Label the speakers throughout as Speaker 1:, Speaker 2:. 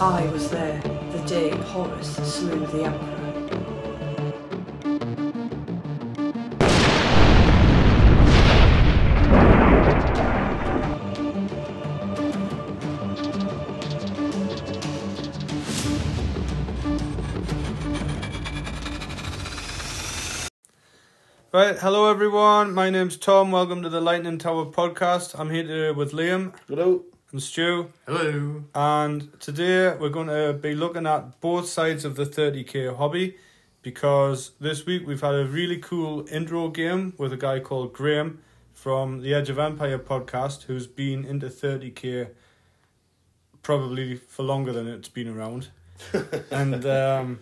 Speaker 1: I was there the day Horus slew the Emperor.
Speaker 2: Right, hello everyone. My name's Tom. Welcome to the Lightning Tower podcast. I'm here today with Liam
Speaker 3: Hello.
Speaker 2: and Stu,
Speaker 4: Hello.
Speaker 2: and today we're going to be looking at both sides of the 30k hobby because this week we've had a really cool intro game with a guy called Graham from the Edge of Empire podcast who's been into 30k probably for longer than it's been around. and um,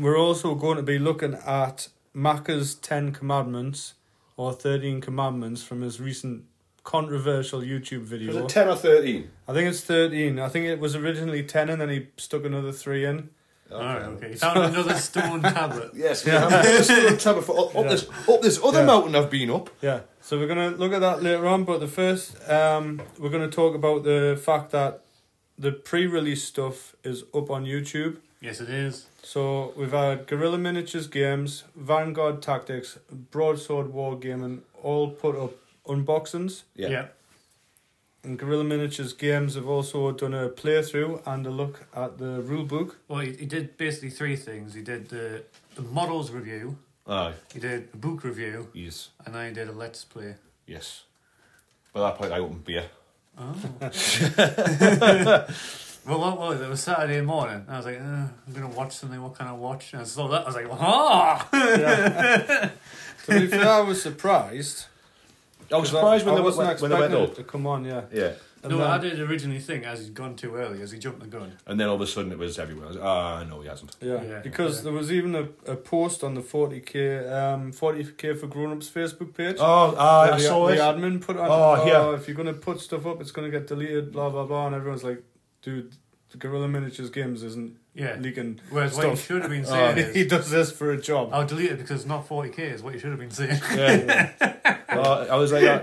Speaker 2: we're also going to be looking at Macca's 10 Commandments or 13 Commandments from his recent controversial YouTube video.
Speaker 3: Was it 10 or 13?
Speaker 2: I think it's 13. I think it was originally 10 and then he stuck another 3 in.
Speaker 4: Oh, okay. You found another stone tablet.
Speaker 3: Yes, yeah. I'm still on tab for up, up, this, up this other
Speaker 2: Yeah.
Speaker 3: mountain I've been up.
Speaker 2: Yeah. So we're going to look at that later on, but the first, um, we're going to talk about the fact that the pre release stuff is up on YouTube.
Speaker 4: Yes, it is.
Speaker 2: So we've had Guerrilla Miniatures Games, Vanguard Tactics, Broadsword War Game, and all put up unboxings.
Speaker 3: Yeah.
Speaker 2: And Guerrilla Miniatures Games have also done a playthrough and a look at the rulebook.
Speaker 4: Well, he, he did basically three things. He did the, the models review,
Speaker 3: Aye.
Speaker 4: he did a book review,
Speaker 3: Ah, Yes.
Speaker 4: and then he did a let's play.
Speaker 3: Yes. By that point, I opened beer.
Speaker 4: Oh. well, what was it? It was Saturday morning. I was like, uh, I'm going to watch something. What can I watch? And I saw that. I was like, ah!
Speaker 2: To be fair, I was surprised.
Speaker 3: I was surprised when,
Speaker 2: I
Speaker 3: they,
Speaker 2: wasn't
Speaker 3: went, when they
Speaker 2: expecting
Speaker 3: went
Speaker 2: it
Speaker 3: up.
Speaker 2: to come on, yeah.
Speaker 3: Yeah.
Speaker 2: And
Speaker 4: no,
Speaker 2: then-
Speaker 4: I did originally think as he'd gone too early, as he jumped the gun.
Speaker 3: And then all of a sudden it was everywhere. I was like, ah, no, he hasn't.
Speaker 2: Yeah,
Speaker 4: Yeah,
Speaker 2: because
Speaker 4: yeah.
Speaker 2: there was even a, a post on the 40k um 40k for grown-ups Facebook page.
Speaker 3: Oh, ah,
Speaker 2: where
Speaker 3: I
Speaker 2: the,
Speaker 3: saw
Speaker 2: the
Speaker 3: it.
Speaker 2: admin put on
Speaker 3: Oh,
Speaker 2: oh,
Speaker 3: yeah.
Speaker 2: if you're going to put stuff up it's going to get deleted blah blah blah and everyone's like dude the Guerrilla Miniatures Games isn't
Speaker 4: Yeah.
Speaker 2: leaking
Speaker 4: Whereas what you
Speaker 2: stuff.
Speaker 4: should have been
Speaker 2: Uh,
Speaker 4: saying
Speaker 2: he
Speaker 4: is, Oh.
Speaker 2: does this for a job.
Speaker 4: I'll delete it because it's not 40k, is what you should have been saying.
Speaker 3: Yeah. Uh, I was like, uh,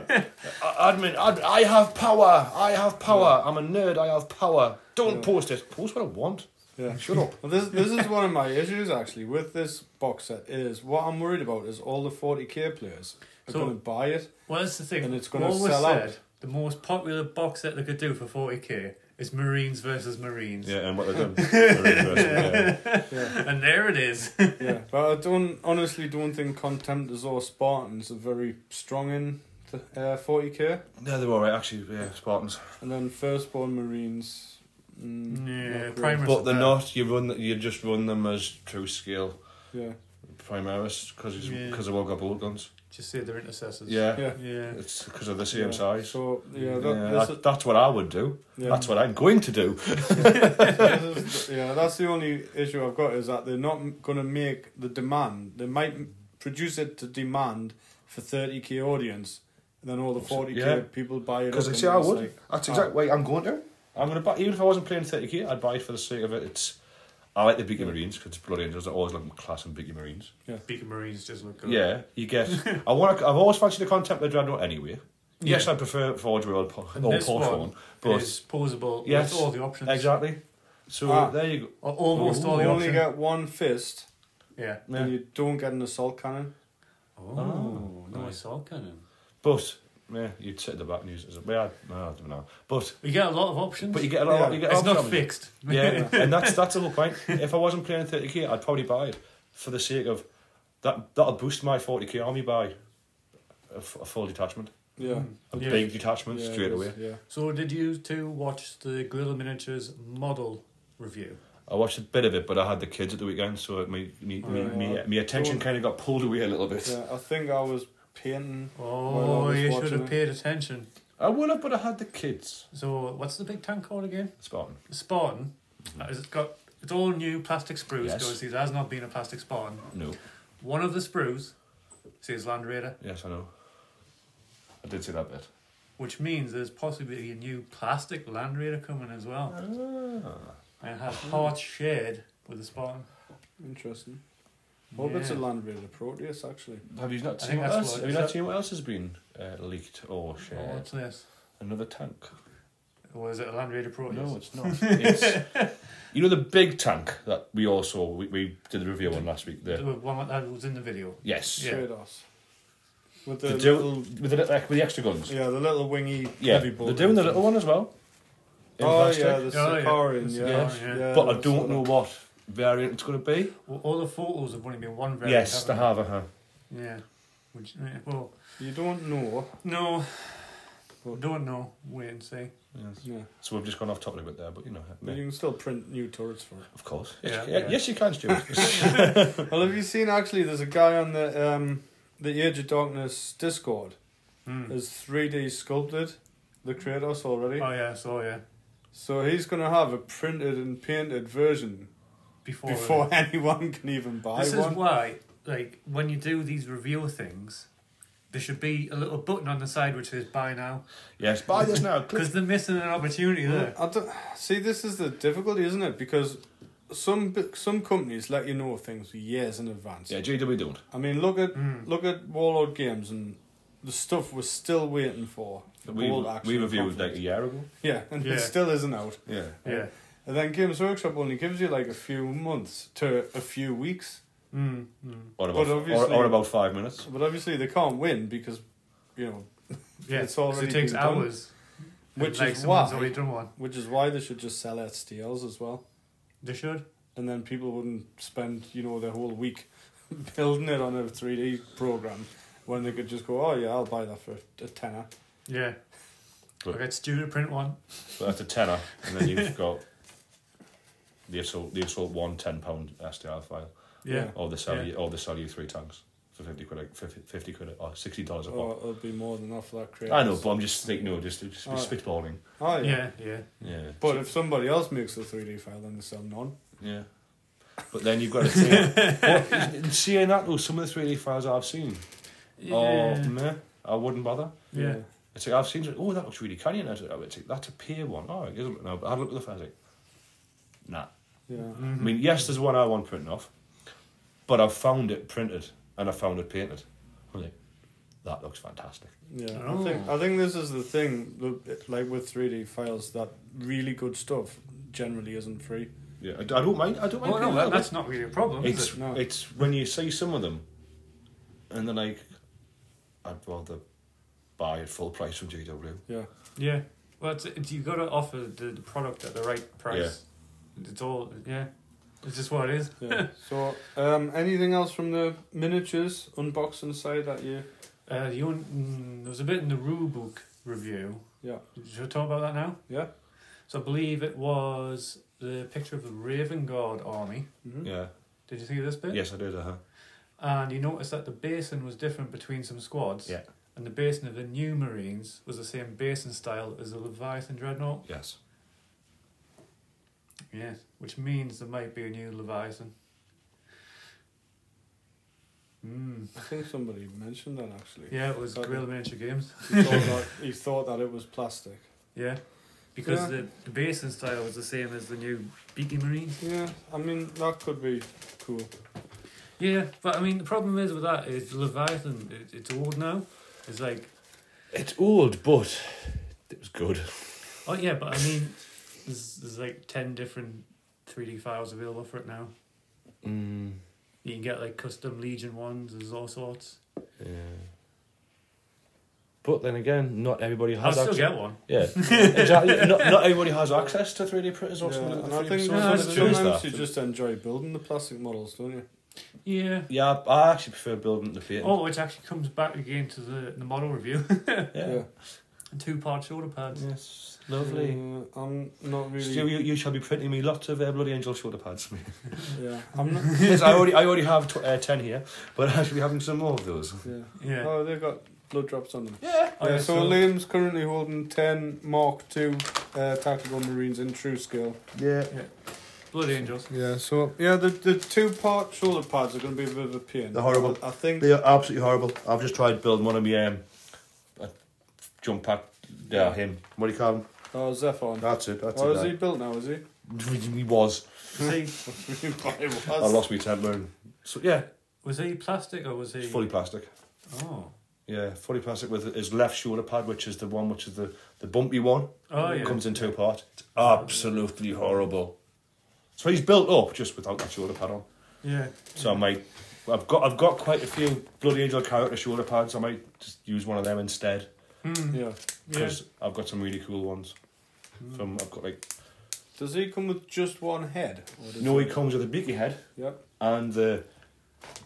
Speaker 3: admin, ad- I have power. I have power. I'm a nerd. I have power. Don't post it. Post what I want.
Speaker 2: Yeah.
Speaker 3: Shut up.
Speaker 2: Well, this this is one of my issues actually with this box set is what I'm worried about is all the 40k players are
Speaker 4: So-
Speaker 2: going to buy it.
Speaker 4: Well, that's the thing.
Speaker 2: And it's gonna
Speaker 4: What was
Speaker 2: sell out.
Speaker 4: The most popular box set they could do for 40k is Marines versus Marines.
Speaker 3: Yeah, and what they've done. Very interesting, yeah.
Speaker 2: Yeah,
Speaker 4: And there it is.
Speaker 2: yeah. But I don't honestly don't think Contemptors or Spartans are very strong in the uh, 40k.
Speaker 3: No, they were alright, actually. Yeah, Spartans.
Speaker 2: And then firstborn Marines. Mm,
Speaker 4: yeah,
Speaker 2: not great.
Speaker 4: Primaris.
Speaker 3: But they're
Speaker 4: are
Speaker 3: not. You run. You just run them as true scale
Speaker 2: Yeah,
Speaker 3: primaris because
Speaker 4: Yeah.
Speaker 3: because they've all got bolt guns.
Speaker 4: Just say they're intercessors.
Speaker 3: Yeah,
Speaker 2: yeah.
Speaker 4: Yeah.
Speaker 3: it's because of the same
Speaker 2: yeah.
Speaker 3: size.
Speaker 2: So yeah,
Speaker 3: Yeah,
Speaker 2: that,
Speaker 3: that-
Speaker 2: this is,
Speaker 3: that's what I would do.
Speaker 2: yeah.
Speaker 3: That's what I'm going to do.
Speaker 2: this is, yeah, that's the only issue I've got is that they're not going to make the demand. They might m- produce it to demand for 30k audience, and then all the 40k
Speaker 3: Yeah.
Speaker 2: people buy it.
Speaker 3: Because
Speaker 2: up
Speaker 3: I
Speaker 2: and
Speaker 3: say I
Speaker 2: it's
Speaker 3: would.
Speaker 2: like,
Speaker 3: that's
Speaker 2: oh.
Speaker 3: exactly why I'm going to. I'm going to buy. Even if I wasn't playing 30k, I'd buy it for the sake of it. It's. I like the Beaky Marines because Blood Angels. I always love class and Beaky Marines.
Speaker 4: Beacon Marines just look good.
Speaker 3: Yeah, you get. I want. I've always fancied the content of Dreadnought anyway. Yes,
Speaker 4: Yeah.
Speaker 3: I prefer Forge World or
Speaker 4: And this
Speaker 3: Porthorn,
Speaker 4: one
Speaker 3: but
Speaker 4: It's posable
Speaker 3: Yes,
Speaker 4: with all the options.
Speaker 3: exactly. So
Speaker 2: Ah.
Speaker 3: there you go.
Speaker 4: Or almost
Speaker 2: You
Speaker 4: all the
Speaker 2: only
Speaker 4: options.
Speaker 2: get one fist,
Speaker 4: Yeah.
Speaker 3: Yeah.
Speaker 2: and you don't get an assault cannon.
Speaker 4: Oh, no assault cannon.
Speaker 3: But yeah, you'd sit at the back and use it. as a- Well, I, no, I don't know. But
Speaker 4: You get a lot of options.
Speaker 3: but you get a lot.
Speaker 2: Yeah.
Speaker 3: You get a
Speaker 4: it's
Speaker 3: lot
Speaker 4: not
Speaker 3: from it.
Speaker 4: fixed.
Speaker 3: Yeah, and that's that's the whole point. If I wasn't playing thirty k, I'd probably buy it for the sake of that. That'll boost my forty k army by a, f- a full detachment,
Speaker 2: Yeah,
Speaker 3: a
Speaker 4: Mm. Yeah.
Speaker 3: big detachment
Speaker 2: yeah,
Speaker 3: straight
Speaker 2: it
Speaker 3: away.
Speaker 2: was- Yeah,
Speaker 4: So, did you two watch the Gorilla Miniatures model review?
Speaker 3: I watched a bit of it, but I had the kids at the weekend, so my me, me,
Speaker 2: Yeah.
Speaker 3: me, my attention
Speaker 2: Don't-
Speaker 3: kind of got pulled away a little bit.
Speaker 2: yeah. I think I was painting. While I
Speaker 4: Oh,
Speaker 2: was
Speaker 4: you should
Speaker 2: watching
Speaker 4: have
Speaker 2: it.
Speaker 4: paid attention.
Speaker 3: I would have, but I had the kids.
Speaker 4: So, what's the big tank called again?
Speaker 3: Spartan.
Speaker 4: Spartan. Uh, It's got it's all new plastic sprues.
Speaker 3: Mm-hmm. Yes.
Speaker 4: Yes. There has not been a plastic Spartan.
Speaker 3: No.
Speaker 4: One of the sprues says Land Raider,
Speaker 3: Yes, I know. I did see that bit.
Speaker 4: which means there's possibly a new plastic Land Raider coming as well.
Speaker 3: Ah.
Speaker 4: And it has parts shared with the Spartan.
Speaker 2: Interesting. Hope it's a
Speaker 4: Yeah.
Speaker 2: land raider Proteus actually.
Speaker 3: Have you not
Speaker 4: I
Speaker 3: seen
Speaker 4: think
Speaker 3: what
Speaker 4: that's
Speaker 3: else?
Speaker 4: what-
Speaker 3: Have you
Speaker 4: is
Speaker 3: not
Speaker 4: that-
Speaker 3: seen what else has been uh, leaked or
Speaker 4: Oh,
Speaker 3: shared?
Speaker 4: what's this?
Speaker 3: Another tank.
Speaker 4: Or is it a Land Raider Proteus?
Speaker 3: No, it's not. It's, you know the big tank that we also we, we did the review on last week.
Speaker 4: The
Speaker 3: The
Speaker 4: one that was in the video.
Speaker 3: yes,
Speaker 4: Yeah.
Speaker 2: Kratos. With the,
Speaker 3: the do,
Speaker 2: little,
Speaker 3: with the little- with the extra guns.
Speaker 2: yeah, the little wingy
Speaker 3: Yeah,
Speaker 2: heavy
Speaker 3: they're
Speaker 2: bolt.
Speaker 3: doing the little one as well. In
Speaker 2: Oh
Speaker 3: plastic.
Speaker 2: yeah, the
Speaker 4: Oh, yeah.
Speaker 2: Sicarian,
Speaker 4: The
Speaker 2: yeah.
Speaker 4: Sicarian, yeah.
Speaker 2: yeah,
Speaker 3: but I
Speaker 2: the
Speaker 3: don't
Speaker 2: sort
Speaker 3: know
Speaker 2: of-
Speaker 3: what variant it's going to be.
Speaker 4: Well, all the photos have only been one variant.
Speaker 3: yes, they
Speaker 4: haven't
Speaker 3: have. Uh-huh.
Speaker 4: they? Yeah. Which, yeah, well,
Speaker 2: You don't know.
Speaker 4: no.
Speaker 2: What?
Speaker 4: Don't know. Wait and see.
Speaker 2: Yeah.
Speaker 3: So we've just gone off topic a bit there, but you know,
Speaker 2: But you can still print new turrets for it.
Speaker 3: of course.
Speaker 4: Yeah.
Speaker 3: Yeah, Yes, you can, Stuart.
Speaker 2: Well, have you seen actually? There's a guy on the um, the Age of Darkness Discord.
Speaker 3: Mm.
Speaker 4: Hmm.
Speaker 2: Has three D sculpted the Kratos already,
Speaker 4: Oh yeah, so yeah.
Speaker 2: so he's gonna have a printed and painted version
Speaker 4: Before.
Speaker 2: before anyone can even buy
Speaker 4: this
Speaker 2: one.
Speaker 4: is why, like, when you do these reveal things, there should be a little button on the side which says "Buy now"
Speaker 3: yes, buy this now. click.
Speaker 4: because they're missing an opportunity there.
Speaker 2: I don't, see, this is the difficulty, isn't it? Because some b- some companies let you know things years in advance.
Speaker 3: Yeah, GW don't.
Speaker 2: I mean, look at
Speaker 4: Mm.
Speaker 2: look at Warlord Games and the stuff we're still waiting for. The
Speaker 3: We,
Speaker 2: World
Speaker 3: we
Speaker 2: Action
Speaker 3: reviewed like
Speaker 2: Conference.
Speaker 3: a year ago.
Speaker 2: yeah, and
Speaker 4: Yeah.
Speaker 2: it still isn't out.
Speaker 3: Yeah.
Speaker 4: Yeah.
Speaker 2: And then Games Workshop only gives you like a few months to a few weeks.
Speaker 4: Mm, mm.
Speaker 3: Or
Speaker 2: But
Speaker 3: about, or,
Speaker 2: obviously-
Speaker 3: or about five minutes.
Speaker 2: But obviously they can't win because, you know,
Speaker 4: Yeah.
Speaker 2: It's
Speaker 4: So
Speaker 2: already
Speaker 4: it takes
Speaker 2: been done.
Speaker 4: hours. and,
Speaker 2: Which
Speaker 4: like
Speaker 2: is
Speaker 4: someone's
Speaker 2: why-
Speaker 4: already done one.
Speaker 2: which is why they should just sell out steels as well.
Speaker 4: They should.
Speaker 2: And then people wouldn't spend, you know, their whole week building it on a 3D program when they could just go, oh yeah, I'll buy that for a tenner.
Speaker 4: Yeah.
Speaker 3: Good.
Speaker 4: I got Stu to print one.
Speaker 3: So that's a tenner, and then you've got the assault, the assault one ten pound SDR file,
Speaker 4: Yeah.
Speaker 3: or the sell
Speaker 4: Yeah.
Speaker 3: you, or the sell you three tanks for fifty quid, a- 50, 50 quid, a- or sixty dollars a
Speaker 2: Or
Speaker 3: pop.
Speaker 2: it'll be more than that for that creator.
Speaker 3: I know, but I'm just thinking, no, just just be
Speaker 2: Alright.
Speaker 3: spitballing.
Speaker 2: Oh, yeah.
Speaker 4: Yeah. Yeah.
Speaker 3: Yeah,
Speaker 2: But if somebody else makes a 3D file, then they sell none.
Speaker 3: yeah. But then you've got to think. but seeing that though, some of the three D files I've seen,
Speaker 4: Yeah.
Speaker 3: oh meh, I wouldn't bother.
Speaker 4: yeah.
Speaker 3: It's like I've seen. Oh, that looks really canny. And I said, oh, it's like, that's a pier one. Oh, it doesn't. No, but I look at the fans like, nah.
Speaker 2: Yeah.
Speaker 4: Mhm.
Speaker 3: I mean, yes, there's one I want printing off, but I've found it printed and I found it painted. I'm like, that looks fantastic.
Speaker 2: Yeah,
Speaker 4: Oh.
Speaker 2: I think I think this is the thing. the- Like with three D files, that really good stuff generally isn't free.
Speaker 3: Yeah, I, I don't mind. I don't mind.
Speaker 4: Mm-hmm. Well, no,
Speaker 3: printing
Speaker 4: that,
Speaker 3: that
Speaker 4: that's not really a problem. Is
Speaker 3: it's
Speaker 4: it?
Speaker 2: No.
Speaker 3: it's when you see some of them, and they're like, I'd rather buy at full price from GW.
Speaker 2: Yeah,
Speaker 4: Yeah. Well, it's, it's, you've got to offer the, the product at the right price. It's all, yeah. It's just what it is.
Speaker 2: yeah. so, um, anything else from the miniatures unboxing side that you?
Speaker 4: Uh, you, mm, there was a bit in the rule book review.
Speaker 2: Yeah,
Speaker 4: Should we talk about that now?
Speaker 2: yeah.
Speaker 4: So I believe it was the picture of the Raven Guard army.
Speaker 2: Mm-hmm.
Speaker 3: Yeah.
Speaker 4: Did you see this bit?
Speaker 3: Yes, I did. Uh huh.
Speaker 4: And you noticed that the basin was different between some squads.
Speaker 3: Yeah.
Speaker 4: And the basin of the new Marines was the same basin style as the Leviathan Dreadnought.
Speaker 3: Yes.
Speaker 4: Yes. Which means there might be a new Leviathan. Mm.
Speaker 2: I think somebody mentioned that actually.
Speaker 4: Yeah, it was
Speaker 2: Okay.
Speaker 4: Guerrilla Miniature Games.
Speaker 2: He thought that, he thought that it was plastic.
Speaker 4: Yeah. Because
Speaker 2: Yeah.
Speaker 4: The, the basin style was the same as the new Beaky Marines.
Speaker 2: Yeah, I mean that could be cool.
Speaker 4: Yeah, but I mean, the problem is with that is Leviathan, it, it's old now. It's like,
Speaker 3: It's old, but it was good.
Speaker 4: oh yeah, but I mean, there's, there's like 10 different 3D files available for it now.
Speaker 3: Mm,
Speaker 4: You can get like custom Legion ones, there's all sorts.
Speaker 3: yeah. But then again, not everybody
Speaker 4: I'll
Speaker 3: has.
Speaker 4: still
Speaker 3: access-
Speaker 4: get one.
Speaker 3: Yeah, exactly. Not, not everybody has access to 3D printers
Speaker 2: Yeah,
Speaker 3: or something.
Speaker 2: and I
Speaker 3: like that.
Speaker 2: think
Speaker 3: So
Speaker 4: No,
Speaker 3: it's not
Speaker 4: it's true.
Speaker 3: choose
Speaker 2: sometimes
Speaker 3: that.
Speaker 2: you just enjoy building the plastic models, don't you?
Speaker 4: Yeah.
Speaker 3: Yeah, I actually prefer building the paint.
Speaker 4: Oh, which actually comes back again to the, the model review.
Speaker 3: yeah.
Speaker 4: Two part shoulder pads.
Speaker 3: Yes, lovely.
Speaker 2: Uh, I'm not really.
Speaker 3: Stu, you, you shall be printing me lots of uh, bloody angel shoulder pads.
Speaker 2: Yeah, I'm not.
Speaker 3: yes, I already I already have tw- uh, ten here, but I should be having some more of those.
Speaker 2: Yeah.
Speaker 4: Yeah.
Speaker 2: Oh, they've got blood drops on them.
Speaker 3: Yeah.
Speaker 4: Oh,
Speaker 2: Yeah,
Speaker 4: yeah,
Speaker 2: so,
Speaker 4: so-
Speaker 2: Liam's currently holding 10 Mark II uh, Tactical Marines in true skill.
Speaker 3: Yeah.
Speaker 4: Blood Angels.
Speaker 2: Yeah, so, yeah, the, the two part shoulder pads are going to be a bit of a pain.
Speaker 3: They're horrible.
Speaker 2: I think,
Speaker 3: They are absolutely horrible. I've just tried building one of my um, uh, jump pack. Yeah, him. What do you call him?
Speaker 2: oh, Zephon.
Speaker 3: That's it. That's
Speaker 2: Oh, is he
Speaker 3: it.
Speaker 2: built now, is he?
Speaker 3: he? he was.
Speaker 4: Was he,
Speaker 3: I lost my temper. and- So yeah,
Speaker 4: was he plastic or was he.
Speaker 3: it's fully plastic.
Speaker 4: Oh.
Speaker 3: Yeah, fully plastic with his left shoulder pad, which is the one which is the, the bumpy one.
Speaker 4: Oh, yeah.
Speaker 3: Comes in two part. It's absolutely horrible. So he's built up just without that shoulder pad on.
Speaker 4: Yeah.
Speaker 3: So I might I've got I've got quite a few Bloody Angel character shoulder pads. I might just use one of them instead.
Speaker 4: Hmm.
Speaker 2: Yeah.
Speaker 4: Yeah.
Speaker 3: Because I've got some really cool ones. From I've got like
Speaker 2: Does he come with just one head? Or does
Speaker 3: No he comes with a beaky head
Speaker 2: Yep.
Speaker 3: and the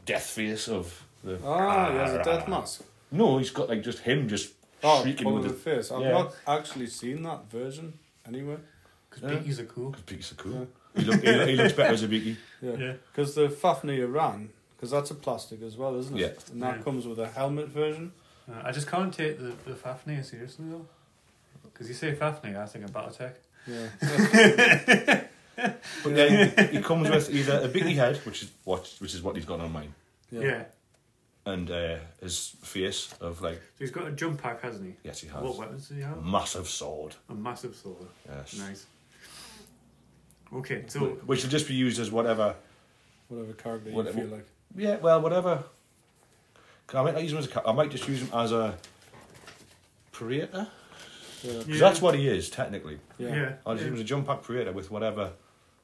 Speaker 3: death face of the
Speaker 2: Ah, he has a death mask.
Speaker 3: No, he's got like just him just
Speaker 2: Oh,
Speaker 3: shrieking
Speaker 2: full
Speaker 3: with
Speaker 2: of the
Speaker 3: the
Speaker 2: face. I've
Speaker 3: yeah.
Speaker 2: not actually seen that version anyway.
Speaker 4: Because are cool.
Speaker 3: Beaky's so cool. He, look, he, look- he looks better as a beaky.
Speaker 2: Yeah.
Speaker 4: Yeah.
Speaker 2: Because the Fafnir ran, because that's a plastic as well, isn't it?
Speaker 3: Yeah.
Speaker 2: And that
Speaker 4: Yeah.
Speaker 2: comes with a helmet version.
Speaker 4: Uh, I just can't take the, the Fafnir seriously though. Because you say Fafnir, I think of Battletech.
Speaker 2: Yeah.
Speaker 3: But yeah, he, he comes with either a beaky head, which is what which is what he's got on mine,
Speaker 4: Yeah.
Speaker 3: and uh, his face of like
Speaker 4: So he's got a jump pack, hasn't he?
Speaker 3: yes he
Speaker 4: What
Speaker 3: has
Speaker 4: weapons does he have?
Speaker 3: massive sword.
Speaker 4: A massive sword.
Speaker 3: Yes.
Speaker 4: Nice. Okay, so
Speaker 3: Wh- Which will just be used as whatever.
Speaker 2: Whatever character you
Speaker 3: Whatever.
Speaker 2: feel like.
Speaker 3: Yeah, well, whatever. 'Cause I might not use him as a ca- I might just use him as a predator.
Speaker 2: Yeah.
Speaker 3: Because that's what he is, technically.
Speaker 4: yeah.
Speaker 2: Yeah.
Speaker 3: I'll just use
Speaker 4: yeah.
Speaker 3: him as a jump pack predator with whatever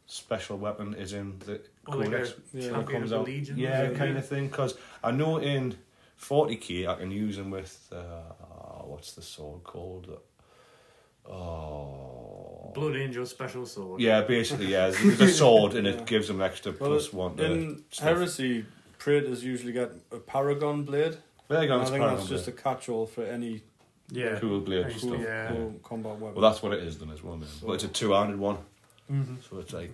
Speaker 3: special weapon is in the
Speaker 4: Or like a
Speaker 3: codex.
Speaker 2: Yeah.
Speaker 3: when it
Speaker 4: champion of
Speaker 3: comes
Speaker 4: the
Speaker 3: out.
Speaker 4: Legion.
Speaker 3: Yeah,
Speaker 4: or
Speaker 3: kind
Speaker 4: something.
Speaker 3: of thing. Because I know in 40k I can use him with. Uh, what's the sword called? Oh.
Speaker 4: Blood Angel special sword.
Speaker 3: Yeah, basically, yeah. There's a sword and it
Speaker 2: Yeah.
Speaker 3: gives him an extra
Speaker 2: Well,
Speaker 3: plus one. to
Speaker 2: In
Speaker 3: stuff.
Speaker 2: Heresy, Predators usually get a Paragon blade.
Speaker 3: There you go,
Speaker 2: and I
Speaker 3: it's
Speaker 2: think
Speaker 3: Paragon
Speaker 2: that's just a catch all for any
Speaker 4: Yeah.
Speaker 3: Cool blade
Speaker 4: Nice.
Speaker 3: stuff.
Speaker 4: Yeah.
Speaker 2: cool combat weapon.
Speaker 3: Well, that's what it is then as well. Then. But it's a two-handed one,
Speaker 4: Mm-hmm.
Speaker 3: so it's like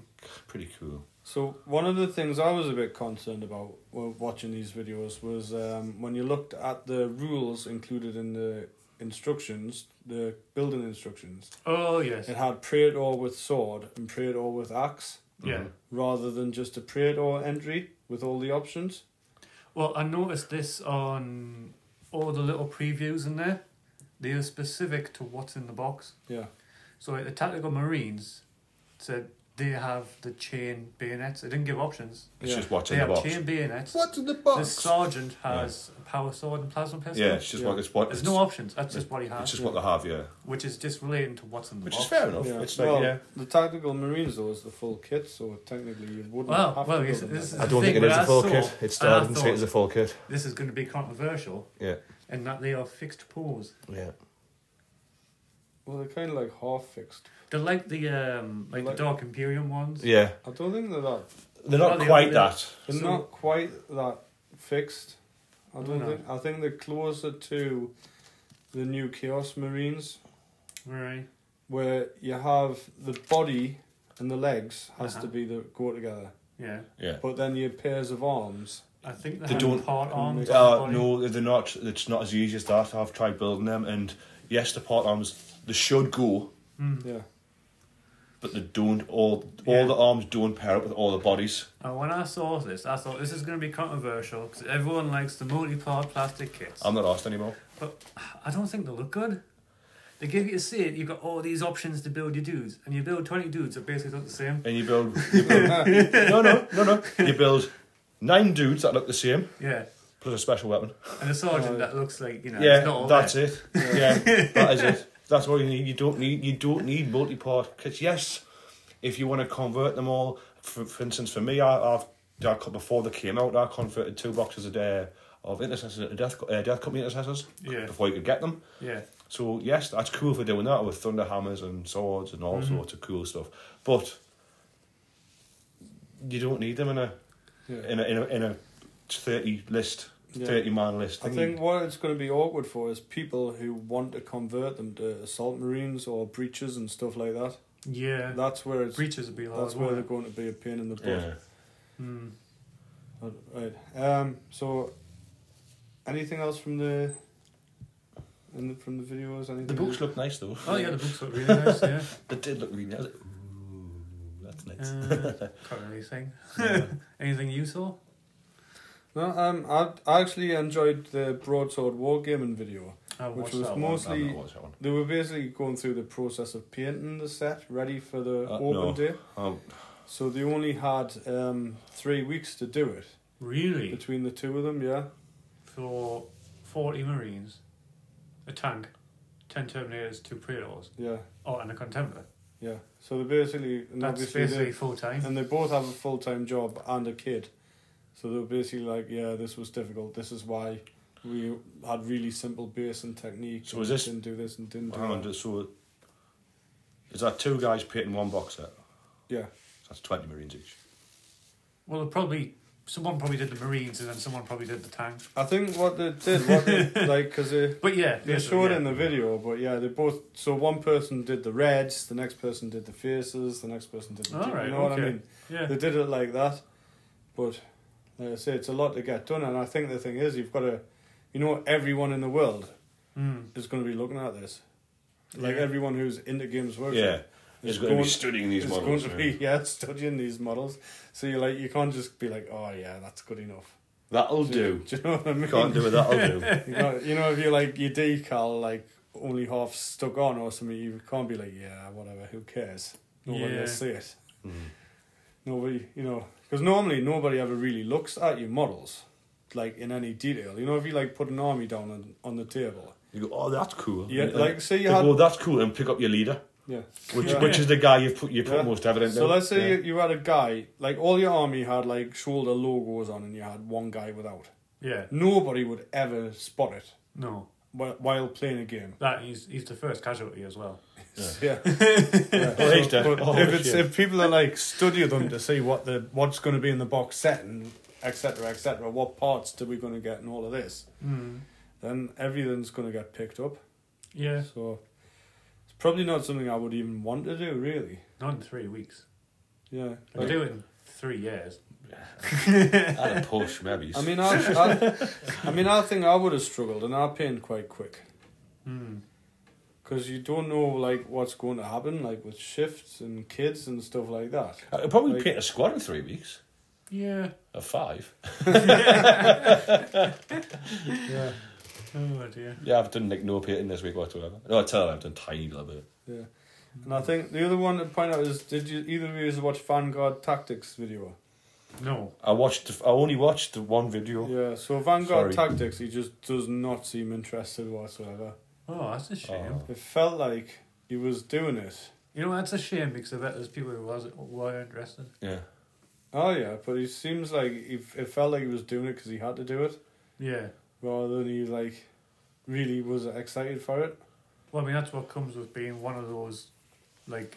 Speaker 3: pretty cool.
Speaker 2: So one of the things I was a bit concerned about while watching these videos was um, when you looked at the rules included in the instructions, the building instructions.
Speaker 4: Oh, yes.
Speaker 2: It had Praetor with sword and Praetor with axe,
Speaker 4: Yeah.
Speaker 3: Mhm.
Speaker 2: rather than just a Praetor entry with all the options.
Speaker 4: Well, I noticed this on all the little previews in there. They are specific to what's in the box.
Speaker 2: Yeah,
Speaker 4: So like, the Tactical Marines said they have the chain bayonets. They didn't give options.
Speaker 3: It's
Speaker 2: Yeah.
Speaker 3: just what's
Speaker 4: They
Speaker 3: in the
Speaker 4: have
Speaker 3: box.
Speaker 4: chain bayonets.
Speaker 3: in the
Speaker 4: The sergeant has a power sword and plasma pistol.
Speaker 3: Yeah, it's just what it's what.
Speaker 4: There's
Speaker 3: It's,
Speaker 4: no options. That's just what he
Speaker 3: it's
Speaker 4: has,
Speaker 3: just what they have, yeah.
Speaker 4: which is just relating to what's in the
Speaker 3: Which is
Speaker 4: box.
Speaker 3: fair enough.
Speaker 2: yeah.
Speaker 3: It's like
Speaker 2: well,
Speaker 3: yeah.
Speaker 2: the tactical marines though is the full kit, so technically you wouldn't
Speaker 4: Well,
Speaker 2: have
Speaker 4: well,
Speaker 2: to.
Speaker 4: yes,
Speaker 2: build them
Speaker 4: this
Speaker 2: like
Speaker 4: is-
Speaker 2: that.
Speaker 4: thing that I saw, and I thought-
Speaker 3: a full kit.
Speaker 4: This is going to be controversial
Speaker 3: Yeah,
Speaker 4: in that they are fixed paws.
Speaker 3: yeah.
Speaker 2: Well, they're kind of like half fixed.
Speaker 4: They're like the um, like,
Speaker 2: Like-
Speaker 4: the Dark Imperium ones.
Speaker 3: Yeah,
Speaker 2: I don't think they're that
Speaker 3: they're
Speaker 4: Well,
Speaker 3: not
Speaker 4: they
Speaker 3: quite
Speaker 4: are-
Speaker 3: that.
Speaker 2: They're
Speaker 4: So-
Speaker 2: not quite that fixed. I don't
Speaker 4: No.
Speaker 2: think. I think they're closer to the new Chaos Marines,
Speaker 4: Right.
Speaker 2: where you have the body and the legs has to
Speaker 4: Uh-huh.
Speaker 2: be the go together,
Speaker 4: Yeah.
Speaker 3: Yeah.
Speaker 2: but then your pairs of arms.
Speaker 4: I think they,
Speaker 3: They
Speaker 4: have
Speaker 3: don't-
Speaker 4: part arms.
Speaker 3: Uh, no, they're not. It's not as easy as that. I've tried building them, and yes, the part arms they should go,
Speaker 4: Hmm.
Speaker 2: Yeah,
Speaker 3: but they don't. All
Speaker 4: Yeah.
Speaker 3: all the arms don't pair up with all the bodies.
Speaker 4: And when I saw this, I thought this is going to be controversial because everyone likes the multi-part plastic kits.
Speaker 3: I'm not asked anymore.
Speaker 4: But I don't think they look good. They give you a set, you've got all these options to build your dudes, and you build 20 dudes that basically look the same.
Speaker 3: and you build, you build no no no no you build nine dudes that look the same
Speaker 4: Yeah.
Speaker 3: plus a special weapon
Speaker 4: And a sergeant
Speaker 2: Oh.
Speaker 4: that looks like, you know, it's
Speaker 3: yeah
Speaker 4: not all
Speaker 3: that's
Speaker 4: there.
Speaker 3: it yeah. that is it that's all you need you don't need you don't need multi-part because yes if you want to convert them all for, for instance for me I, I've I, co- before they came out I converted two boxes a day of intercessors uh, death, Co- uh, death company intercessors
Speaker 4: Yeah.
Speaker 3: before you could get them
Speaker 4: Yeah.
Speaker 3: so yes, that's cool for doing that with thunder hammers and swords and all
Speaker 4: Mm-hmm.
Speaker 3: sorts of cool stuff. But you don't need them in a
Speaker 2: yeah.
Speaker 3: in a in a, in a thirty list,
Speaker 2: Yeah.
Speaker 3: thirty man list.
Speaker 2: I
Speaker 3: thingy.
Speaker 2: think what it's going to be awkward for is people who want to convert them to assault marines or breaches and stuff like that.
Speaker 4: Yeah.
Speaker 2: That's where it's.
Speaker 4: Breaches would be hard.
Speaker 2: that's where they're
Speaker 4: wouldn't
Speaker 2: going to be a pain in the butt.
Speaker 3: yeah.
Speaker 4: it? Mm.
Speaker 2: Right, Right. Um. So, anything else from the, in the, from the videos? Anything?
Speaker 3: The books look nice though.
Speaker 4: Oh, yeah, the books look really nice, yeah.
Speaker 3: They did look really nice. Ooh, that's nice.
Speaker 4: Uh, can't really think. Anything you saw?
Speaker 2: No. Um. I, I actually enjoyed the broadsword wargaming video.
Speaker 4: I
Speaker 2: Which
Speaker 4: watched
Speaker 2: was
Speaker 4: that one.
Speaker 2: most- mostly-
Speaker 3: I've not watched that one.
Speaker 2: They were basically going through the process of painting the set ready for the
Speaker 3: Uh,
Speaker 2: open
Speaker 3: no.
Speaker 2: day.
Speaker 3: Oh,
Speaker 2: So they only had um three weeks to do it
Speaker 4: Really?
Speaker 2: between the two of them. Yeah.
Speaker 4: For 40 Marines, a tank, 10 Terminators, 2 Praetors,
Speaker 2: Yeah,
Speaker 4: oh, and a Contemptor.
Speaker 2: yeah. So they basically, and
Speaker 4: That's
Speaker 2: obviously they-
Speaker 4: basically full time.
Speaker 2: and they both have a full time job and a kid, so they were basically like, yeah, this was difficult. This is why we had really simple base and technique.
Speaker 3: So
Speaker 2: and
Speaker 3: is this-
Speaker 2: didn't do this and didn't do
Speaker 3: Hang on,
Speaker 2: that.
Speaker 3: just so is that two guys painting one box set?
Speaker 2: Yeah,
Speaker 3: That's twenty marines each.
Speaker 4: Well, probably someone probably did the Marines and then someone probably did the tank.
Speaker 2: I think what they did, what they, like, because they.
Speaker 4: But yeah,
Speaker 2: They
Speaker 4: basically,
Speaker 2: showed
Speaker 4: yeah.
Speaker 2: in the video, but yeah, they both. So one person did the reds, the next person did the faces, the next person did the.
Speaker 4: All
Speaker 2: you
Speaker 4: right,
Speaker 2: know what I
Speaker 4: okay.
Speaker 2: mean?
Speaker 4: Yeah.
Speaker 2: They did it like that, but like I say, it's a lot to get done. And I think the thing is, you've got to, you know, everyone in the world
Speaker 4: Mm.
Speaker 2: is going to be looking at this, like
Speaker 4: Yeah.
Speaker 2: everyone who's into games workshop.
Speaker 3: Yeah,
Speaker 2: is
Speaker 3: he's going to
Speaker 2: going-
Speaker 3: be studying these
Speaker 2: is
Speaker 3: models.
Speaker 2: going to
Speaker 3: yeah.
Speaker 2: be yeah studying these models. So you like you can't just be like, oh yeah, that's good enough.
Speaker 3: That'll
Speaker 2: Do-
Speaker 3: do.
Speaker 2: Do you know what I mean?
Speaker 3: Can't do it. That'll do.
Speaker 2: You know, you know, if you like your decal like only half stuck on or something, you can't be like, yeah, whatever, who cares? Nobody
Speaker 4: Yeah.
Speaker 2: will see it.
Speaker 3: Mm.
Speaker 2: Nobody, you know, because normally nobody ever really looks at your models like in any detail. You know, if you like put an army down on, on the table,
Speaker 3: You go, oh, that's cool.
Speaker 2: yeah,
Speaker 3: And-
Speaker 2: like say
Speaker 3: they
Speaker 2: you had,
Speaker 3: go, that's cool, and pick up your leader,
Speaker 2: yeah,
Speaker 3: which
Speaker 2: Yeah.
Speaker 3: which is the guy you put you put
Speaker 2: Yeah.
Speaker 3: most evidence.
Speaker 2: So
Speaker 3: in.
Speaker 2: let's say
Speaker 3: Yeah.
Speaker 2: you, you had a guy like all your army had like shoulder logos on, and you had one guy without.
Speaker 4: Yeah.
Speaker 2: Nobody would ever spot it
Speaker 4: No.
Speaker 2: whi- while playing a game.
Speaker 4: That he's he's the first casualty as well.
Speaker 2: Yeah.
Speaker 3: Oh, he's dead.
Speaker 2: But
Speaker 3: Oh,
Speaker 2: if it's
Speaker 3: shit.
Speaker 2: if people are like study them to see what the what's going to be in the box set and etc cetera, etc cetera, what parts do we going to get in all of this
Speaker 4: Mm.
Speaker 2: then everything's going to get picked up
Speaker 4: Yeah.
Speaker 2: so it's probably not something I would even want to do really
Speaker 4: Not in three weeks.
Speaker 2: yeah
Speaker 4: I do it in three years.
Speaker 3: I'd a push maybe.
Speaker 2: I mean I, I, I mean I think I would have struggled and I painted quite quick
Speaker 4: Mm.
Speaker 2: because you don't know like what's going to happen like with shifts and kids and stuff like that
Speaker 3: I could probably
Speaker 2: like-
Speaker 3: paint a squad in three weeks.
Speaker 4: Yeah.
Speaker 3: Or five.
Speaker 2: yeah
Speaker 4: Oh dear.
Speaker 3: Yeah, I've done like no painting this week whatsoever. No, I tell you, I've done tiny little bit.
Speaker 2: yeah and I think the other one to point out is did you either of you watch Vanguard Tactics video
Speaker 4: No.
Speaker 3: I watched. I only watched the one video.
Speaker 2: Yeah, so Vanguard
Speaker 3: Sorry.
Speaker 2: Tactics, he just does not seem interested whatsoever.
Speaker 4: Oh, that's a shame.
Speaker 3: Oh.
Speaker 2: It felt like he was doing it.
Speaker 4: You know, that's a shame because I bet there's people who was were interested.
Speaker 3: Yeah.
Speaker 2: Oh yeah, but he seems like he, it felt like he was doing it because he had to do it,
Speaker 4: Yeah.
Speaker 2: rather than he like really was excited for it.
Speaker 4: Well, I mean, that's what comes with being one of those, like,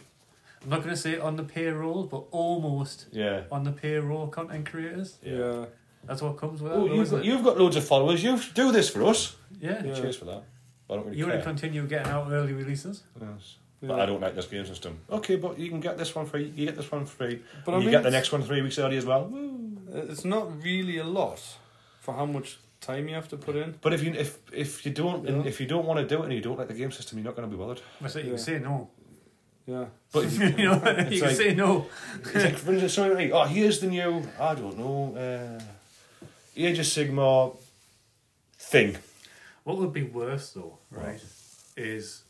Speaker 4: I'm not going to say on the payroll, but almost
Speaker 3: Yeah.
Speaker 4: on the payroll content creators.
Speaker 2: Yeah,
Speaker 3: Yeah.
Speaker 4: That's what comes with that.
Speaker 3: Oh,
Speaker 4: though,
Speaker 3: you've,
Speaker 4: isn't
Speaker 3: got,
Speaker 4: it?
Speaker 3: you've got loads of followers. You do this for us.
Speaker 4: yeah.
Speaker 2: Yeah.
Speaker 3: Cheers for that. I don't really
Speaker 4: You want
Speaker 3: care.
Speaker 4: to continue getting out early releases?
Speaker 3: Yes.
Speaker 2: yeah.
Speaker 3: But I don't like this game system. Okay, but you can get this one free. You get this one free.
Speaker 2: But
Speaker 3: But
Speaker 2: I
Speaker 3: you
Speaker 2: mean,
Speaker 3: get the
Speaker 2: it's-
Speaker 3: next one three weeks early as well. Woo.
Speaker 2: It's not really a lot for how much time you have to put in.
Speaker 3: But if you if if you don't
Speaker 2: Yeah.
Speaker 3: if you don't want to do it and you don't like the game system, you're not going to be bothered.
Speaker 4: That's it, you
Speaker 2: Yeah.
Speaker 4: can say no.
Speaker 2: Yeah,
Speaker 3: But if,
Speaker 4: you know, you can
Speaker 3: like-
Speaker 4: say no.
Speaker 3: it's like, for instance, something like, oh, here's the new I don't know uh, Age of Sigma thing.
Speaker 4: What would be worse though, right, is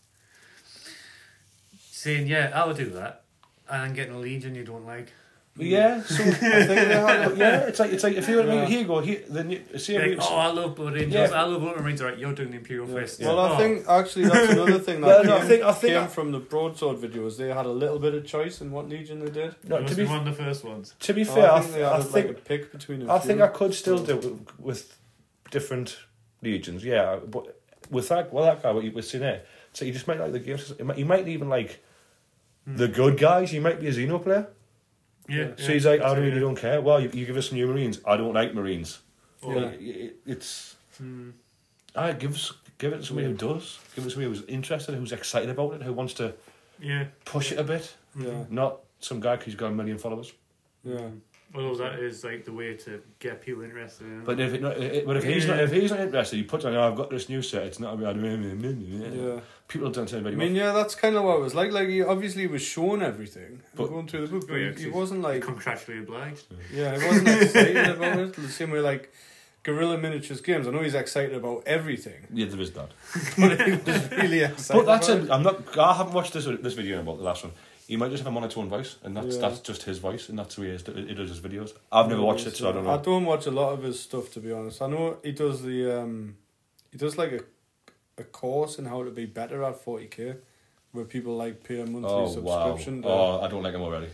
Speaker 4: saying, yeah, I'll do that, and then getting a legion you don't like.
Speaker 3: Yeah, so I think they have, yeah, it's like it's like if you were
Speaker 2: Yeah.
Speaker 3: yeah. here you go here the new see
Speaker 4: Like,
Speaker 3: if
Speaker 4: oh, I love Blood Angels,
Speaker 3: Yeah.
Speaker 4: I love Ultramarines, right, you're doing the Imperial
Speaker 2: yeah.
Speaker 4: Fist.
Speaker 2: Well, I
Speaker 4: Oh,
Speaker 2: think actually that's another thing that
Speaker 3: Well,
Speaker 2: came,
Speaker 3: no, I think- I think
Speaker 2: came
Speaker 3: I-
Speaker 2: from the broadsword videos. They had a little bit of choice in what legion they did.
Speaker 3: no,
Speaker 4: it
Speaker 3: to
Speaker 4: must
Speaker 3: be
Speaker 4: be one of the first ones.
Speaker 3: to be
Speaker 2: Oh,
Speaker 3: fair, I,
Speaker 2: I think they
Speaker 3: th- I
Speaker 2: added,
Speaker 3: think
Speaker 2: like a pick between. a
Speaker 3: I think
Speaker 2: few.
Speaker 3: I could still do it with- with different legions, yeah. But with that, well, that guy, what you were saying there, so you just might like the game. system. You might, you might even like the good guys. You might be a Xeno player.
Speaker 4: Hmm. Yeah.
Speaker 3: so he's like, I really don't care. Well, you, you give us some new Marines. I don't like Marines.
Speaker 4: Oh,
Speaker 2: Yeah.
Speaker 3: Well, it- it- it's
Speaker 4: Hmm.
Speaker 3: I give us- give it to somebody who does. Give it to somebody who's interested, who's excited about it, who wants to
Speaker 4: Yeah.
Speaker 3: push it a bit.
Speaker 2: Yeah,
Speaker 3: Not some guy who's got a million followers.
Speaker 2: yeah.
Speaker 4: Although that is like the way to get people interested in it.
Speaker 3: But if it not, it, but if he's not, if he's not interested, he puts on. Oh, I've got this new set. It's not. I mean,
Speaker 2: yeah.
Speaker 3: People don't tell
Speaker 2: I
Speaker 3: anybody.
Speaker 2: mean, yeah, that's kind of what it was like. Like, he obviously was shown everything
Speaker 3: But-
Speaker 2: going through the book, but
Speaker 4: Oh, yeah,
Speaker 2: he, he
Speaker 4: 'cause
Speaker 2: wasn't like,
Speaker 4: contractually obliged.
Speaker 2: yeah, he wasn't excited about it. The same way, like, Guerrilla Miniatures Games, I know he's excited about everything,
Speaker 3: yeah, there is that.
Speaker 2: but he was really excited.
Speaker 3: But that's
Speaker 2: about
Speaker 3: a, I'm not. I haven't watched this this video about the last one. He might just have a monotone voice, and that's
Speaker 2: Yeah.
Speaker 3: that's just his voice, and that's who he is. He does his videos. I've never watched it, so I don't know.
Speaker 2: I don't watch a lot of his stuff, to be honest. I know he does the um, he does like a a course in how to be better at 40k, where people like pay a monthly
Speaker 3: Oh wow!
Speaker 2: subscription to,
Speaker 3: Oh, I don't like him already.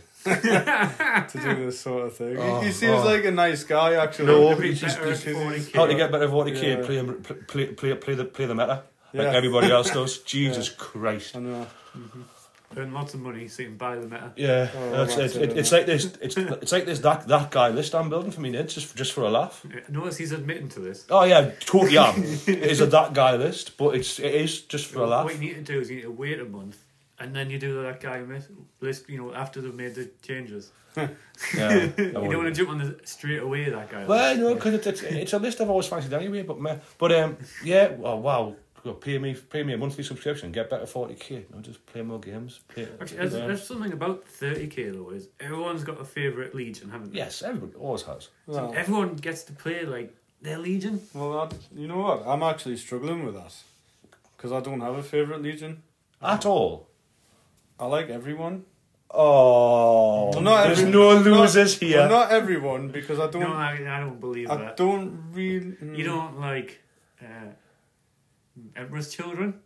Speaker 2: to do this sort of thing. He-
Speaker 3: Oh,
Speaker 2: he, seems
Speaker 3: oh.
Speaker 2: like a nice guy actually.
Speaker 3: No,
Speaker 2: Maybe
Speaker 3: he's
Speaker 2: just
Speaker 4: better at
Speaker 2: because he's-
Speaker 4: 40K.
Speaker 3: How to get better at 40k and
Speaker 2: Yeah.
Speaker 3: play, him- pl- play, play, play the play the meta
Speaker 2: Yeah.
Speaker 3: like everybody else does. Jesus Christ!
Speaker 2: I know.
Speaker 4: Earn lots of money so you can buy the meta.
Speaker 3: Yeah,
Speaker 2: Oh,
Speaker 3: it's,
Speaker 2: that's
Speaker 3: it's,
Speaker 2: it,
Speaker 3: it's like this. It's it's like this that that guy list I'm building for me now, just just for a laugh.
Speaker 4: Notice he's admitting to this.
Speaker 3: Oh yeah, totally am. it's a that guy list, but it's it is just for a laugh.
Speaker 4: What you need to do is you need to wait a month and then you do that guy miss- list, you know, after they've made the changes.
Speaker 3: Yeah,
Speaker 4: You don't want to jump on the straight away that guy.
Speaker 3: Well, no, because it's, it's it's a list I've always fancied anyway. But meh. but um, yeah. Well, wow. Well, pay me, pay me a monthly subscription, get better forty k. No, just play more games. Play,
Speaker 4: Actually, there's,
Speaker 3: um,
Speaker 4: there's something about 30k though is everyone's got a favourite legion, haven't they?
Speaker 3: yes, everybody always has.
Speaker 4: So
Speaker 2: Well,
Speaker 4: everyone gets to play like their legion.
Speaker 2: well, that, you know what? I'm actually struggling with that because I don't have a favorite legion.
Speaker 3: At all.
Speaker 2: I like everyone.
Speaker 3: Oh,
Speaker 2: Well, not
Speaker 3: there's
Speaker 2: every-
Speaker 3: no
Speaker 2: not-
Speaker 3: losers here.
Speaker 2: Well, not everyone because I don't.
Speaker 4: no, I, I don't believe
Speaker 2: I
Speaker 4: that.
Speaker 2: don't really. Mm.
Speaker 4: You don't like uh, Emperor's Children?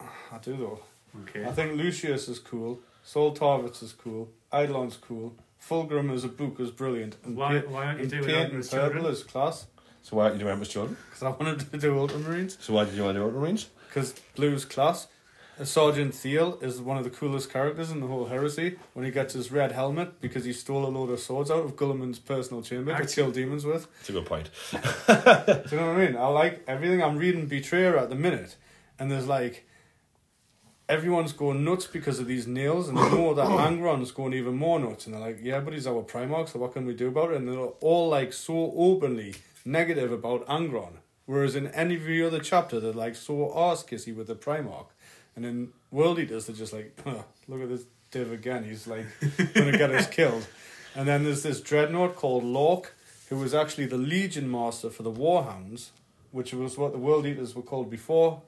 Speaker 2: I do though.
Speaker 4: Okay.
Speaker 2: I think Lucius is cool. Sol Tarvitz is cool. Eidolon's cool. Fulgrim as a book is brilliant. And
Speaker 4: Why-
Speaker 2: Pa-
Speaker 4: why aren't you
Speaker 2: and
Speaker 4: doing
Speaker 2: Paint and
Speaker 4: Emperor's
Speaker 2: Purple
Speaker 4: Children?
Speaker 2: is class.
Speaker 3: So why aren't you doing Emperor's Children?
Speaker 2: Because I wanted to do Ultramarines.
Speaker 3: So why did you want to do Ultramarines?
Speaker 2: Because blue's class. Uh, Sergeant Thiel is one of the coolest characters in the whole Heresy when he gets his red helmet because he stole a load of swords out of Gulliman's personal chamber to
Speaker 4: Actually-
Speaker 2: kill demons with.
Speaker 3: That's a good point.
Speaker 2: Do you know what I mean? I like everything. I'm reading Betrayer at the minute, and there's like everyone's going nuts because of these nails, and they know that Angron's going even more nuts, and they're like, "Yeah, but he's our Primarch, so what can we do about it?" And they're all like so openly negative about Angron, whereas in any of the other chapter they're like so arse kissy with the Primarch, and in World Eaters they're just like, "Huh, "Look at this div again. He's like gonna get us killed." And then there's this dreadnought called Lork, who was actually the Legion Master for the Warhounds, which was what the World Eaters were called before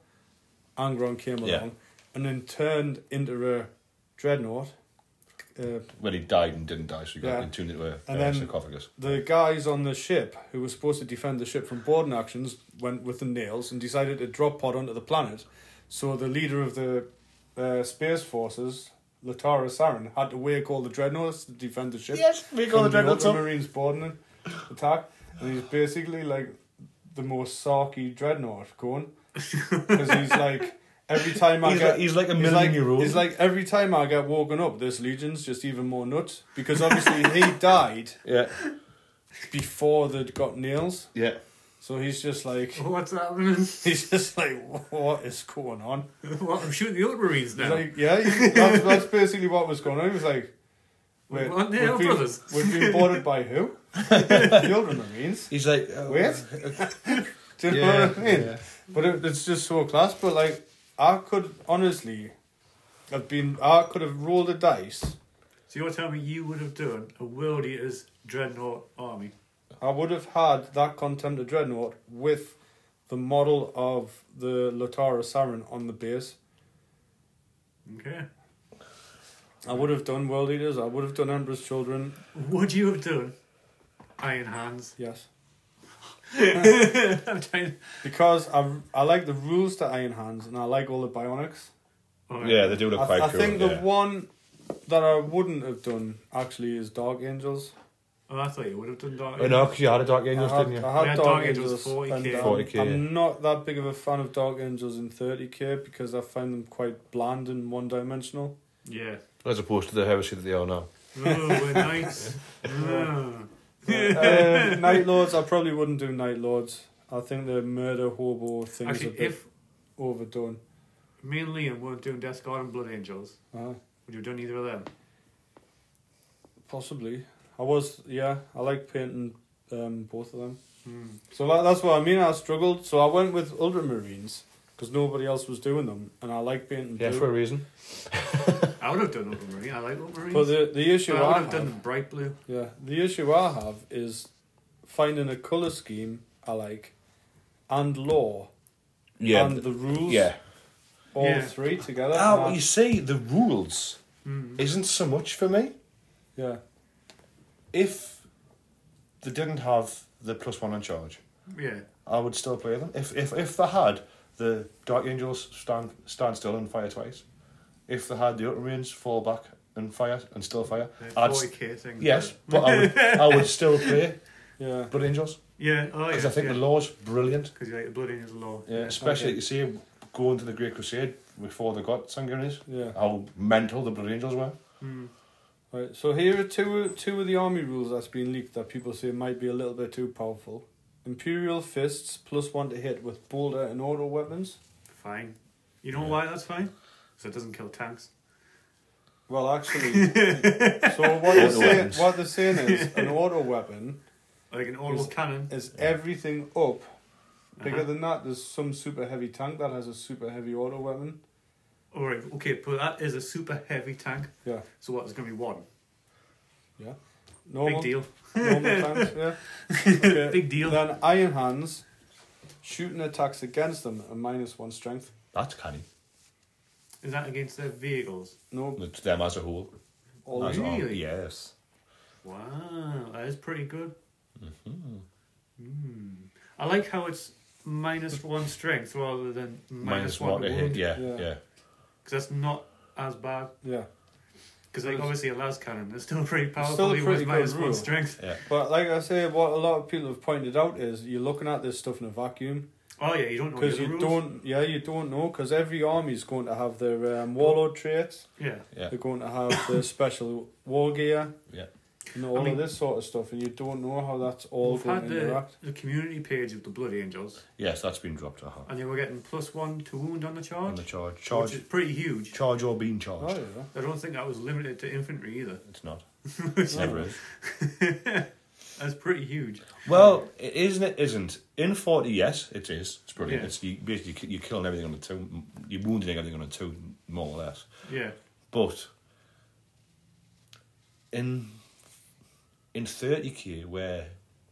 Speaker 2: Angron came along,
Speaker 3: Yeah.
Speaker 2: and then turned into a dreadnought. Uh,
Speaker 3: Well, he died and didn't die, so he got
Speaker 2: Yeah.
Speaker 3: entombed into a uh,
Speaker 2: And then
Speaker 3: sarcophagus.
Speaker 2: the guys on the ship who were supposed to defend the ship from boarding actions went with the nails and decided to drop pod onto the planet. So the leader of the uh, space forces, Latara Sarin, had to wake all the dreadnoughts to defend the ship.
Speaker 3: we
Speaker 2: from Ultramarines boarding him, attack, and he's basically like the most sarky dreadnought going because he's like every time I
Speaker 3: He's
Speaker 2: get
Speaker 3: like- he's like a
Speaker 2: he's like,
Speaker 3: million-year-old.
Speaker 2: He's like every time I get woken up, this legion's just even more nuts because obviously he died
Speaker 3: Yeah,
Speaker 2: before they'd got nails,
Speaker 3: yeah.
Speaker 2: so he's just like
Speaker 4: What's happening?
Speaker 2: he's just like what is going on?
Speaker 4: What, I'm shooting the Ultramarines
Speaker 2: He's
Speaker 4: now.
Speaker 2: like yeah, he- that's, that's basically what was going on. He was like. Wait,
Speaker 4: What?
Speaker 2: we've
Speaker 4: They're
Speaker 2: been-
Speaker 4: brothers.
Speaker 2: We've been boarded by who? the Ultramarines.
Speaker 3: He's like, uh,
Speaker 2: Wait. Do you know what I mean? But it, it's just so class. But like, I could honestly have been, I could have rolled the dice.
Speaker 4: So you're telling me you would have done a World Eaters Dreadnought army?
Speaker 2: I would have had that contempt of dreadnought with the model of the Lotara Sarin on the base.
Speaker 4: Okay.
Speaker 2: I would have done World Eaters. I would have done Emperor's Children.
Speaker 4: Would you have done Iron Hands?
Speaker 2: Yes,
Speaker 4: I'm trying-
Speaker 2: because I I like the rules to Iron Hands and I like all the bionics.
Speaker 4: All right.
Speaker 3: Yeah, they do look
Speaker 2: I,
Speaker 3: quite
Speaker 2: I
Speaker 3: cool.
Speaker 2: think the
Speaker 3: yeah.
Speaker 2: one that I wouldn't have done actually is Dark Angels.
Speaker 4: Oh, I thought you would have done Dark
Speaker 3: Oh, no, 'cause you had a Dark Angels,
Speaker 2: I had,
Speaker 3: didn't you?
Speaker 2: I had
Speaker 4: We had
Speaker 2: Dark,
Speaker 4: Dark
Speaker 2: Angels,
Speaker 4: Angels
Speaker 2: and
Speaker 4: 40K.
Speaker 2: I'm-
Speaker 3: 40K,
Speaker 2: I'm,
Speaker 3: yeah.
Speaker 2: not that big of a fan of Dark Angels in 30K because I find them quite bland and one dimensional.
Speaker 4: Yeah.
Speaker 3: As opposed to the heresy that they are now.
Speaker 4: Oh, we're nice. Oh.
Speaker 2: uh, Night Lords, I probably wouldn't do Night Lords. I think the murder hobo thing is a
Speaker 4: Actually,
Speaker 2: bit
Speaker 4: if
Speaker 2: overdone.
Speaker 4: me and Liam weren't doing Death Guard and Blood Angels,
Speaker 2: Uh,
Speaker 4: would you have done either of them?
Speaker 2: possibly. I was, yeah, I like painting um, both of them.
Speaker 4: Hmm.
Speaker 2: So that, that's what I mean. I struggled. So I went with Ultramarines because nobody else was doing them, and I like painting
Speaker 3: Yeah,
Speaker 2: blue.
Speaker 3: for a reason.
Speaker 4: I would have done Ultramarine. I like Ultramarines.
Speaker 2: But the, the issue
Speaker 4: But I would
Speaker 2: I
Speaker 4: have done Bright Blue.
Speaker 2: Yeah, the issue I have is finding a color scheme I like, and law,
Speaker 3: Yeah.
Speaker 2: and the rules.
Speaker 3: yeah.
Speaker 2: all
Speaker 4: Yeah.
Speaker 2: three together.
Speaker 3: Ah,
Speaker 2: and I-
Speaker 3: well, you see, the rules
Speaker 4: Hmm.
Speaker 3: isn't so much for me.
Speaker 2: yeah,
Speaker 3: If they didn't have the plus one in charge,
Speaker 4: Yeah.
Speaker 3: I would still play them. If if if they had the Dark Angels stand stand still and fire twice, if they had the Outer Range fall back and fire and still fire, I'd s-
Speaker 4: casing.
Speaker 3: yes, but I would I would still play
Speaker 2: Yeah.
Speaker 3: Blood Angels
Speaker 4: Yeah. Oh, yeah.
Speaker 3: because I think
Speaker 4: yeah.
Speaker 3: the law's brilliant.
Speaker 4: Because like, the blood in his law.
Speaker 3: Yeah, especially
Speaker 2: okay.
Speaker 3: you see him going to the Great Crusade before they got Sanguinis.
Speaker 2: Yeah.
Speaker 3: How mental the Blood Angels were.
Speaker 4: Hmm.
Speaker 2: Right, so here are two two of the army rules that's been leaked that people say might be a little bit too powerful. Imperial fists plus one to hit with bolter and auto weapons.
Speaker 4: Fine. You know why that's fine? Because it doesn't kill tanks.
Speaker 2: Well, actually, so what they're,
Speaker 3: Auto
Speaker 2: saying,
Speaker 3: weapons.
Speaker 2: what they're saying is an auto weapon
Speaker 4: Like an auto
Speaker 2: Is-
Speaker 4: cannon.
Speaker 2: is everything up. Bigger
Speaker 4: Uh-huh.
Speaker 2: than that, there's some super heavy tank that has a super heavy auto weapon.
Speaker 4: All right. Okay, but that is a super heavy tank.
Speaker 2: Yeah,
Speaker 4: So what? There's going to be one.
Speaker 2: yeah. Normal,
Speaker 4: Big deal.
Speaker 2: normal tanks, yeah. Okay.
Speaker 4: Big deal.
Speaker 2: Then Iron Hands, shooting attacks against them, a minus one strength.
Speaker 3: That's canny.
Speaker 4: Is that against their vehicles?
Speaker 2: No,
Speaker 3: Them as a whole.
Speaker 2: all
Speaker 3: As a whole,
Speaker 4: Oh, Really?
Speaker 3: Yes.
Speaker 4: Wow, that is pretty good.
Speaker 3: Mm-hmm.
Speaker 4: Mm. I like how it's minus one strength rather than minus, minus one
Speaker 3: to
Speaker 4: wound.
Speaker 3: hit. Yeah,
Speaker 2: Yeah.
Speaker 3: yeah.
Speaker 4: Because that's not as bad.
Speaker 2: yeah.
Speaker 4: Because like
Speaker 2: It's-
Speaker 4: obviously a las cannon is still pretty powerful.
Speaker 2: still a
Speaker 4: even
Speaker 2: pretty
Speaker 4: with
Speaker 2: good
Speaker 4: minus one
Speaker 2: rule.
Speaker 4: strength.
Speaker 2: But like I say, what a lot of people have pointed out is you're looking at this stuff in a vacuum
Speaker 4: Oh yeah, you don't know the
Speaker 2: because
Speaker 4: other
Speaker 2: you
Speaker 4: rules.
Speaker 2: don't. Yeah, you don't know because every army's going to have their um, warlord traits.
Speaker 4: Yeah,
Speaker 3: Yeah.
Speaker 2: They're going to have their special war gear.
Speaker 3: Yeah.
Speaker 2: And all
Speaker 4: mean-
Speaker 2: of this sort of stuff, and you don't know how that's all
Speaker 4: we've
Speaker 2: going
Speaker 4: had
Speaker 2: to
Speaker 4: the,
Speaker 2: interact.
Speaker 4: the community page of the Blood Angels,
Speaker 3: Yes, that's been dropped. Uh-huh.
Speaker 4: and they were getting plus one to wound on the
Speaker 3: On
Speaker 4: charge,
Speaker 3: the charge.
Speaker 4: which is
Speaker 3: Charge.
Speaker 4: pretty huge.
Speaker 3: Charge or being
Speaker 2: Oh
Speaker 3: charged.
Speaker 2: yeah.
Speaker 4: I don't think that was limited to infantry either.
Speaker 3: It's not. It's never is.
Speaker 4: That's pretty huge.
Speaker 3: Well, it isn't. It isn't. In forty, yes, it is. It's brilliant.
Speaker 4: Yeah.
Speaker 3: It's you, basically you're killing everything on the two. You're wounding everything on the two, more or less.
Speaker 4: Yeah,
Speaker 3: But in in thirty k, where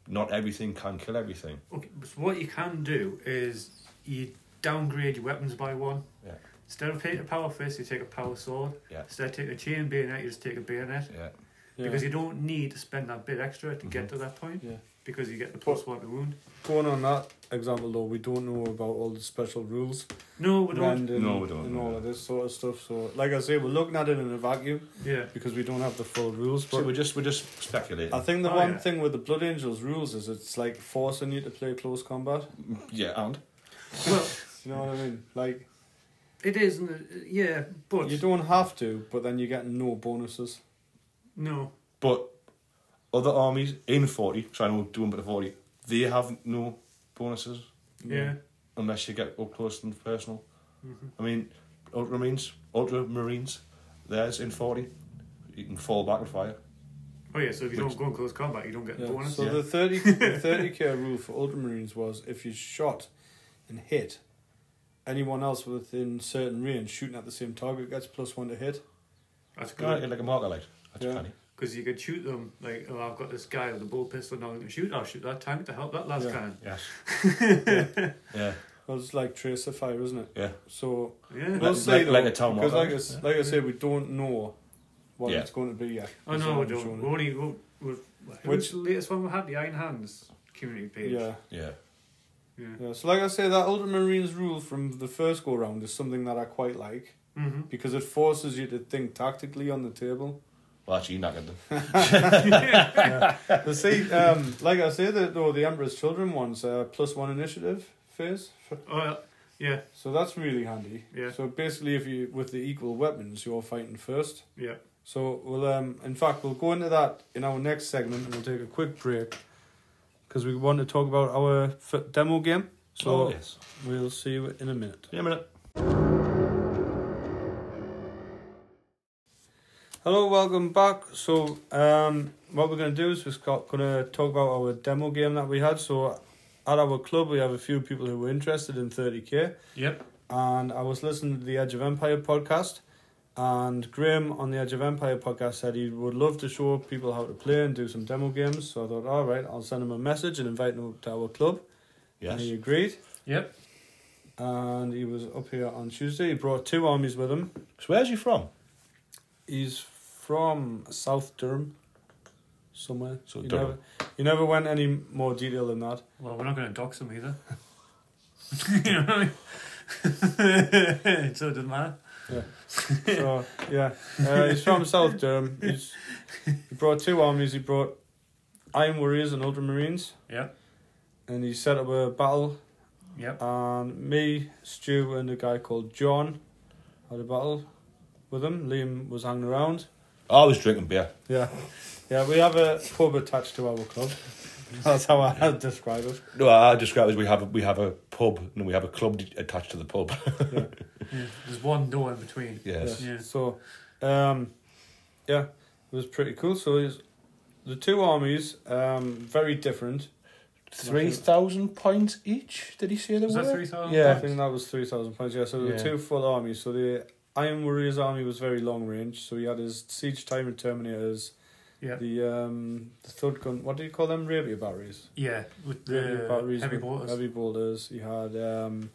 Speaker 3: not everything can kill everything.
Speaker 4: Okay, so what you can do is you downgrade your weapons by one.
Speaker 3: Yeah.
Speaker 4: Instead of taking a power fist, you take a power sword.
Speaker 3: Yeah.
Speaker 4: Instead of taking a chain bayonet, you just take a bayonet.
Speaker 3: Yeah.
Speaker 2: yeah. Mm-hmm.
Speaker 4: Because you don't need to spend that bit extra to get to that point.
Speaker 2: Yeah.
Speaker 4: Because you get the plus one to wound.
Speaker 2: Going on that example though, we don't know about all the special rules
Speaker 4: No, we don't.
Speaker 2: and, and,
Speaker 3: No, we don't,
Speaker 2: and
Speaker 3: no.
Speaker 2: all of this sort of stuff. So, like I say, we're looking at it in a vacuum
Speaker 4: Yeah.
Speaker 2: because we don't have the full rules.
Speaker 3: So
Speaker 2: But
Speaker 3: we're just we're just speculating.
Speaker 2: I think the
Speaker 4: Oh,
Speaker 2: one
Speaker 4: yeah.
Speaker 2: thing with the Blood Angels rules is it's like forcing you to play close combat.
Speaker 3: yeah, and
Speaker 4: Well,
Speaker 2: You know what I mean? Like
Speaker 4: it is. isn't it? Yeah, but
Speaker 2: you don't have to, but then you get no bonuses.
Speaker 4: no.
Speaker 3: but other armies in forty. So I know doing but forty. They have no bonuses.
Speaker 4: Yeah.
Speaker 3: unless you get up close and personal.
Speaker 2: Mm-hmm.
Speaker 4: Mhm.
Speaker 3: I mean, ultramarines, ultramarines, theirs in forty, you can fall back and fire.
Speaker 4: Oh yeah. So if you
Speaker 3: Which-
Speaker 4: don't go in close combat, you don't get the
Speaker 2: Yeah.
Speaker 4: bonus.
Speaker 2: So
Speaker 3: Yeah.
Speaker 2: the thirty the thirty k rule for Ultramarines was if you shot and hit anyone else within certain range shooting at the same target gets plus one to hit.
Speaker 4: That's
Speaker 3: Can I
Speaker 4: good
Speaker 3: get like a marker light? That's
Speaker 2: Yeah.
Speaker 3: funny.
Speaker 4: because you could shoot them. Like, oh, I've got this guy with a bow pistol. Now I can shoot. I'll shoot that tank to help that last
Speaker 2: Yeah.
Speaker 4: cannon.
Speaker 3: Yes. yeah.
Speaker 2: Well, it's like tracer fire, isn't it?
Speaker 3: Yeah.
Speaker 2: So
Speaker 4: Yeah. Oh,
Speaker 2: we'll
Speaker 3: Like-
Speaker 2: say
Speaker 3: like-
Speaker 2: though,
Speaker 3: like a town
Speaker 2: because
Speaker 3: model.
Speaker 2: like I, s- like I said, we don't know what
Speaker 3: Yeah.
Speaker 2: it's going to be yet.
Speaker 4: Oh
Speaker 2: It's
Speaker 4: no, we
Speaker 2: not
Speaker 4: don't.
Speaker 2: shown.
Speaker 4: We only we, we,
Speaker 2: Which-
Speaker 4: which the latest one we had the Iron Hands community page.
Speaker 2: Yeah.
Speaker 3: Yeah.
Speaker 4: yeah.
Speaker 2: Yeah, so like I say, that Ultramarines rule from the first go round is something that I quite like
Speaker 4: Mm-hmm.
Speaker 2: because it forces you to think tactically on the table.
Speaker 3: Well, actually, you knackered them.
Speaker 2: You see, um, like I say, that though the Emperor's Children one's uh, plus one initiative phase,
Speaker 4: Oh uh, yeah,
Speaker 2: so that's really handy.
Speaker 4: Yeah.
Speaker 2: So basically, if you with the equal weapons, you're fighting first.
Speaker 4: yeah.
Speaker 2: So we'll, um, in fact, we'll go into that in our next segment, and we'll take a quick break because we want to talk about our f- demo game. So
Speaker 3: Oh, yes.
Speaker 2: we'll see you in a minute.
Speaker 3: Yeah, a minute.
Speaker 2: Hello, welcome back. So, um, what we're going to do is we're going to talk about our demo game that we had. So, at our club, we have a few people who were interested in 30k,
Speaker 4: Yep.
Speaker 2: and I was listening to the Edge of Empire podcast. And Graham on the Edge of Empire podcast said he would love to show people how to play and do some demo games. So I thought, all right, I'll send him a message and invite him to our club. And he
Speaker 3: Yes.
Speaker 2: agreed.
Speaker 4: Yep.
Speaker 2: And he was up here on Tuesday. He brought two armies with him.
Speaker 3: So where's you from?
Speaker 2: He's from South Durham, somewhere.
Speaker 3: So
Speaker 2: You
Speaker 3: Durham.
Speaker 2: never- You never went any more detail than that.
Speaker 4: Well, we're not going to dox them either. you know what I mean? so it doesn't matter.
Speaker 2: So yeah, uh, he's from South Durham. He's, he brought two armies. He brought Iron Warriors and Ultramarines,
Speaker 4: Yep,
Speaker 2: and he set up a battle.
Speaker 4: yep.
Speaker 2: And me, Stu, and a guy called John had a battle with him. Liam was hanging around.
Speaker 3: I was drinking beer.
Speaker 2: Yeah, yeah. We have a pub attached to our club. That's how I describe it.
Speaker 3: No, I describe it as we have a, we have a pub and we have a club d- attached to the pub.
Speaker 4: Yeah. There's one door in between.
Speaker 3: yes.
Speaker 4: Yeah.
Speaker 2: So, um, yeah, it was pretty cool. So it's the two armies, um, very different.
Speaker 3: Three thousand points each. Did he say the
Speaker 4: Was that
Speaker 3: word?
Speaker 4: 3,000?
Speaker 2: Yeah, I think that was three thousand points. Yeah, so there
Speaker 3: Yeah.
Speaker 2: were two full armies. So the Iron Warrior's army was very long range. So he had his siege time and terminators.
Speaker 4: Yeah.
Speaker 2: The um the thud gun. What do you call them? Rapier batteries.
Speaker 4: Yeah, with
Speaker 2: Rapier
Speaker 4: the heavy
Speaker 2: with
Speaker 4: bolters.
Speaker 2: Heavy bolters. He had um.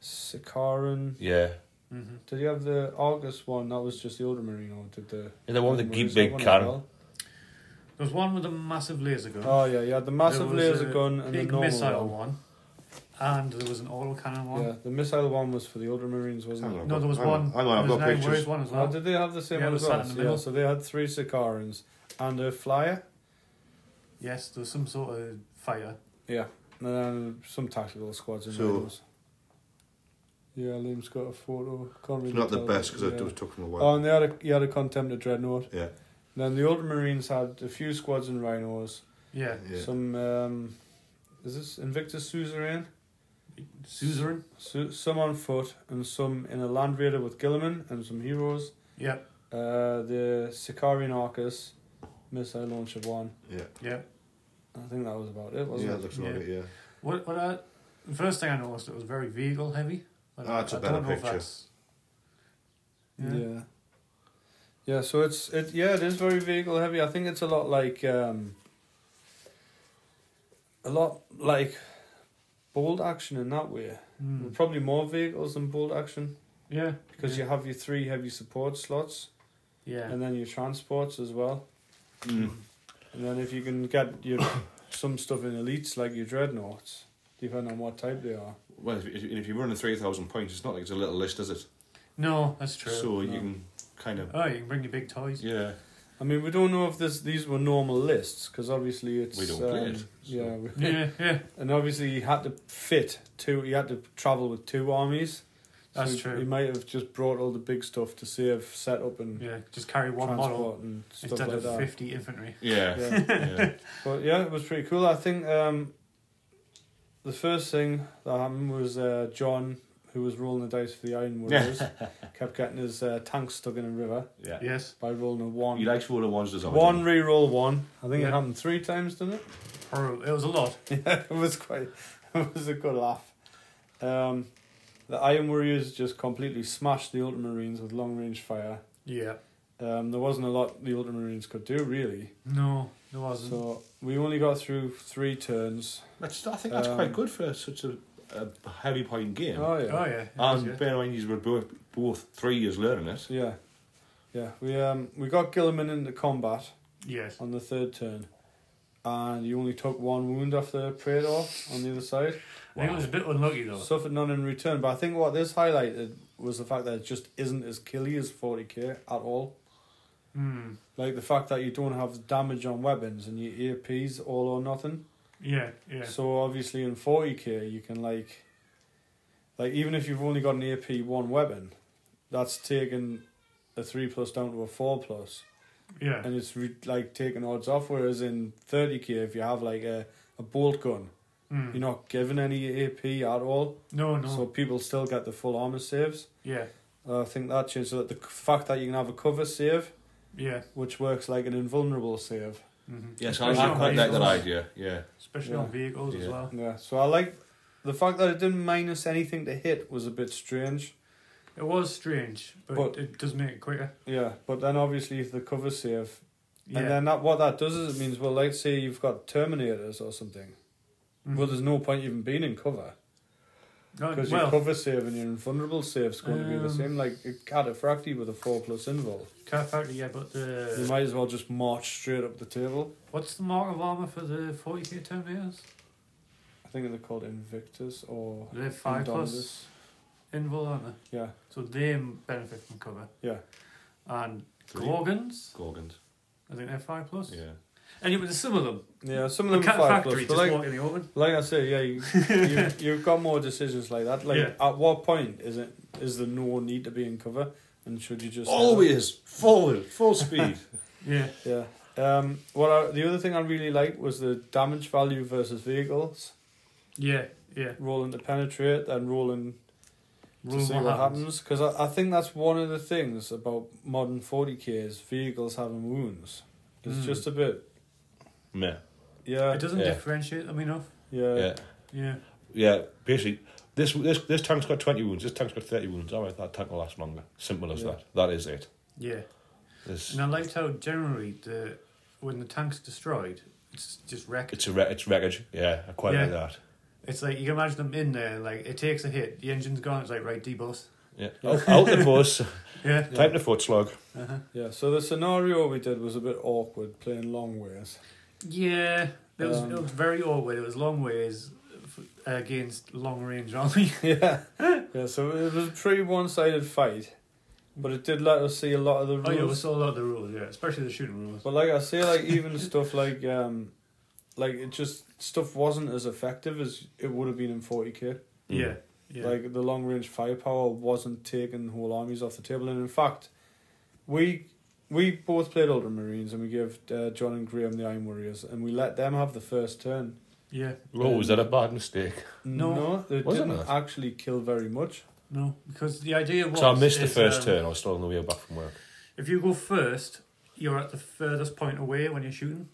Speaker 2: Sikaran.
Speaker 3: Yeah.
Speaker 4: Mhm.
Speaker 2: Did you have the August one? That was just the Ultramarine, or did the
Speaker 3: yeah. The one with the
Speaker 2: Ultramarines
Speaker 3: big,
Speaker 2: have
Speaker 3: big
Speaker 2: one as
Speaker 3: cannon.
Speaker 2: well?
Speaker 4: There was one with a massive laser gun.
Speaker 2: Oh yeah, you had the massive
Speaker 4: There was
Speaker 2: laser
Speaker 4: a
Speaker 2: gun and the
Speaker 4: big
Speaker 2: normal
Speaker 4: missile
Speaker 2: one.
Speaker 4: one. And there was an oil cannon one.
Speaker 2: Yeah, the missile one was for the Ultramarines, wasn't
Speaker 5: Hang
Speaker 2: it?
Speaker 5: on.
Speaker 4: No, there was
Speaker 5: Hang
Speaker 4: one.
Speaker 5: on, hang on, I've
Speaker 4: there was
Speaker 5: got
Speaker 4: an Iron
Speaker 5: pictures.
Speaker 4: Warriors one as
Speaker 2: Oh,
Speaker 4: well.
Speaker 2: did they have the same
Speaker 4: Yeah,
Speaker 2: one
Speaker 4: it
Speaker 2: as
Speaker 4: was
Speaker 2: well?
Speaker 4: sat in the
Speaker 2: So, yeah,
Speaker 4: middle.
Speaker 2: so they had three Sicarans and a flyer.
Speaker 4: Yes, there was some sort of fire.
Speaker 2: Yeah, and then some tactical squads in
Speaker 5: So-
Speaker 2: those. Yeah, Liam's got a photo. Can't really
Speaker 5: It's not the
Speaker 2: tell,
Speaker 5: best
Speaker 2: but
Speaker 5: because it
Speaker 2: yeah.
Speaker 5: does took them a
Speaker 2: Oh,
Speaker 5: while.
Speaker 2: and they had a, he had a contemptor dreadnought.
Speaker 5: Yeah.
Speaker 2: And then the Ultramarines had a few squads in rhinos.
Speaker 4: Yeah.
Speaker 5: Yeah.
Speaker 2: Some um, is this Invictus Suzerain?
Speaker 4: Suzerain.
Speaker 2: So, some on foot and some in a Land Raider with Gilliman and some heroes.
Speaker 4: Yeah,
Speaker 2: Uh, the Sicarian Arcus missile launcher one.
Speaker 5: Yeah.
Speaker 4: yeah.
Speaker 2: I think that was about it, wasn't
Speaker 5: Yeah,
Speaker 2: it?
Speaker 5: it looks like
Speaker 4: Yeah.
Speaker 5: it, yeah.
Speaker 4: What, what I, the first thing I noticed, it was very vehicle heavy. I,
Speaker 5: Ah, it's a
Speaker 4: I
Speaker 5: better
Speaker 4: don't know if
Speaker 5: picture.
Speaker 4: that's- Yeah.
Speaker 2: Yeah. yeah. so it's it yeah, it is very vehicle heavy. I think it's a lot like um a lot like bold action in that way.
Speaker 4: Mm.
Speaker 2: Probably more vehicles than bold action
Speaker 4: Yeah.
Speaker 2: because
Speaker 4: yeah.
Speaker 2: you have your three heavy support slots
Speaker 4: Yeah.
Speaker 2: and then your transports as well.
Speaker 5: Hmm.
Speaker 3: Mm.
Speaker 2: And then if you can get your some stuff in elites like your dreadnoughts, depending on what type they are.
Speaker 3: Well, if, if, if you're running three thousand points, it's not like it's a little list, is it?
Speaker 4: No, that's true.
Speaker 3: So
Speaker 2: No.
Speaker 3: you can kind of
Speaker 2: Um,
Speaker 4: oh, you can bring your big toys.
Speaker 3: yeah.
Speaker 2: I mean, we don't know if this these were normal lists because obviously it's um,
Speaker 3: We don't play it, so-
Speaker 2: Yeah, we,
Speaker 4: Yeah, yeah.
Speaker 2: and obviously he had to fit two. He had to travel with two armies.
Speaker 4: That's
Speaker 2: he,
Speaker 4: true.
Speaker 2: He might have just brought all the big stuff to save setup and
Speaker 4: Yeah, just carry one
Speaker 2: transport
Speaker 4: model
Speaker 2: and stuff
Speaker 4: instead
Speaker 2: like
Speaker 4: of
Speaker 2: that.
Speaker 4: 50 infantry.
Speaker 3: Yeah.
Speaker 2: Yeah.
Speaker 3: yeah.
Speaker 2: But yeah, it was pretty cool. I think um, the first thing that happened was uh, John, who was rolling the dice for the Iron Warriors, kept getting his uh, tank stuck in a river
Speaker 3: yeah.
Speaker 4: Yes,
Speaker 2: by rolling a one.
Speaker 3: He likes rolling ones, does
Speaker 2: one re-roll one. I think
Speaker 4: Yeah.
Speaker 2: it happened three times, didn't it?
Speaker 4: or it was a lot.
Speaker 2: Yeah, it was quite. It was a good laugh. Um, the Iron Warriors just completely smashed the Ultramarines with long range fire.
Speaker 4: Yeah.
Speaker 2: Um, there wasn't a lot the Ultramarines could do really.
Speaker 4: No, there wasn't.
Speaker 2: So we only got through three turns.
Speaker 3: That's, I think that's
Speaker 2: Um,
Speaker 3: quite good for such a, a heavy point game.
Speaker 2: Oh
Speaker 4: Oh, yeah. it was,
Speaker 3: and
Speaker 4: yeah.
Speaker 3: bear in mind, he's were both, both three years learning it.
Speaker 2: Yeah, yeah. We um we got Gilliman into combat
Speaker 4: Yes.
Speaker 2: on the third turn, and he only took one wound off the Praetor on the other side.
Speaker 4: I think it was a bit unlucky, though.
Speaker 2: Suffered none in return. But I think what this highlighted was the fact that it just isn't as killy as forty k at all.
Speaker 4: Hmm.
Speaker 2: Like the fact that you don't have damage on weapons and your EPs all or nothing.
Speaker 4: Yeah, yeah.
Speaker 2: So obviously in forty k you can like, like even if you've only got an AP one weapon, that's taken a three plus down to a four plus.
Speaker 4: Yeah.
Speaker 2: and it's re- like taking odds off. Whereas in 30k, if you have like a, a bolt gun,
Speaker 4: Mm.
Speaker 2: you're not given any AP at all,
Speaker 4: no, no.
Speaker 2: so people still get the full armor saves. Uh,
Speaker 4: yeah,
Speaker 2: I think that changed so that the c- fact that you can have a cover save,
Speaker 4: yeah.
Speaker 2: which works like an invulnerable save.
Speaker 4: hmm
Speaker 3: Yes, I,
Speaker 4: Especially
Speaker 3: I
Speaker 4: on
Speaker 3: quite like that
Speaker 4: vehicles.
Speaker 3: idea. Yeah.
Speaker 4: Especially
Speaker 2: Yeah.
Speaker 4: on vehicles as
Speaker 3: Yeah.
Speaker 4: well.
Speaker 2: Yeah, so I like the fact that it didn't minus anything to hit was a bit strange.
Speaker 4: It was strange, but,
Speaker 2: But-
Speaker 4: it does make it quicker.
Speaker 2: Yeah, but then obviously if the cover save,
Speaker 4: Yeah.
Speaker 2: and then that what that does is it means well, like say you've got Terminators or something.
Speaker 4: Mhm.
Speaker 2: Well, there's no point even being in cover.
Speaker 4: No,
Speaker 2: Because your
Speaker 4: Oh, Uh, well,
Speaker 2: cover save and your invulnerable save is going to be the
Speaker 4: Um,
Speaker 2: same. Like a cataphracty with a 4 plus invul.
Speaker 4: Cat Factory, yeah, but the.
Speaker 2: You might as well just march straight up the table.
Speaker 4: What's the mark of armor for the 40k Terminators?
Speaker 2: I think they're called Invictus or.
Speaker 4: They have 5
Speaker 2: Indominus.
Speaker 4: plus invul armor.
Speaker 2: Yeah,
Speaker 4: So they benefit from cover.
Speaker 2: yeah.
Speaker 4: And
Speaker 3: Three.
Speaker 4: Gorgons,
Speaker 3: Gorgons.
Speaker 4: I think they're 5 plus.
Speaker 3: Yeah.
Speaker 4: Anyway, there's some of them.
Speaker 2: Yeah, some of
Speaker 4: The
Speaker 2: them
Speaker 4: Cat
Speaker 2: 5
Speaker 4: Factory
Speaker 2: plus. But
Speaker 4: just
Speaker 2: like,
Speaker 4: walk in the oven.
Speaker 2: like I say, yeah, you, you, you've got more decisions like that. Like,
Speaker 4: Yeah.
Speaker 2: at what point is it is there no need to be in cover? And should you just.
Speaker 3: Always forward, full speed.
Speaker 4: Yeah.
Speaker 2: Yeah. Um, what I, the other thing I really liked was the damage value versus vehicles.
Speaker 4: Yeah. Yeah.
Speaker 2: Rolling to penetrate and rolling to
Speaker 4: Roll
Speaker 2: see what happens. Because I, I think that's one of the things about modern 40k is vehicles having wounds. It's
Speaker 4: Mm.
Speaker 2: just a bit.
Speaker 3: yeah.
Speaker 2: Yeah.
Speaker 4: It doesn't
Speaker 3: Yeah.
Speaker 4: differentiate them enough.
Speaker 2: Yeah.
Speaker 3: Yeah.
Speaker 4: Yeah.
Speaker 3: Yeah. Basically, this this this tank's got twenty wounds. This tank's got thirty wounds. All right, that tank will last longer. Simple as
Speaker 2: Yeah.
Speaker 3: that. That is it.
Speaker 4: Yeah.
Speaker 3: This
Speaker 4: And I liked how generally the when the tank's destroyed, it's just wrecked.
Speaker 3: it's a wre- it's wreckage. Yeah, I quite like
Speaker 4: Yeah.
Speaker 3: that.
Speaker 4: It's like you can imagine them in there, like it takes a hit, the engine's gone, it's like right debus.
Speaker 3: Yeah. Out, out the bus.
Speaker 4: Yeah. Uh-huh.
Speaker 3: Time to foot slog.
Speaker 2: Yeah. So the scenario we did was a bit awkward playing long ways.
Speaker 4: Yeah. It was,
Speaker 2: Um,
Speaker 4: it was very awkward. It was long ways f- against long range army.
Speaker 2: yeah. Yeah. So it was a pretty one sided fight. But it did let us see a lot of the
Speaker 4: oh yeah, we
Speaker 2: rules.
Speaker 4: saw a lot of the rules, yeah, especially the shooting rules.
Speaker 2: But like I say, like even stuff like um, like it just stuff wasn't as effective as it would have been in forty k.
Speaker 4: Yeah. Yeah.
Speaker 2: Like the long range firepower wasn't taking whole armies off the table, and in fact, we we both played Ultramarines and we gave uh, John and Graham the Iron Warriors, and we let them have the first turn.
Speaker 4: yeah.
Speaker 3: Oh, was that a bad mistake?
Speaker 4: No.
Speaker 2: they
Speaker 3: Was it
Speaker 2: didn't
Speaker 3: not?
Speaker 2: actually kill very much.
Speaker 4: No. Because the idea was
Speaker 3: So I missed the
Speaker 4: is,
Speaker 3: first
Speaker 4: um,
Speaker 3: turn. I was still on the way back from work.
Speaker 4: If you go first, you're at the furthest point away when you're shooting.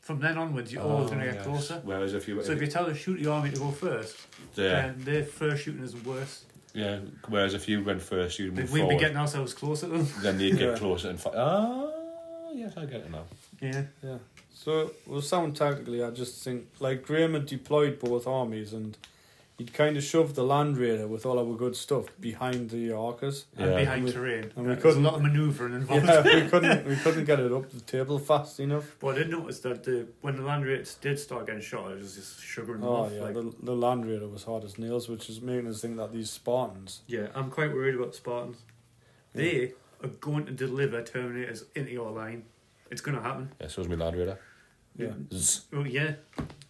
Speaker 4: From then onwards, you're always going to
Speaker 2: Oh,
Speaker 4: get closer.
Speaker 3: Whereas if you,
Speaker 4: So if you tell the shoot the army to go first,
Speaker 3: yeah,
Speaker 4: then their first shooting is worse.
Speaker 3: yeah. Whereas if you went first, you'd move
Speaker 4: We'd
Speaker 3: forward.
Speaker 4: be getting ourselves closer to them.
Speaker 3: Then you'd get
Speaker 2: Yeah.
Speaker 3: closer and fight. Ah, yes, I get it now.
Speaker 4: Yeah.
Speaker 2: Yeah. So well, sound tactically, I just think like Graham had deployed both armies, and he'd kind of shoved the Land Raider with all our good stuff behind the Arcas.
Speaker 4: And
Speaker 3: Yeah.
Speaker 4: behind
Speaker 2: And we-
Speaker 4: terrain.
Speaker 2: we
Speaker 4: And There's a
Speaker 2: couldn't-
Speaker 4: lot of manoeuvring involved.
Speaker 2: Yeah, we couldn't we couldn't get it up the table fast enough.
Speaker 4: But I did notice that the, when the land rates did start getting shot, it was just sugaring them
Speaker 2: Oh
Speaker 4: off.
Speaker 2: yeah,
Speaker 4: like,
Speaker 2: the, the Land Raider was hard as nails, which is making us think that these Spartans.
Speaker 4: yeah, I'm quite worried about the Spartans. They are going to deliver Terminators into your line. It's going to happen.
Speaker 3: Yeah, so was my Land Raider.
Speaker 2: Yeah.
Speaker 3: Zzz,
Speaker 4: Oh, yeah,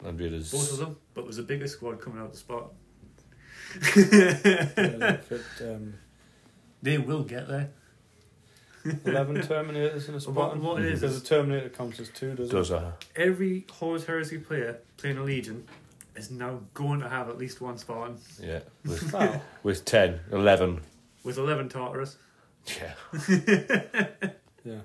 Speaker 3: Land Raiders.
Speaker 4: both of them. But it was a bigger squad coming out of the Spartan.
Speaker 2: yeah, they fit, um,
Speaker 4: They will get there.
Speaker 2: Eleven Terminators in a Spartan.
Speaker 4: what it is
Speaker 2: Because
Speaker 4: is-
Speaker 2: the Terminator counts as two, doesn't
Speaker 3: Does uh,
Speaker 4: Every Horus Heresy player playing a Legion is now going to have at least one Spartan
Speaker 3: yeah, with,
Speaker 2: it? Wow.
Speaker 3: with 10, 11.
Speaker 4: with 11 Tartarus.
Speaker 3: Yeah,
Speaker 2: Yeah.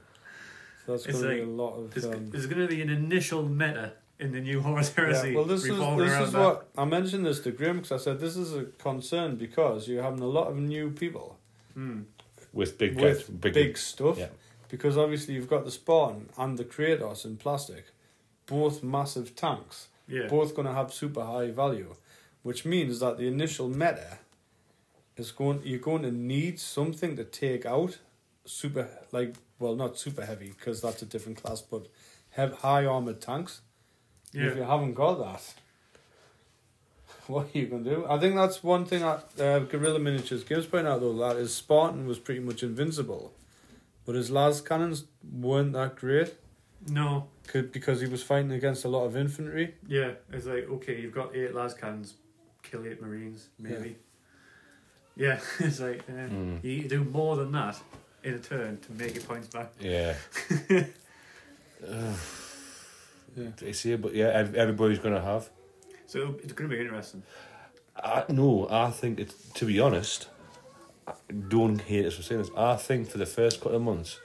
Speaker 2: So that's
Speaker 4: It's
Speaker 2: going to be a
Speaker 4: like-
Speaker 2: lot of.
Speaker 4: There's,
Speaker 2: Um,
Speaker 4: there's going to be an initial meta in the new Horus Heresy
Speaker 2: yeah, well, this is
Speaker 4: revolving
Speaker 2: this
Speaker 4: around
Speaker 2: is
Speaker 4: that.
Speaker 2: what I mentioned this to Graham because I said this is a concern because you're having a lot of new people
Speaker 4: Hmm.
Speaker 3: with big
Speaker 2: with
Speaker 3: guys,
Speaker 2: big, stuff.
Speaker 3: Yeah.
Speaker 2: Because obviously you've got the Spartan and the Kratos in plastic, both massive tanks.
Speaker 4: Yeah.
Speaker 2: both going to have super high value, which means that the initial meta is going. You're going to need something to take out super like well not super heavy because that's a different class, but have high armored tanks. And If you
Speaker 4: Yeah.
Speaker 2: haven't got that, what are you going to do? I think that's one thing that uh, Guerrilla Miniatures gives point out though that is Spartan was pretty much invincible, but his las cannons weren't that great.
Speaker 4: No.
Speaker 2: Could, because he was fighting against a lot of infantry.
Speaker 4: Yeah. It's like, okay, you've got eight las cannons, kill eight marines, maybe. Yeah. it's like, uh,
Speaker 3: Mm.
Speaker 4: you need to do more than that in a turn to make your points back.
Speaker 3: Yeah.
Speaker 2: Yeah.
Speaker 3: It's here, but yeah, ev- everybody's going to have.
Speaker 4: So it's going to be interesting.
Speaker 3: I, no, I think it's to be honest. I Don't hate us for saying this. I think for the first couple of months,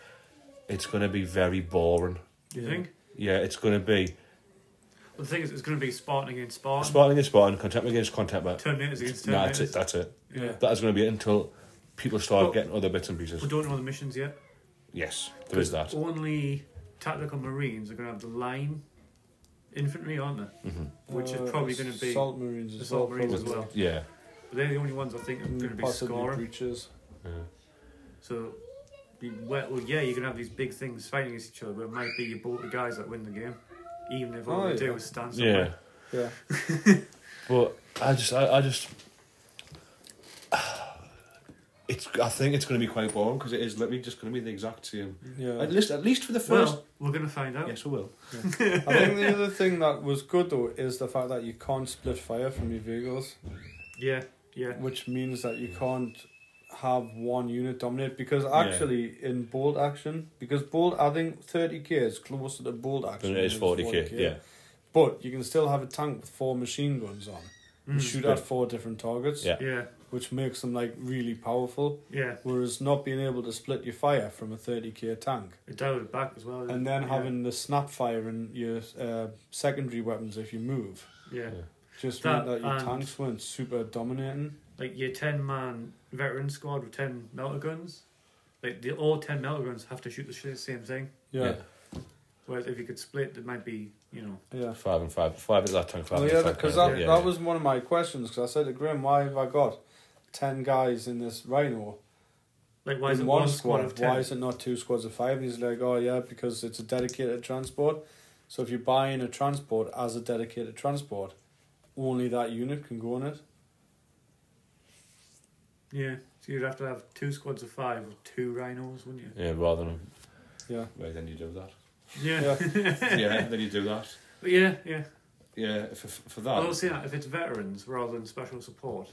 Speaker 3: it's going to be very boring.
Speaker 4: Do you
Speaker 2: Yeah.
Speaker 4: think?
Speaker 3: Yeah, it's going to be
Speaker 4: Well, the thing is, it's going to be Spartan against Spartan,
Speaker 3: Spartan against Spartan, Contemptor against Contemptor.
Speaker 4: Terminators against Terminators.
Speaker 3: Nah, That's it. That's it.
Speaker 4: Yeah.
Speaker 3: That is going to be it until people start
Speaker 4: Well-
Speaker 3: getting other bits and pieces.
Speaker 4: We don't know the missions yet.
Speaker 3: Yes, there is that.
Speaker 4: Only tactical marines are going to have the line infantry, aren't they?
Speaker 3: hmm Mm-hmm.
Speaker 4: Which is probably going to be
Speaker 2: Uh, salt marines as
Speaker 4: assault
Speaker 2: well.
Speaker 4: marines as
Speaker 2: probably. Mm,
Speaker 4: well.
Speaker 3: Yeah,
Speaker 4: They're the only ones I think are going to be
Speaker 2: Possibly
Speaker 4: scoring.
Speaker 2: breaches.
Speaker 4: So, be, well, well, yeah, you're gonna have these big things fighting against each other, but it might be your both the guys that win the game, even if all
Speaker 2: Oh,
Speaker 4: they
Speaker 2: yeah.
Speaker 4: do is stand
Speaker 3: Yeah.
Speaker 4: somewhere.
Speaker 2: Yeah.
Speaker 3: But I just, I, I just, it's. I think it's going to be quite boring because it is literally just going to be the exact same.
Speaker 2: Yeah.
Speaker 3: At least, at least for the first.
Speaker 4: Well, we're gonna find out.
Speaker 3: yes, I will.
Speaker 2: I think the other thing that was good though is the fact that you can't split fire from your vehicles.
Speaker 4: Yeah, yeah.
Speaker 2: which means that you can't have one unit dominate because actually in bold action because bold I think thirty k is closer to bold action.
Speaker 3: Then it is
Speaker 2: than
Speaker 3: forty k. Yeah.
Speaker 2: but you can still have a tank with four machine guns on and
Speaker 4: Mm.
Speaker 2: shoot at four different targets,
Speaker 3: Yeah.
Speaker 4: Yeah,
Speaker 2: which makes them like really powerful.
Speaker 4: yeah.
Speaker 2: Whereas not being able to split your fire from a thirty k tank.
Speaker 4: It dialed it back as well.
Speaker 2: And then
Speaker 4: yeah.
Speaker 2: having the snap fire in your uh, secondary weapons if you move
Speaker 4: yeah,
Speaker 2: just
Speaker 4: That
Speaker 2: meant that your
Speaker 4: and-
Speaker 2: tanks weren't super dominating.
Speaker 4: like your ten man veteran squad with ten melter guns, like the all ten melter guns have to shoot the sh- same thing.
Speaker 2: Yeah,
Speaker 4: Whereas if you could split, it might be you know
Speaker 2: yeah.
Speaker 3: Five and five, five at that time. Five
Speaker 2: Well,
Speaker 3: and
Speaker 2: yeah,
Speaker 3: five
Speaker 2: because
Speaker 3: kind
Speaker 2: that,
Speaker 3: of- yeah,
Speaker 2: that
Speaker 3: yeah.
Speaker 2: was one of my questions. Because I said to Grim, why have I got 10 guys in this rhino?
Speaker 4: like why is
Speaker 2: in
Speaker 4: it one squad of ten?
Speaker 2: Why is it not two squads of five? And he's like, oh, yeah, because it's a dedicated transport. So if you buy in a transport as a dedicated transport, only that unit can go on it.
Speaker 4: Yeah, so you'd have to have two squads of five or two rhinos, wouldn't you?
Speaker 3: Yeah, rather than
Speaker 2: Yeah.
Speaker 3: right, then you do that.
Speaker 2: Yeah.
Speaker 3: yeah, then you do that.
Speaker 4: But yeah, yeah.
Speaker 3: Yeah, for for that.
Speaker 4: Well, see, if it's veterans rather than special support,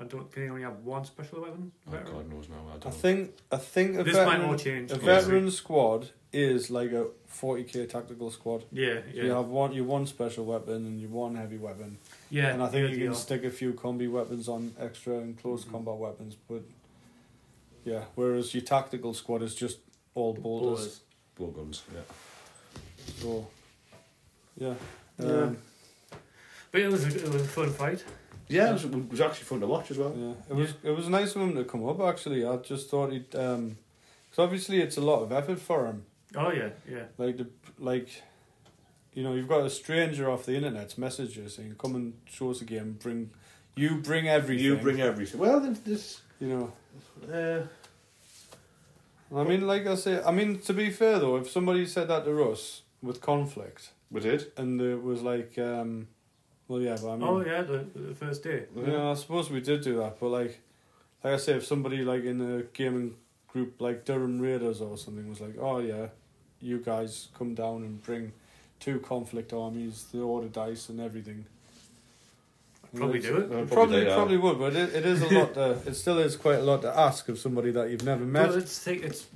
Speaker 4: I don't. Can you only have one special weapon?
Speaker 3: oh,
Speaker 4: Veteran?
Speaker 3: God knows now. I don't.
Speaker 2: I
Speaker 3: know.
Speaker 2: think, I think a,
Speaker 4: This
Speaker 2: veteran,
Speaker 4: might all change.
Speaker 2: a
Speaker 4: obviously.
Speaker 2: veteran squad is like a 40k tactical squad.
Speaker 4: Yeah,
Speaker 2: So you
Speaker 4: yeah,
Speaker 2: have one, you one special weapon and you one heavy weapon.
Speaker 4: yeah.
Speaker 2: and I think
Speaker 4: good
Speaker 2: you can
Speaker 4: deal.
Speaker 2: stick a few combi weapons on extra and close
Speaker 4: Mhm.
Speaker 2: combat weapons, but yeah. Whereas your tactical squad is just all boulders.
Speaker 4: Boulders.
Speaker 3: Ball guns. Yeah.
Speaker 2: So yeah.
Speaker 4: Yeah.
Speaker 2: Um,
Speaker 4: But it was, a, it was a fun fight.
Speaker 3: Yeah, it was, it was actually fun to watch as well.
Speaker 2: yeah. It was it was nice of him to come up actually. I just thought he'd um 'cause obviously it's a lot of effort for him.
Speaker 4: Oh yeah, yeah,
Speaker 2: Like the like you know, you've got a stranger off the internet message you saying, Come and show us a game, bring you bring everything.
Speaker 3: You bring everything. Well, then this.
Speaker 2: you know.
Speaker 3: Uh,
Speaker 2: I mean, like I say, I mean to be fair though, if somebody said that to us with conflict,
Speaker 3: we did.
Speaker 2: and it was like, um, well, yeah, but I mean,
Speaker 4: oh yeah. The, the first day.
Speaker 2: you know, I suppose we did do that, but like, like I say, if somebody like in a gaming group like Durham Raiders or something was like, oh yeah, you guys come down and bring two conflict armies, the order dice and everything.
Speaker 4: Probably do it.
Speaker 3: I'd
Speaker 2: Probably, probably,
Speaker 3: do that.
Speaker 2: would, but it, it is a lot. To, it still is quite a lot to ask of somebody that you've never met.
Speaker 4: But let's think. It's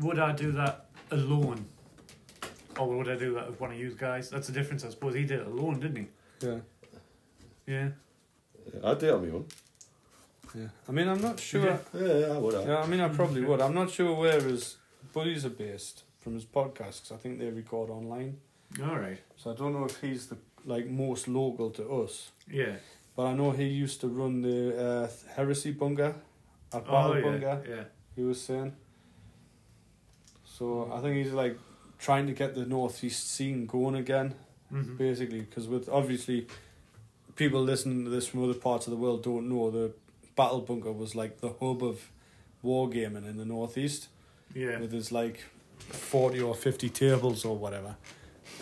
Speaker 4: would I do that alone, or would I do that with one of you guys? That's the difference, I suppose. He did it alone, didn't
Speaker 2: Yeah.
Speaker 4: he? Yeah.
Speaker 3: I'd do it on my own.
Speaker 2: Yeah. I mean, I'm not sure.
Speaker 4: Yeah.
Speaker 3: Yeah, I would. have.
Speaker 2: Yeah, I mean, I probably would. I'm not sure where his buddies are based from his podcast 'cause I think they record online.
Speaker 4: All right.
Speaker 2: So I don't know if he's the like most local to us,
Speaker 4: Yeah.
Speaker 2: but I know he used to run the uh, Heresy Bunga at
Speaker 4: Oh
Speaker 2: Battle
Speaker 4: yeah.
Speaker 2: Bunga.
Speaker 4: Yeah.
Speaker 2: He was saying. So I think he's like trying to get the northeast scene going again,
Speaker 4: Mhm.
Speaker 2: basically, because with obviously people listening to this from other parts of the world don't know the Battle Bunker was like the hub of wargaming in the northeast.
Speaker 4: Yeah.
Speaker 2: with his like 40 or 50 tables or whatever.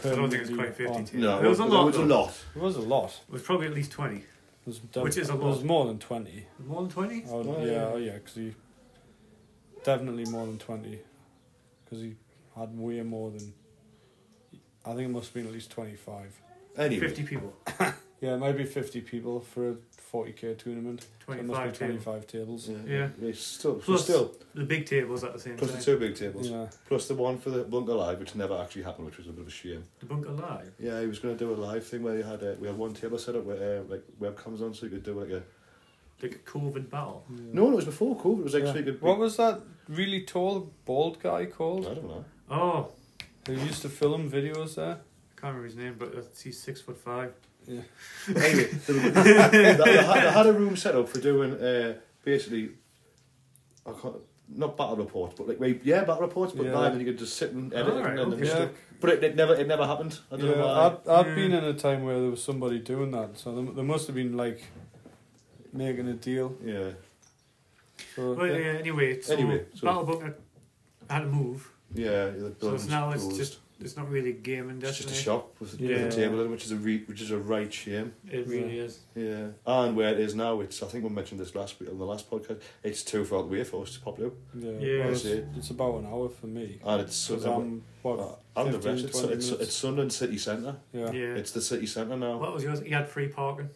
Speaker 4: I don't think it's quite
Speaker 2: Permanently
Speaker 4: 50.
Speaker 2: on.
Speaker 3: No,
Speaker 4: There was a lot,
Speaker 3: There was a
Speaker 4: though.
Speaker 3: lot.
Speaker 2: It was a lot.
Speaker 4: It was probably at least 20.
Speaker 2: It was
Speaker 4: Which is a
Speaker 2: It was
Speaker 4: lot.
Speaker 2: more than 20.
Speaker 4: More than 20?
Speaker 2: Oh,
Speaker 3: Oh,
Speaker 2: yeah,
Speaker 3: yeah.
Speaker 2: oh, yeah, because he. Definitely more than 20. Because he had way more than. I think it must have been at least 25.
Speaker 3: Anyway,
Speaker 4: 50 people.
Speaker 2: Yeah, maybe 50 people for a 40k tournament. So it must
Speaker 4: 25
Speaker 2: be
Speaker 4: tables.
Speaker 2: 25 tables.
Speaker 4: Yeah.
Speaker 3: It's still, so
Speaker 4: Plus-
Speaker 3: still,
Speaker 4: The big tables at the same
Speaker 3: plus the
Speaker 4: time.
Speaker 3: two big tables,
Speaker 2: Yeah.
Speaker 3: plus the one for the bunker live, which never actually happened, which was a bit of a shame.
Speaker 4: The bunker live.
Speaker 3: Yeah, he was going to do a live thing where he had uh, we had one table set up with uh, like webcams on, so you could do like a.
Speaker 4: Like a COVID battle.
Speaker 3: No, no, it was before COVID. It was actually
Speaker 2: Yeah.
Speaker 3: you could.
Speaker 2: What was that really tall, bald guy
Speaker 3: I
Speaker 2: called?
Speaker 3: don't know.
Speaker 4: Oh,
Speaker 2: Who used to film videos there?
Speaker 4: I can't remember his name, but that's- he's six foot five.
Speaker 2: Yeah.
Speaker 3: anyway, they, were- they had, they had a room set up for doing uh, basically, I can't, not battle reports, but like where you- yeah, battle reports, but
Speaker 2: Yeah.
Speaker 3: live, and you could just sit and edit
Speaker 4: Alright,
Speaker 3: and, and
Speaker 4: okay.
Speaker 3: stuff. But it, it never, it never happened. I don't know why.
Speaker 2: yeah, I've, I've
Speaker 4: Yeah.
Speaker 2: been in a time where there was somebody doing that, so there, there must have been like making a deal.
Speaker 3: Yeah.
Speaker 2: So
Speaker 4: But uh, anyway, so
Speaker 3: Anyway, so-
Speaker 4: Battle Bunker had to move,
Speaker 3: Yeah. The
Speaker 4: so
Speaker 3: building's
Speaker 4: it's now it's
Speaker 3: closed.
Speaker 4: just it's not really a game in
Speaker 3: It's just
Speaker 4: Destiny.
Speaker 3: a shop with a,
Speaker 4: Yeah.
Speaker 3: with a table in, which is a re, which is a right shame.
Speaker 4: It really is.
Speaker 3: Yeah, and where it is now, it's I think we mentioned this last week on the last podcast. It's too far away for us to pop up,
Speaker 2: yeah,
Speaker 4: Yeah.
Speaker 2: well, it's, it's about an hour for me.
Speaker 3: and it's
Speaker 2: Because I'm
Speaker 3: Sunderland.
Speaker 2: what?
Speaker 3: I'm the
Speaker 2: 15,
Speaker 3: rest. It's,
Speaker 2: 20
Speaker 3: it's,
Speaker 2: minutes.
Speaker 3: it's Sunderland City Centre.
Speaker 2: yeah.
Speaker 4: Yeah.
Speaker 3: It's the city centre now.
Speaker 4: What was yours? You had free parking.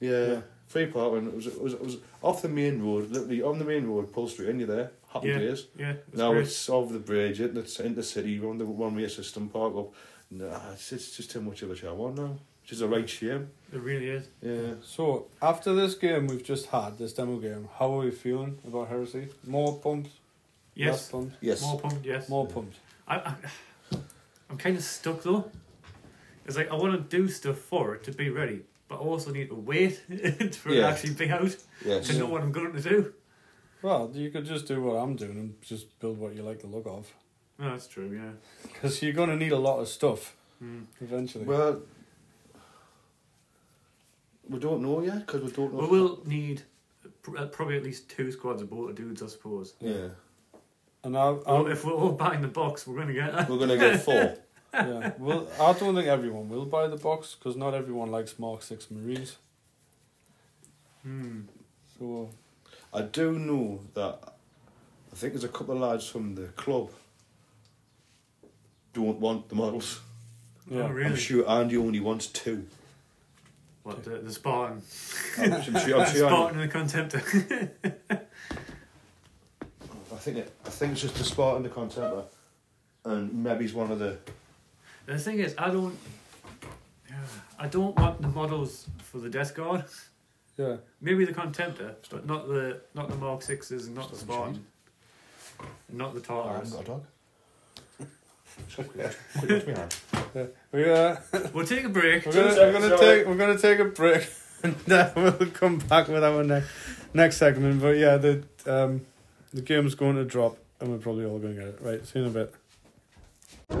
Speaker 3: Yeah.
Speaker 2: Yeah.
Speaker 3: Free parking. It was, it was it was off the main road, literally on the main road, Pull Street, and you're there. Happy
Speaker 4: Yeah.
Speaker 3: days.
Speaker 4: Yeah. It's
Speaker 3: now
Speaker 4: great.
Speaker 3: it's over the bridge, and it's in the city. You're on the one way system, park up. Nah, it's, it's just too much of a shower now, which is a right shame.
Speaker 4: it really is.
Speaker 3: Yeah.
Speaker 2: So after this game we've just had, this demo game, how are we feeling about Heresy? More pumped, less
Speaker 4: Yes.
Speaker 2: pumped,
Speaker 3: Yes.
Speaker 4: More pumped. Yes.
Speaker 2: more pumped.
Speaker 4: I, I, I'm kind of stuck though. It's like I want to do stuff for it to be ready, but I also need to wait for it to
Speaker 3: Yeah.
Speaker 4: actually be out
Speaker 3: Yes.
Speaker 4: to know what I'm going to do.
Speaker 2: Well, you could just do what I'm doing and just build what you like the look of,
Speaker 4: No, that's true. Yeah.
Speaker 2: because you're gonna need a lot of stuff
Speaker 4: Mm.
Speaker 2: eventually.
Speaker 3: Well, we don't know yet because we don't know.
Speaker 4: We will need pr- uh, probably at least two squads of border dudes, I suppose.
Speaker 3: Yeah,
Speaker 2: and I, I,
Speaker 4: Well, if we're all buying the box, we're going to get that.
Speaker 3: we're gonna get four.
Speaker 2: yeah, well, I don't think everyone will buy the box because not everyone likes Mark Six Marines.
Speaker 4: Hmm.
Speaker 2: So
Speaker 3: I do know that. I think there's a couple of lads from the club. Don't want the models.
Speaker 2: yeah,
Speaker 4: Oh, really?
Speaker 3: I'm sure Andy only wants two.
Speaker 4: What the, the Spartan?
Speaker 3: I'm, I'm sure. I'm sure Andy-
Speaker 4: Spartan and the Contemptor.
Speaker 3: I think it, I think it's just the spot and the contender, and maybe he's one of the.
Speaker 4: the thing is, I don't. yeah, I don't want the models for the Death Guard.
Speaker 2: yeah.
Speaker 4: Maybe the Contemptor, but not the not the Mark Sixes and not the
Speaker 3: Stop
Speaker 4: Spartan, and not the
Speaker 3: Oh, I haven't
Speaker 4: Tartars.
Speaker 3: got a dog. Stop, quick, quick, wash me hand.
Speaker 2: We uh,
Speaker 4: We'll take a break.
Speaker 2: we're gonna, we're gonna take we're gonna take a break and then we'll come back with our next next segment. But yeah, the um the game's going to drop and we're probably all gonna get it. Right, see you in a bit.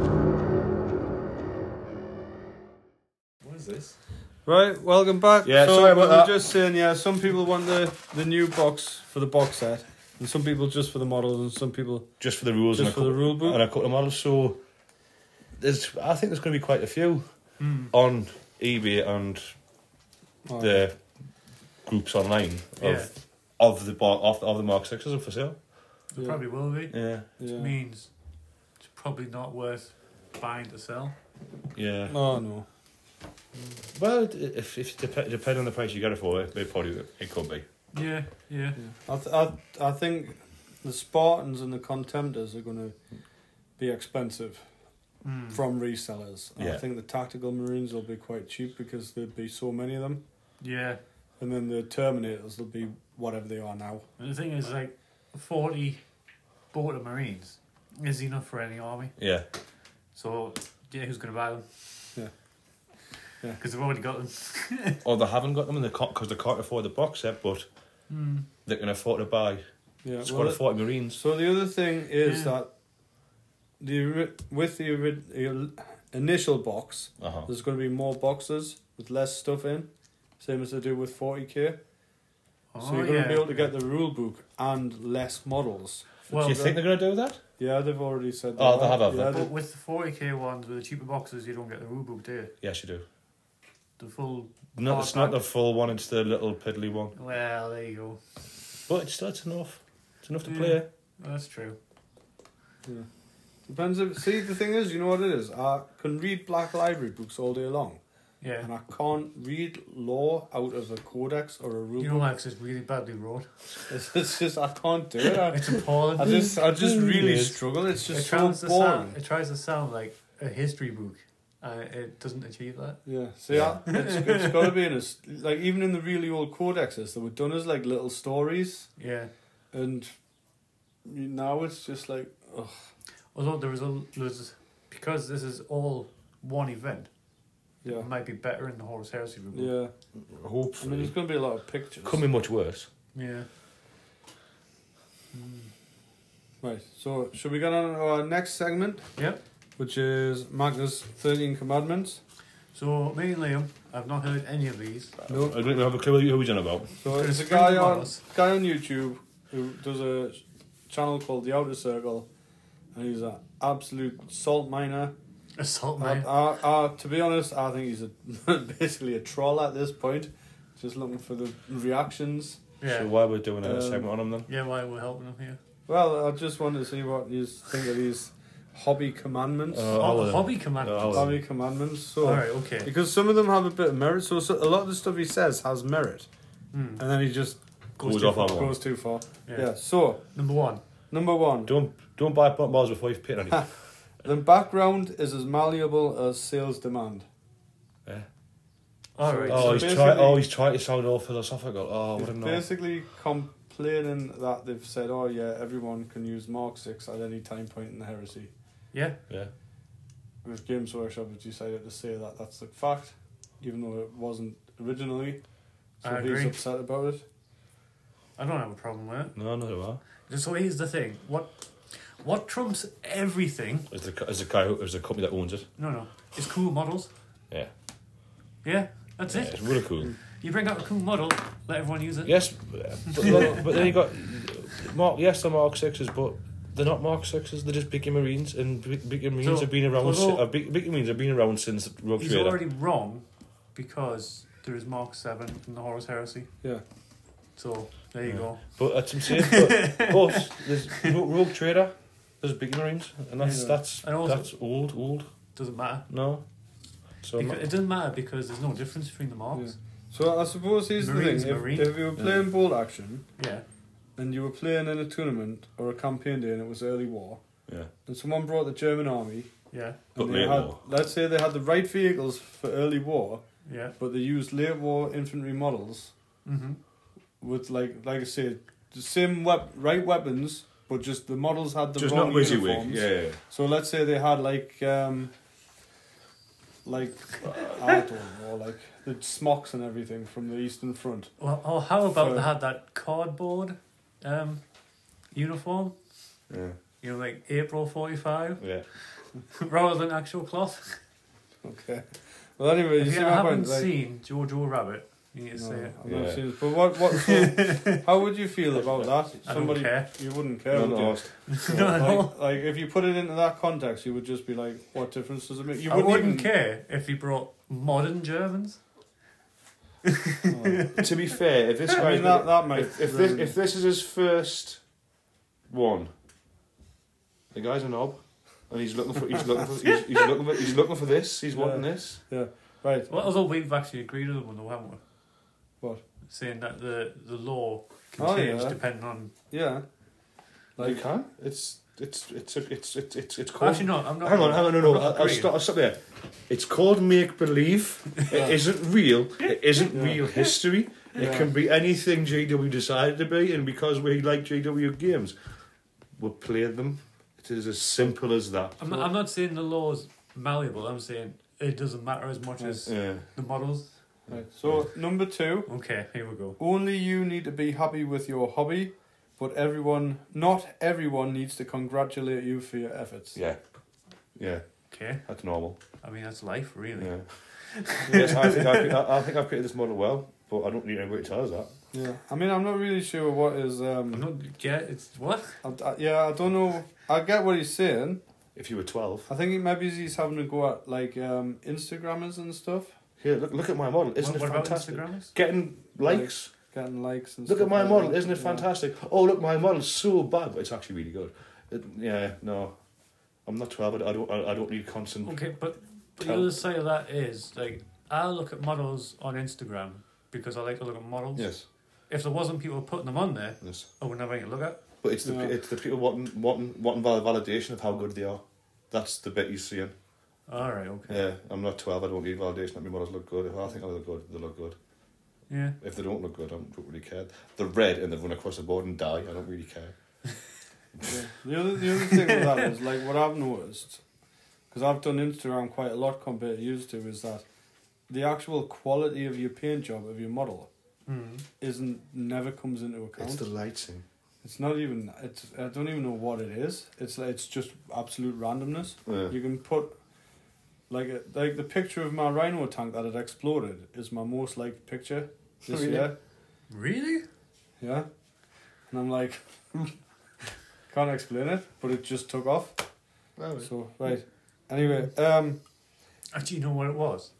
Speaker 4: What is this?
Speaker 2: Right, welcome back.
Speaker 3: Yeah,
Speaker 2: so
Speaker 3: sorry
Speaker 2: we
Speaker 3: about
Speaker 2: were
Speaker 3: that.
Speaker 2: just saying, yeah, some people want the, the new box for the box set, and some people just for the models, and some people
Speaker 3: Just for the rules
Speaker 2: just
Speaker 3: and a
Speaker 2: for the
Speaker 3: couple-
Speaker 2: rule book.
Speaker 3: and a couple of models. So there's, I think there's going to be quite a few
Speaker 4: Hmm.
Speaker 3: on eBay and
Speaker 2: Oh,
Speaker 3: the groups online of
Speaker 4: Yeah.
Speaker 3: of the bar, of, of the Mark Sixes are for sale.
Speaker 4: It probably will be.
Speaker 3: Yeah,
Speaker 2: yeah.
Speaker 4: Which means it's probably not worth buying to sell.
Speaker 3: yeah.
Speaker 2: Oh no.
Speaker 3: Well, it- if if dep- depending on the price you get it for, it, it probably it could be.
Speaker 4: Yeah, yeah.
Speaker 2: I, th- I, I think the Spartans and the Contemptors are going to be expensive
Speaker 4: Mm.
Speaker 2: from resellers. And I
Speaker 3: Yeah.
Speaker 2: think the Tactical Marines will be quite cheap because there'd be so many of them.
Speaker 4: Yeah.
Speaker 2: And then the Terminators will be whatever they are now.
Speaker 4: And the thing is, like, 40 border marines is enough for any army.
Speaker 3: Yeah,
Speaker 4: So, yeah, who's going to buy them?
Speaker 2: Yeah. Yeah.
Speaker 4: Because they've already got them.
Speaker 3: or they haven't got them in the because they can't afford the box set, but
Speaker 4: Hmm.
Speaker 3: they can afford to buy
Speaker 2: Yeah.
Speaker 3: squad
Speaker 2: well,
Speaker 3: of forty Marines.
Speaker 2: So the other thing is
Speaker 4: Yeah.
Speaker 2: that the ori- with the ori- il- initial box,
Speaker 3: Uh huh.
Speaker 2: there's going to be more boxes with less stuff in, same as they do with 40k.
Speaker 4: Oh,
Speaker 2: so you're going to be able to get the rule book and less models.
Speaker 4: Well,
Speaker 3: Do you think they're going to do that?
Speaker 2: Yeah, they've already said
Speaker 3: Oh,
Speaker 2: that.
Speaker 3: they have, have they?
Speaker 2: yeah,
Speaker 4: But with the 40k ones, with the cheaper boxes, you don't get the rule book, do you?
Speaker 3: Yes, you do.
Speaker 4: The full.
Speaker 3: No,
Speaker 4: Oh,
Speaker 3: it's not
Speaker 4: no.
Speaker 3: the full one. It's the little piddly one.
Speaker 4: Well, there you go.
Speaker 3: But it's still it's enough. It's enough to
Speaker 4: Yeah.
Speaker 3: play.
Speaker 4: That's true.
Speaker 2: Depends if see the thing is, you know what it is. I can read black library books all day long,
Speaker 4: Yeah.
Speaker 2: and I can't read law out of a codex or a rule.
Speaker 4: You know, Max is really badly wrote.
Speaker 2: book. It's, it's just I can't do it. I,
Speaker 4: It's appalling.
Speaker 2: I just I just really
Speaker 3: Yes.
Speaker 2: struggle. It's
Speaker 4: it,
Speaker 2: just so
Speaker 4: tries to sound,
Speaker 2: boring.
Speaker 4: it tries to sound like a history book. Uh, it doesn't achieve that.
Speaker 2: Yeah, see, I, it's, it's got to be in a s- like even in the really old codexes that were done as like little stories,
Speaker 4: Yeah.
Speaker 2: and now it's just like ugh,
Speaker 4: Although there is a there's, because this is all one event.
Speaker 2: yeah,
Speaker 4: It might be better in the Horus Heresy book.
Speaker 2: yeah. I mean,
Speaker 3: Hopefully,
Speaker 2: there's
Speaker 3: it
Speaker 2: gonna be a lot of pictures.
Speaker 3: could be much worse.
Speaker 4: Yeah.
Speaker 2: Right, so should we get on to our next segment,
Speaker 4: Yep.
Speaker 2: which is Magnus' 13 Commandments?
Speaker 4: So me and Liam, I've not heard any of these.
Speaker 2: No.
Speaker 3: I don't have a clue who he's on about.
Speaker 2: So it's a
Speaker 4: Uh, Spring
Speaker 2: guy on
Speaker 4: tomatoes.
Speaker 2: guy on YouTube who does a sh- channel called The Outer Circle, and he's an absolute salt miner.
Speaker 4: Assault
Speaker 2: I,
Speaker 4: man.
Speaker 2: I, I, to be honest, I think he's a, basically a troll at this point, just looking for the reactions.
Speaker 4: yeah.
Speaker 3: So why we're doing a
Speaker 2: Um,
Speaker 3: segment on him then?
Speaker 4: yeah, why we're helping him here.
Speaker 2: Well, I just wanted to see what you think of these hobby commandments.
Speaker 3: Uh,
Speaker 4: Oh,
Speaker 3: I'll,
Speaker 4: the
Speaker 3: uh,
Speaker 4: hobby commander.
Speaker 3: I'll- uh,
Speaker 2: hobby commandments. So
Speaker 4: All right, okay.
Speaker 2: because some of them have a bit of merit, so, so a lot of the stuff he says has merit,
Speaker 4: Hmm.
Speaker 2: and then he just
Speaker 3: Goes
Speaker 2: too
Speaker 3: off
Speaker 2: far,
Speaker 3: on one.
Speaker 2: goes too far.
Speaker 4: Yeah.
Speaker 2: yeah. So
Speaker 4: Number one.
Speaker 2: number one.
Speaker 3: Don't don't buy pot balls before you've paid any.
Speaker 2: The background is as malleable as sales demand.
Speaker 4: All right.
Speaker 3: oh, he's
Speaker 2: So
Speaker 3: trying.
Speaker 2: basically-
Speaker 3: Oh, he's trying to sound all philosophical. Oh,
Speaker 2: He's
Speaker 3: what a knob.
Speaker 2: basically complaining that they've said, oh yeah, everyone can use Mark 6 at any time point in the heresy.
Speaker 4: yeah.
Speaker 3: Yeah.
Speaker 2: With Games Workshop have decided to say that that's the fact, even though it wasn't originally. So
Speaker 4: I
Speaker 2: he's
Speaker 4: agree.
Speaker 2: upset about it.
Speaker 4: I don't have a problem with it.
Speaker 3: No, no, there are.
Speaker 4: Just so here's the thing. What what trumps everything?
Speaker 3: Is the is the guy who is the company that owns it?
Speaker 4: No, no. It's cool models.
Speaker 3: Yeah.
Speaker 4: Yeah. That's
Speaker 3: Yeah,
Speaker 4: it.
Speaker 3: it's really cool.
Speaker 4: You bring out a cool model, let everyone use it.
Speaker 3: Yes, but, then- but then you got Mark. Yes, the Mark Sixes, but they're not Mark Sixes. They're just bigger Marines, and big- bigger Marines
Speaker 4: So,
Speaker 3: have been around.
Speaker 4: although-
Speaker 3: si- uh, big, bigger Marines have been around since Rogue
Speaker 4: He's
Speaker 3: Trader.
Speaker 4: already wrong because there is Mark 7 in the Horus Heresy.
Speaker 2: Yeah.
Speaker 4: So there you
Speaker 3: Yeah.
Speaker 4: go.
Speaker 3: But that's insane. But, but there's Ro- Rogue Trader. There's bigger Marines, and that's
Speaker 2: Yeah.
Speaker 3: that's
Speaker 4: And also-
Speaker 3: that's old, old.
Speaker 4: Doesn't matter.
Speaker 3: No, so
Speaker 4: Because- it doesn't matter because there's no difference between the marks.
Speaker 2: So I suppose here's
Speaker 4: Marines,
Speaker 2: the thing.
Speaker 4: Marine.
Speaker 2: If, if you were playing bold action
Speaker 4: Yeah.
Speaker 2: and you were playing in a tournament or a campaign day and it was early war,
Speaker 3: yeah,
Speaker 2: and someone brought the German army
Speaker 4: Yeah.
Speaker 3: But
Speaker 2: and they
Speaker 3: late
Speaker 2: had,
Speaker 3: war.
Speaker 2: let's say they had the right vehicles for early war,
Speaker 4: Yeah.
Speaker 2: but they used late war infantry models
Speaker 4: Mm-hmm.
Speaker 2: with like like I said, the same wep- right weapons, but just the models had the
Speaker 3: just
Speaker 2: wrong
Speaker 3: not WYSIWYG.
Speaker 2: uniforms.
Speaker 3: Yeah, yeah,
Speaker 2: So let's say they had like um, like I don't know, like the smocks and everything from the Eastern Front.
Speaker 4: Well, oh, how about
Speaker 2: So-
Speaker 4: they had that cardboard um, uniform?
Speaker 3: yeah.
Speaker 4: You know, like April 45,
Speaker 3: yeah.
Speaker 4: rather than actual cloth.
Speaker 2: Okay. Well, anyway, you
Speaker 4: if
Speaker 2: see
Speaker 4: you
Speaker 2: my
Speaker 4: haven't
Speaker 2: point. Like,
Speaker 4: seen Jojo Rabbit, you need to
Speaker 2: no,
Speaker 4: see it.
Speaker 2: I've never
Speaker 3: Yeah.
Speaker 2: seen it. But what what? so, how would you feel about that?
Speaker 4: I don't care.
Speaker 2: you wouldn't care. would you?
Speaker 4: No, I don't.
Speaker 2: like, like if you put it into that context, you would just be like, "What difference does it make?" You
Speaker 4: I wouldn't
Speaker 2: even-
Speaker 4: care if he brought modern Germans.
Speaker 2: Oh.
Speaker 3: to be fair, if this
Speaker 2: I
Speaker 3: guy,
Speaker 2: mean, that, that might.
Speaker 3: if, if this
Speaker 2: really-
Speaker 3: if this is his first one, the guy's a knob, and he's looking for he's looking for he's, he's looking for he's looking for this. He's wanting this.
Speaker 2: right,
Speaker 4: Well, although we've actually agreed with them, though, haven't we?
Speaker 2: What?
Speaker 4: Saying that the, the law can
Speaker 2: Oh,
Speaker 4: change
Speaker 2: yeah.
Speaker 4: depending on.
Speaker 2: yeah.
Speaker 3: Like,
Speaker 2: Like-
Speaker 3: you can. It's it's it's it's it's it's it's called.
Speaker 4: Actually, no, I'm not.
Speaker 3: Hang on, hang on, no, no.
Speaker 4: I'm not
Speaker 3: I'll, I'll,
Speaker 4: agreeing.
Speaker 3: stop, I'll stop there. It's called make believe.
Speaker 2: Yeah.
Speaker 3: It isn't real. It isn't
Speaker 2: Yeah.
Speaker 3: real history. It
Speaker 2: Yeah.
Speaker 3: can be anything JW decided to be, and because we like JW games, we play them. It is as simple as that.
Speaker 4: I'm not, I'm not saying the law's malleable. I'm saying it doesn't matter as much as
Speaker 3: Yeah.
Speaker 4: the models.
Speaker 2: Right. So number two,
Speaker 4: Okay, here we go.
Speaker 2: only you need to be happy with your hobby, but everyone, not everyone, needs to congratulate you for your efforts.
Speaker 3: Yeah. Yeah,
Speaker 4: Okay,
Speaker 3: that's normal.
Speaker 4: I mean that's life, really.
Speaker 3: Yeah. yes, I think I've, I, I think I've created this model well, but I don't need anybody to tell us that.
Speaker 2: Yeah. I mean, I'm not really sure what is.
Speaker 4: I'm
Speaker 2: Um.
Speaker 4: not. Yeah, it's what?
Speaker 2: I, I- yeah, I don't know. I get what he's saying.
Speaker 3: If you were 12.
Speaker 2: I think maybe he's having a go at like um Instagrammers and stuff,
Speaker 3: Here, look, look at my model. Isn't
Speaker 4: what,
Speaker 3: it
Speaker 4: what about
Speaker 3: fantastic?
Speaker 4: Instagrammers?
Speaker 3: Getting likes.
Speaker 2: getting likes and.
Speaker 3: Look
Speaker 2: stuff
Speaker 3: at my
Speaker 2: like
Speaker 3: model,
Speaker 2: that.
Speaker 3: isn't it
Speaker 2: Yeah.
Speaker 3: fantastic? Oh, look, my model's so bad, but it's actually really good. It, yeah, no, I'm not twelve. I don't. I, I don't need constant.
Speaker 4: Okay, but, but the
Speaker 3: Tell-
Speaker 4: other side of that is like I look at models on Instagram because I like to look at models.
Speaker 3: Yes,
Speaker 4: If there wasn't people putting them on there,
Speaker 3: yes.
Speaker 4: I wouldn't have anything to look at.
Speaker 3: But it's the
Speaker 2: Yeah.
Speaker 3: it's the people wanting wanting wanting val- validation of how good they are. That's the bit you're seeing.
Speaker 4: All right. Okay.
Speaker 3: Yeah, I'm not twelve. I don't need validation that my models look good. If I think I look good, they look good.
Speaker 4: Yeah.
Speaker 3: If they don't look good, I don't really care. They're red and they run across the board and die. I don't really care.
Speaker 2: Yeah. The other the other thing with that is like what I've noticed, because I've done Instagram quite a lot compared to used to, is that the actual quality of your paint job of your model
Speaker 4: Mm.
Speaker 2: isn't never comes into account.
Speaker 3: It's
Speaker 2: It's,
Speaker 3: the lighting.
Speaker 2: not even. It's I don't even know what it is. It's like it's just absolute randomness.
Speaker 3: Yeah.
Speaker 2: You can put Like a, like the picture of my rhino tank that had exploded is my most liked picture this year.
Speaker 4: Really?
Speaker 2: Yeah, and I'm like, can't explain it, but it just took off. So right. Anyway, um,
Speaker 4: Actually, you know what it was?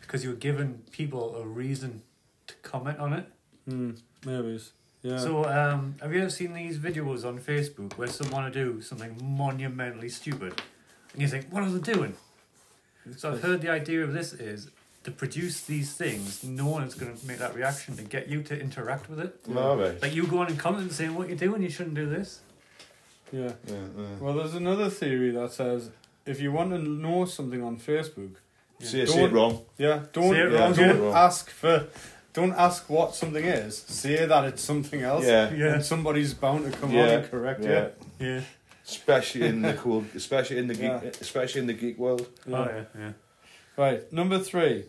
Speaker 4: Because you were giving people a reason to comment on it.
Speaker 2: hmm, maybe yeah.
Speaker 4: So, um, have you ever seen these videos on Facebook where someone will do something monumentally stupid, and you think, "What are they doing?" So I've heard the idea of this is to produce these things. No one is going to make that reaction to get you to interact with it.
Speaker 3: All right.
Speaker 4: Like you go on and comment and saying, "What you're doing, you shouldn't do this."
Speaker 2: yeah.
Speaker 3: Yeah, yeah.
Speaker 2: Well, there's another theory that says if you want to know something on Facebook,
Speaker 3: Say, say it
Speaker 2: Don't-
Speaker 3: wrong.
Speaker 2: yeah, don't
Speaker 4: Say it
Speaker 2: yeah,
Speaker 4: wrong,
Speaker 2: don't
Speaker 3: yeah.
Speaker 2: ask for don't ask what something is. Say that it's something else.
Speaker 3: Yeah.
Speaker 4: Yeah.
Speaker 2: And somebody's bound to come on
Speaker 3: Yeah.
Speaker 2: and correct you.
Speaker 3: Yeah.
Speaker 4: Yeah.
Speaker 3: Especially in the cool, especially in the geek,
Speaker 2: Yeah.
Speaker 3: especially in the geek world.
Speaker 4: Oh yeah, yeah.
Speaker 2: Right. Number three.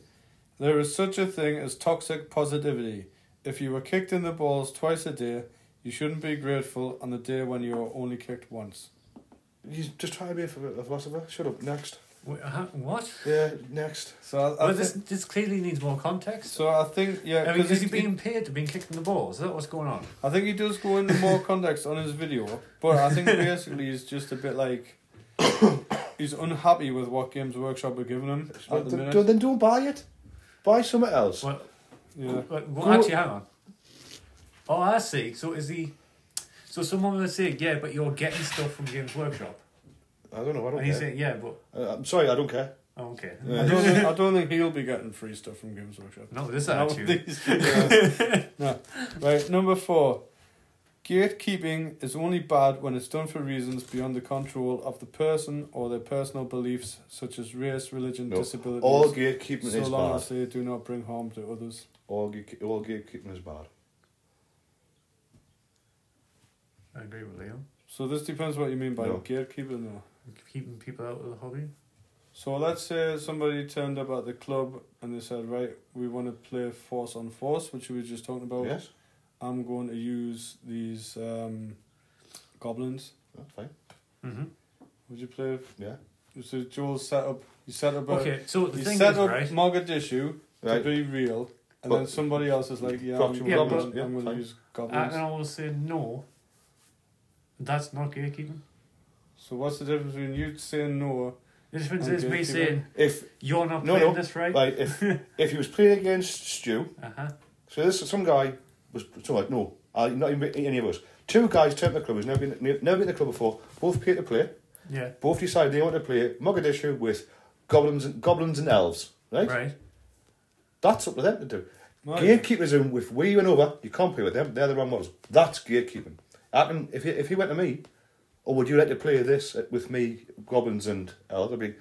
Speaker 2: There is such a thing as toxic positivity. If you were kicked in the balls twice a day, you shouldn't be grateful on the day when you are only kicked once.
Speaker 3: You just try to be a ph- a philosopher. Shut up. Next.
Speaker 4: Wha- huh? What?
Speaker 3: Yeah. Next.
Speaker 2: So I, I
Speaker 4: Well,
Speaker 2: thi-
Speaker 4: this this clearly needs more context.
Speaker 2: so I think yeah,
Speaker 4: I mean,
Speaker 2: because
Speaker 4: is he being paid to being kicked in the balls? Is that what's going on?
Speaker 2: I think he does go into more context on his video, but I think basically he's just a bit like he's unhappy with what Games Workshop are giving him
Speaker 3: Well,
Speaker 2: at the
Speaker 3: then,
Speaker 2: minute.
Speaker 3: then don't buy it. Buy something else.
Speaker 4: What?
Speaker 2: Yeah.
Speaker 4: Well, well, actually, hang on. Oh, I see. So is he? So someone was saying, yeah, but you're getting stuff from Games Workshop,
Speaker 3: I don't know. I don't
Speaker 4: and he's
Speaker 3: care.
Speaker 4: saying, yeah, but
Speaker 3: Uh, I'm sorry. I don't care.
Speaker 4: oh, okay,
Speaker 2: I don't, think, I don't think he'll be getting free stuff from Games Workshop.
Speaker 4: not with this
Speaker 2: Not with
Speaker 4: attitude.
Speaker 2: these videos. no. Right, number four. Gatekeeping is only bad when it's done for reasons beyond the control of the person or their personal beliefs, such as race, religion,
Speaker 3: No.
Speaker 2: disabilities,
Speaker 3: All gatekeeping
Speaker 2: so
Speaker 3: is
Speaker 2: long
Speaker 3: bad.
Speaker 2: as they do not bring harm to others.
Speaker 3: All, gate- all gatekeeping is bad.
Speaker 4: I agree with Leo.
Speaker 2: So this depends what you mean by
Speaker 3: No.
Speaker 2: gatekeeping, though.
Speaker 4: Keeping people out of the hobby.
Speaker 2: So let's say somebody turned up at the club and they said, right, we want to play force on force, which we were just talking about.
Speaker 3: Yes.
Speaker 2: I'm going to use these um, goblins.
Speaker 3: That's fine.
Speaker 4: Mm-hmm.
Speaker 2: Would you play?
Speaker 3: Yeah.
Speaker 2: So Joel set up. You set up. A,
Speaker 4: Okay, so the
Speaker 2: You
Speaker 4: thing is,
Speaker 2: set up
Speaker 4: right?
Speaker 2: Mogadishu to
Speaker 3: Right.
Speaker 2: be real, and
Speaker 3: But-
Speaker 2: then somebody else is like, yeah, I'm,
Speaker 3: Goblins,
Speaker 2: gonna-
Speaker 4: yeah, but-
Speaker 2: I'm
Speaker 3: yeah,
Speaker 2: going to
Speaker 3: fine.
Speaker 2: use
Speaker 4: I,
Speaker 2: goblins.
Speaker 4: and I will say no. That's not gatekeeping.
Speaker 2: so what's the difference between you saying no?
Speaker 4: The difference
Speaker 2: And
Speaker 4: is me
Speaker 2: gatekeeping.
Speaker 4: saying
Speaker 3: If
Speaker 4: you're not
Speaker 3: No,
Speaker 4: playing
Speaker 3: no,
Speaker 4: this right.
Speaker 3: like if if he was playing against Stu,
Speaker 4: uh huh.
Speaker 3: So this some guy was so like no, I not even any of us. Two guys turned up the club. Who's never been never been to the club before. Both paid to play.
Speaker 4: Yeah.
Speaker 3: Both decided they want to play Mogadishu with goblins and goblins and elves. Right.
Speaker 4: Right.
Speaker 3: That's up to them to do.
Speaker 2: Right.
Speaker 3: Gatekeepers, and if we went over, you can't play with them. They're the wrong models. That's gatekeeping. I can, if he, if he went to me, or would you like to play this with me, goblins and elves? I'd be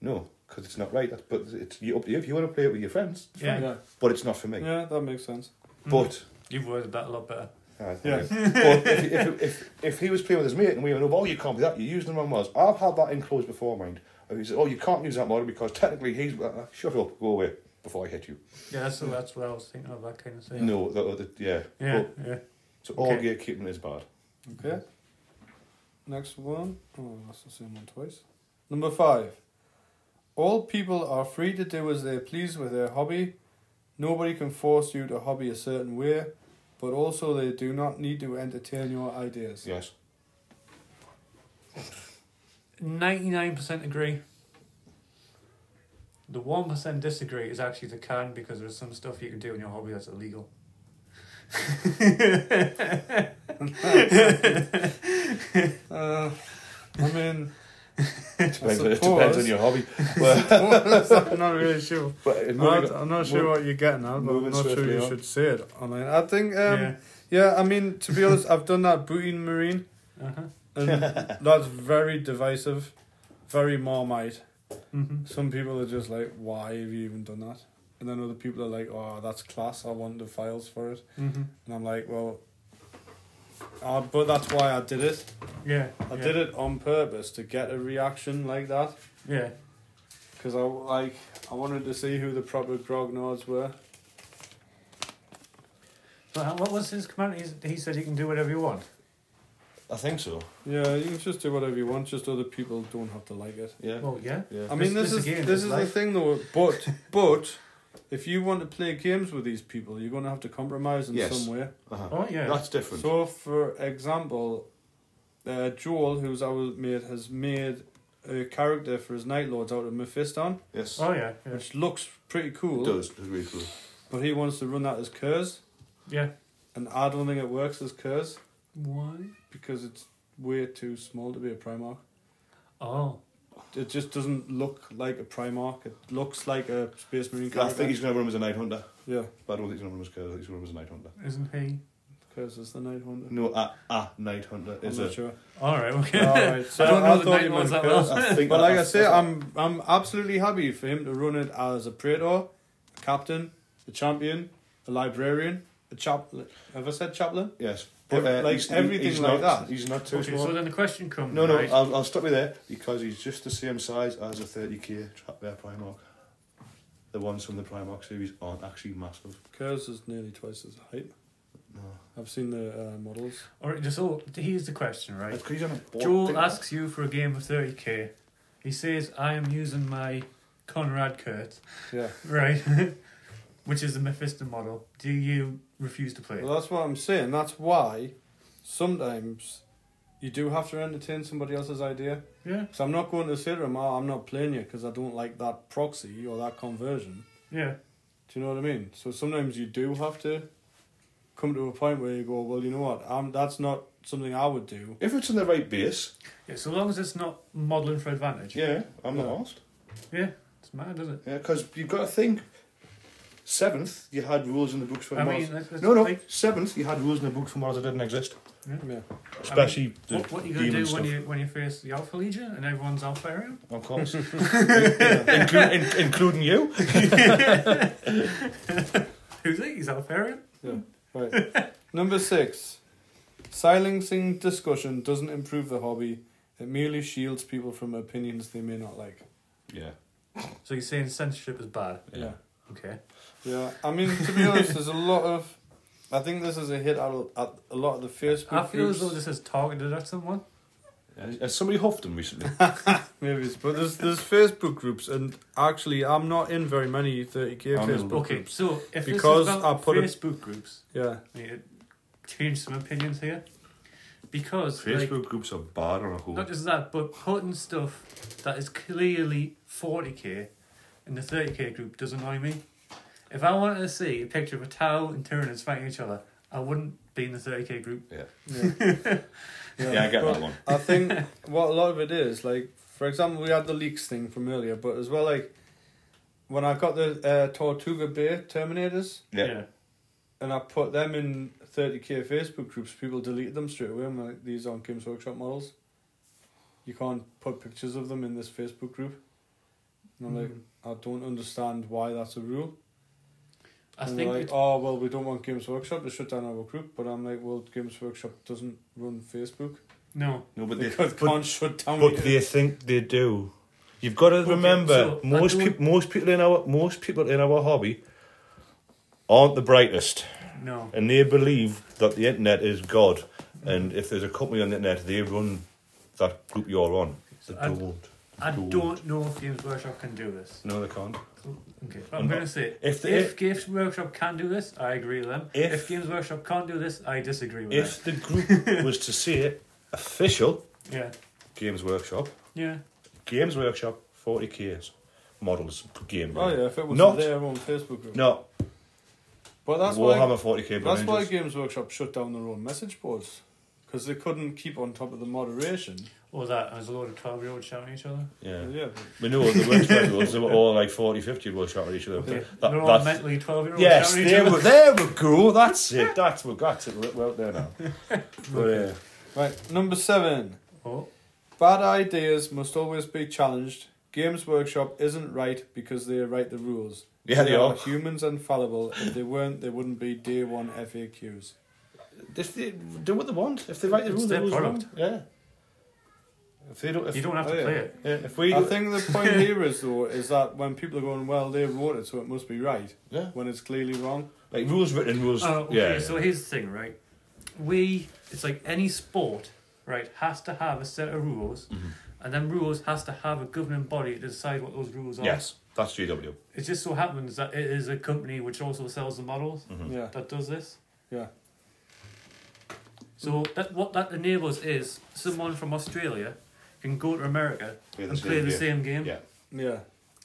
Speaker 3: no, because it's not right. That's- But it's you up to you. If you want to play it with your friends,
Speaker 4: Yeah.
Speaker 2: Yeah.
Speaker 3: but it's not for me.
Speaker 2: Yeah, that makes sense.
Speaker 3: But
Speaker 4: You've worded that a lot better.
Speaker 3: Yeah.
Speaker 2: Yeah.
Speaker 3: but if, if, if, if he was playing with his mate and we went, oh, you can't do that, you're using the wrong models. I've had that enclosed before, mind. And he said, oh, you can't use that model because technically he's. Uh, shut up, go away before I hit you.
Speaker 4: Yeah, that's that's what I was thinking of. That kind of thing.
Speaker 3: No, that, that, yeah.
Speaker 4: Yeah.
Speaker 3: But-
Speaker 4: yeah.
Speaker 3: so all
Speaker 4: Okay.
Speaker 3: gatekeeping is bad.
Speaker 2: Okay. Next one. Oh, that's the same one twice. Number five. All people are free to do as they please with their hobby. Nobody can force you to hobby a certain way, but also they do not need to entertain your ideas.
Speaker 3: Yes.
Speaker 4: 99% agree. The 1% disagree is actually the can because there's some stuff you can do in your hobby that's illegal.
Speaker 2: Uh, I mean,
Speaker 3: Depends, it depends on your hobby. but,
Speaker 2: I'm not really sure.
Speaker 3: but
Speaker 2: I'm
Speaker 3: moving
Speaker 2: not,
Speaker 3: on-
Speaker 2: I'm not sure
Speaker 3: move-
Speaker 2: what you're getting at, but I'm
Speaker 3: moving
Speaker 2: not sure
Speaker 3: swiftly
Speaker 2: you
Speaker 3: on.
Speaker 2: should say it online. I think, um,
Speaker 4: yeah.
Speaker 2: yeah. I mean, to be honest, I've done that booting marine.
Speaker 4: Uh-huh.
Speaker 2: and that's very divisive, very marmite.
Speaker 4: Mm-hmm.
Speaker 2: Some people are just like, "Why have you even done that?" And then other people are like, "Oh, that's class. I want the files for it."
Speaker 4: Mm-hmm.
Speaker 2: And I'm like, "Well, uh, but that's why I did it.
Speaker 4: Yeah.
Speaker 2: I
Speaker 4: yeah.
Speaker 2: did it on purpose to get a reaction like that
Speaker 4: Yeah.
Speaker 2: because I like I wanted to see who the proper grognards were.
Speaker 4: But how- what was his command? He's, he said you can do whatever you want.
Speaker 3: I think so.
Speaker 2: Yeah, you can just do whatever you want. Just other people don't have to like it.
Speaker 3: Yeah.
Speaker 4: Well, yeah.
Speaker 3: yeah.
Speaker 2: I mean, this,
Speaker 4: This-
Speaker 2: is
Speaker 4: this again
Speaker 2: this
Speaker 4: is
Speaker 2: is the
Speaker 4: life.
Speaker 2: thing though. But but if you want to play games with these people, you're going to have to compromise in
Speaker 3: Yes.
Speaker 2: some way.
Speaker 3: uh-huh.
Speaker 4: Oh, yeah.
Speaker 3: That's different.
Speaker 2: So, for example, uh, Joel, who's our mate, has made a character for his Night Lords out of Mephiston,
Speaker 3: yes.
Speaker 4: Oh, yeah. Yeah.
Speaker 2: which looks pretty cool.
Speaker 3: It does. It's really cool.
Speaker 2: But he wants to run that as Curse,
Speaker 4: yeah.
Speaker 2: and I don't think it works as Curse
Speaker 4: Why?
Speaker 2: because it's way too small to be a Primarch.
Speaker 4: Oh.
Speaker 2: It just doesn't look like a Primarch. It looks like a Space Marine
Speaker 3: I
Speaker 2: character.
Speaker 3: think he's going to run him as a Night Hunter,
Speaker 2: Yeah,
Speaker 3: but I don't think he's going to run him as Curse. I think he's going to run him as a Night Hunter.
Speaker 4: Isn't he?
Speaker 2: Curse is the Night Hunter.
Speaker 3: No, a, a Night Hunter
Speaker 2: I'm
Speaker 3: is
Speaker 2: not
Speaker 3: a.
Speaker 2: sure.
Speaker 4: All right. Okay.
Speaker 2: All right, so
Speaker 4: I don't know
Speaker 2: I
Speaker 4: the
Speaker 2: thought
Speaker 4: night
Speaker 2: he meant
Speaker 4: ones that
Speaker 2: Curse.
Speaker 4: well.
Speaker 3: I think
Speaker 2: But
Speaker 3: that-
Speaker 2: like I
Speaker 3: that's-
Speaker 2: say,
Speaker 3: that's-
Speaker 2: I'm I'm absolutely happy for him to run it as a praetor, a captain, a champion, a librarian, a chaplain. Have I said chaplain?
Speaker 3: Yes. Uh,
Speaker 2: Ev- like
Speaker 3: he's-
Speaker 2: everything
Speaker 3: he's
Speaker 2: like
Speaker 3: not-
Speaker 2: that.
Speaker 3: He's not too
Speaker 4: Okay,
Speaker 3: small.
Speaker 4: so then the question comes.
Speaker 3: No, uh, no,
Speaker 4: right?
Speaker 3: I'll, I'll stop you there because he's just the same size as a 30k trap bear Primarch. The ones from the Primarch series aren't actually massive.
Speaker 2: Curse is nearly twice his height.
Speaker 3: No.
Speaker 2: I've seen the uh, models.
Speaker 4: All right. Just so here's the question, right?
Speaker 3: That's 'cause he's on a board
Speaker 4: Joel
Speaker 3: thing.
Speaker 4: asks you for a game of 30k. He says, I am using my Conrad Kurt,
Speaker 2: Yeah.
Speaker 4: right? Which is the Mephisto model. Do you refuse to play it?
Speaker 2: Well, that's what I'm saying. That's why sometimes you do have to entertain somebody else's idea.
Speaker 4: Yeah,
Speaker 2: So I'm not going to say to him, oh, I'm not playing you because I don't like that proxy or that conversion.
Speaker 4: yeah.
Speaker 2: Do you know what I mean? So sometimes you do have to come to a point where you go, well, you know what? Um, that's not something I would do.
Speaker 3: If it's in the right base,
Speaker 4: Yeah, so long as it's not modelling for advantage.
Speaker 3: yeah, I'm
Speaker 2: Yeah.
Speaker 3: not asked.
Speaker 4: Yeah, it's mad, isn't it?
Speaker 3: Yeah, because you've got to think. Seventh, you had rules in the books for
Speaker 4: I
Speaker 3: models.
Speaker 4: mean, that's, that's
Speaker 3: no, no.
Speaker 4: like-
Speaker 3: Seventh, you had rules in the books for models that didn't exist,
Speaker 2: Yeah.
Speaker 3: especially the
Speaker 4: what, what are you going to
Speaker 3: demon
Speaker 4: do
Speaker 3: stuff.
Speaker 4: when you when you face the Alpha Legion and everyone's Alpha Ariel?
Speaker 3: Of course, Inclu- in- including you.
Speaker 4: Who's he? He's Alpha Ariel?
Speaker 2: Right. Number six. Silencing discussion doesn't improve the hobby. It merely shields people from opinions they may not like.
Speaker 3: Yeah,
Speaker 4: So you're saying censorship is bad?
Speaker 2: Yeah.
Speaker 4: Okay.
Speaker 2: Yeah. I mean, to be honest, there's a lot of. I think this is a hit at, at a lot of the Facebook
Speaker 4: I feel
Speaker 2: groups.
Speaker 4: as though this is targeted at someone.
Speaker 3: Has- Has somebody huffed them recently?
Speaker 2: Maybe it's, but there's there's Facebook groups, and actually, I'm not in very many 30k
Speaker 3: I'm in
Speaker 2: Facebook
Speaker 4: Okay,
Speaker 2: groups.
Speaker 4: so if
Speaker 2: Because
Speaker 4: this is
Speaker 2: I
Speaker 4: about
Speaker 2: put a-
Speaker 4: Facebook groups,
Speaker 2: Yeah.
Speaker 4: I need to change some opinions here. Because like,
Speaker 3: Facebook groups are bad on a whole.
Speaker 4: not just that, but putting stuff that is clearly 40k in the 30k group does annoy me. If I wanted to see a picture of a towel and Tyranids fighting each other, I wouldn't be in the 30k group.
Speaker 3: Yeah.
Speaker 2: Yeah.
Speaker 3: Yeah, I get
Speaker 2: But
Speaker 3: that one.
Speaker 2: I think what a lot of it is, like, for example, we had the leaks thing from earlier, but as well, like, when I got the uh, Tortuga Bay Terminators
Speaker 3: Yeah.
Speaker 2: and I put them in 30k Facebook groups, people deleted them straight away. I'm like, these aren't Games Workshop models. You can't put pictures of them in this Facebook group. And I'm
Speaker 4: Mhm.
Speaker 2: like, I don't understand why that's a rule.
Speaker 4: I
Speaker 2: and they're
Speaker 4: think
Speaker 2: like,
Speaker 4: it,
Speaker 2: oh, well, we don't want Games Workshop to shut down our group. But I'm like, well, Games Workshop doesn't run Facebook.
Speaker 4: no.
Speaker 3: No, but
Speaker 2: They
Speaker 3: they,
Speaker 2: can't
Speaker 3: but,
Speaker 2: shut down
Speaker 3: but
Speaker 2: the-
Speaker 3: they think they do. You've got to
Speaker 4: Okay,
Speaker 3: remember
Speaker 4: so I
Speaker 3: most
Speaker 4: don't-
Speaker 3: people, most people in our most people in our hobby aren't the brightest,
Speaker 4: No.
Speaker 3: and they believe that the internet is god. And if there's a company on the internet, they run that group you're on. They
Speaker 4: I-
Speaker 3: don't.
Speaker 4: I
Speaker 3: Don't.
Speaker 4: don't know if Games Workshop can do this.
Speaker 3: No, they can't.
Speaker 4: Okay, I'm going to say
Speaker 3: if
Speaker 4: if,
Speaker 3: the-
Speaker 4: if Games Workshop can do this, I agree with them.
Speaker 3: If-
Speaker 4: If, Games Workshop can't do this, I disagree with
Speaker 3: If the group was to say it, official
Speaker 4: them.
Speaker 3: Games Workshop,
Speaker 4: Yeah, yeah.
Speaker 3: Games Workshop, forty Ks, models game.
Speaker 2: Oh yeah, if it was
Speaker 3: Not-
Speaker 2: there on Facebook group.
Speaker 3: No,
Speaker 2: But that's why
Speaker 3: Warhammer forty K.
Speaker 2: that's why Games Workshop shut down their own message boards because they couldn't keep on top of the moderation.
Speaker 4: All that there's a lot of twelve year olds shouting at each other.
Speaker 3: Yeah.
Speaker 2: Yeah,
Speaker 3: We know the worst festivals, they were all like 40, 50 were shot at each other.
Speaker 4: Okay,
Speaker 3: That-
Speaker 4: they're all
Speaker 3: that's-
Speaker 4: mentally twelve year olds
Speaker 3: yes,
Speaker 4: shouting at
Speaker 3: there
Speaker 4: each
Speaker 3: we,
Speaker 4: other.
Speaker 3: there we go. That's it. That's what got it. We're we're out there now. But, uh,
Speaker 2: right. Number seven.
Speaker 4: Oh,
Speaker 2: Bad ideas must always be challenged. Games Workshop isn't right because they write the rules.
Speaker 3: yeah, they are.
Speaker 2: Humans and fallible. If they weren't, they wouldn't be day one FAQs.
Speaker 3: If they do what they want, if they write the
Speaker 4: It's
Speaker 3: rules,
Speaker 4: their
Speaker 3: they rules
Speaker 4: product.
Speaker 3: wrong. Yeah. If they don't, if,
Speaker 4: you don't have
Speaker 2: oh,
Speaker 4: to
Speaker 2: yeah.
Speaker 4: play it.
Speaker 3: yeah, if we,
Speaker 2: I think the point here is though is that when people are going, well, they wrote it, so it must be right.
Speaker 3: yeah,
Speaker 2: When it's clearly wrong.
Speaker 3: like rules written rules.
Speaker 4: Oh, okay.
Speaker 3: yeah, yeah.
Speaker 4: So here's the thing, right? We it's like any sport right, has to have a set of rules,
Speaker 3: Mm-hmm.
Speaker 4: and then rules has to have a governing body to decide what those rules are.
Speaker 3: Yes, that's GW.
Speaker 4: It just so happens that it is a company which also sells the models
Speaker 3: Mm-hmm. Hmm.
Speaker 2: Yeah,
Speaker 4: that does this.
Speaker 2: yeah.
Speaker 4: So that what that enables is someone from Australia can go to America
Speaker 3: Play the
Speaker 4: and
Speaker 3: same
Speaker 4: play the
Speaker 3: game.
Speaker 4: same game
Speaker 3: Yeah.
Speaker 2: Yeah.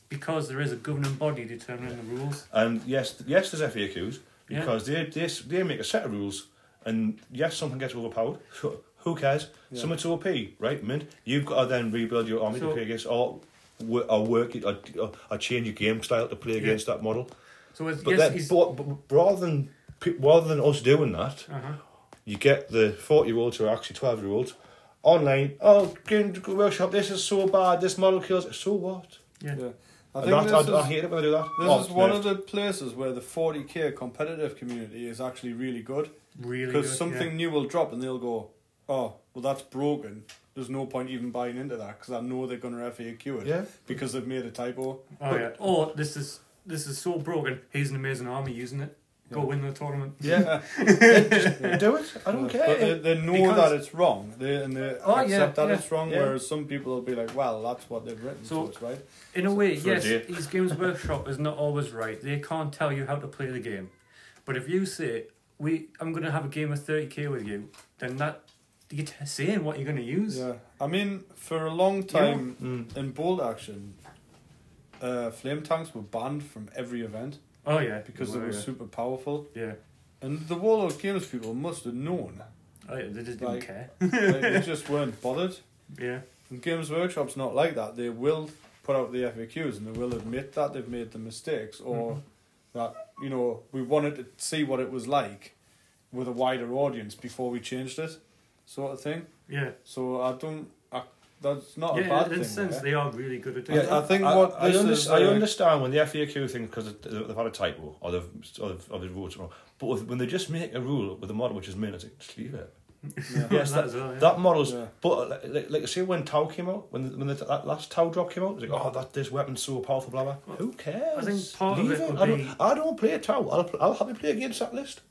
Speaker 4: because there is a governing body determining the rules.
Speaker 3: And yes, yes, there's FAQs
Speaker 4: Yeah.
Speaker 3: because they, they they make a set of rules, and yes, something gets overpowered. Who- Who cares?
Speaker 2: Yeah.
Speaker 3: Someone's OP, right? Mint. You've got to then rebuild your army
Speaker 4: So-
Speaker 3: to play against, or wo- or work it, or, or, or change your game style to play against that model.
Speaker 4: So it's,
Speaker 3: But
Speaker 4: yes,
Speaker 3: then,
Speaker 4: he's,
Speaker 3: but, but rather than pe- rather than us doing that,
Speaker 4: uh-huh.
Speaker 3: you get the forty year olds or actually twelve year olds online. Oh, go into the workshop. This is so bad. This model kills. So what?
Speaker 4: yeah.
Speaker 2: Yeah. I
Speaker 3: I,
Speaker 2: think
Speaker 3: that,
Speaker 2: this
Speaker 3: I,
Speaker 2: is,
Speaker 3: I hate it when I do that.
Speaker 2: this
Speaker 3: Oh,
Speaker 2: is one
Speaker 3: nerfed.
Speaker 2: of the places where the 40k competitive community is actually really good
Speaker 4: really
Speaker 2: because
Speaker 4: good,
Speaker 2: something new will drop and they'll go, oh, well, that's broken. There's no point even buying into that because I know they're going to FAQ it
Speaker 3: Yeah.
Speaker 2: because they've made a typo.
Speaker 4: yeah. Oh yeah. Or this is this is so broken. He's an amazing army using it. Go win the tournament.
Speaker 2: Yeah,
Speaker 3: do it. I don't
Speaker 2: but they,
Speaker 4: uh,
Speaker 3: care.
Speaker 2: they know
Speaker 4: Because-
Speaker 2: that it's wrong. They and they
Speaker 4: Oh,
Speaker 2: accept
Speaker 4: yeah,
Speaker 2: that
Speaker 4: yeah,
Speaker 2: it's wrong.
Speaker 3: yeah.
Speaker 2: Whereas some people will be like, well, that's what they've written, so,
Speaker 4: So-
Speaker 2: it's right.
Speaker 4: In a way,
Speaker 3: For a
Speaker 4: yes,
Speaker 3: day.
Speaker 4: these Games Workshop is not always right. They can't tell you how to play the game. But if you say, "We, I'm going to have a game of 30k with you," then that you're t- saying what you're going to use.
Speaker 2: Yeah, I mean, for a long time in bold action, uh, flame tanks were banned from every event
Speaker 4: Oh yeah,
Speaker 2: because they
Speaker 4: Well,
Speaker 2: were
Speaker 4: yeah.
Speaker 2: super powerful,
Speaker 4: Yeah,
Speaker 2: and the Warlord Games people must have known.
Speaker 4: oh, yeah they just
Speaker 2: Like-
Speaker 4: didn't care.
Speaker 2: Like, they just weren't bothered.
Speaker 4: Yeah,
Speaker 2: And Games Workshop's not like that. They will put out the FAQs and they will admit that they've made the mistakes or
Speaker 4: Mm-hmm.
Speaker 2: that, you know, we wanted to see what it was like with a wider audience before we changed it, sort of thing.
Speaker 4: yeah,
Speaker 2: So I don't, I, that's not a
Speaker 4: yeah.
Speaker 2: bad
Speaker 4: In a
Speaker 2: thing.
Speaker 4: sense,
Speaker 2: yeah.
Speaker 4: they are really good at doing.
Speaker 2: Yeah,
Speaker 4: Yeah,
Speaker 2: I think what
Speaker 3: I,
Speaker 2: this
Speaker 3: under-
Speaker 2: is,
Speaker 3: I
Speaker 2: uh,
Speaker 3: understand when the FAQ thing because they've had a typo or they've or they've, or they've wrote it wrong. But with, when they just make a rule with a model which is made, it's like, just leave it.
Speaker 2: Yeah.
Speaker 3: Yes,
Speaker 4: that as well. Yeah.
Speaker 3: That model's.
Speaker 2: Yeah.
Speaker 3: But uh, like, like, like I say, when Tau came out, when the, when the, that last Tau drop came out, it's like, oh, that this weapon's so powerful, blah blah. Who cares?
Speaker 4: I think part of
Speaker 3: leave
Speaker 4: it would
Speaker 3: I don't,
Speaker 4: be-
Speaker 3: I don't play Tau. I'll, pl- I'll have you play against that list.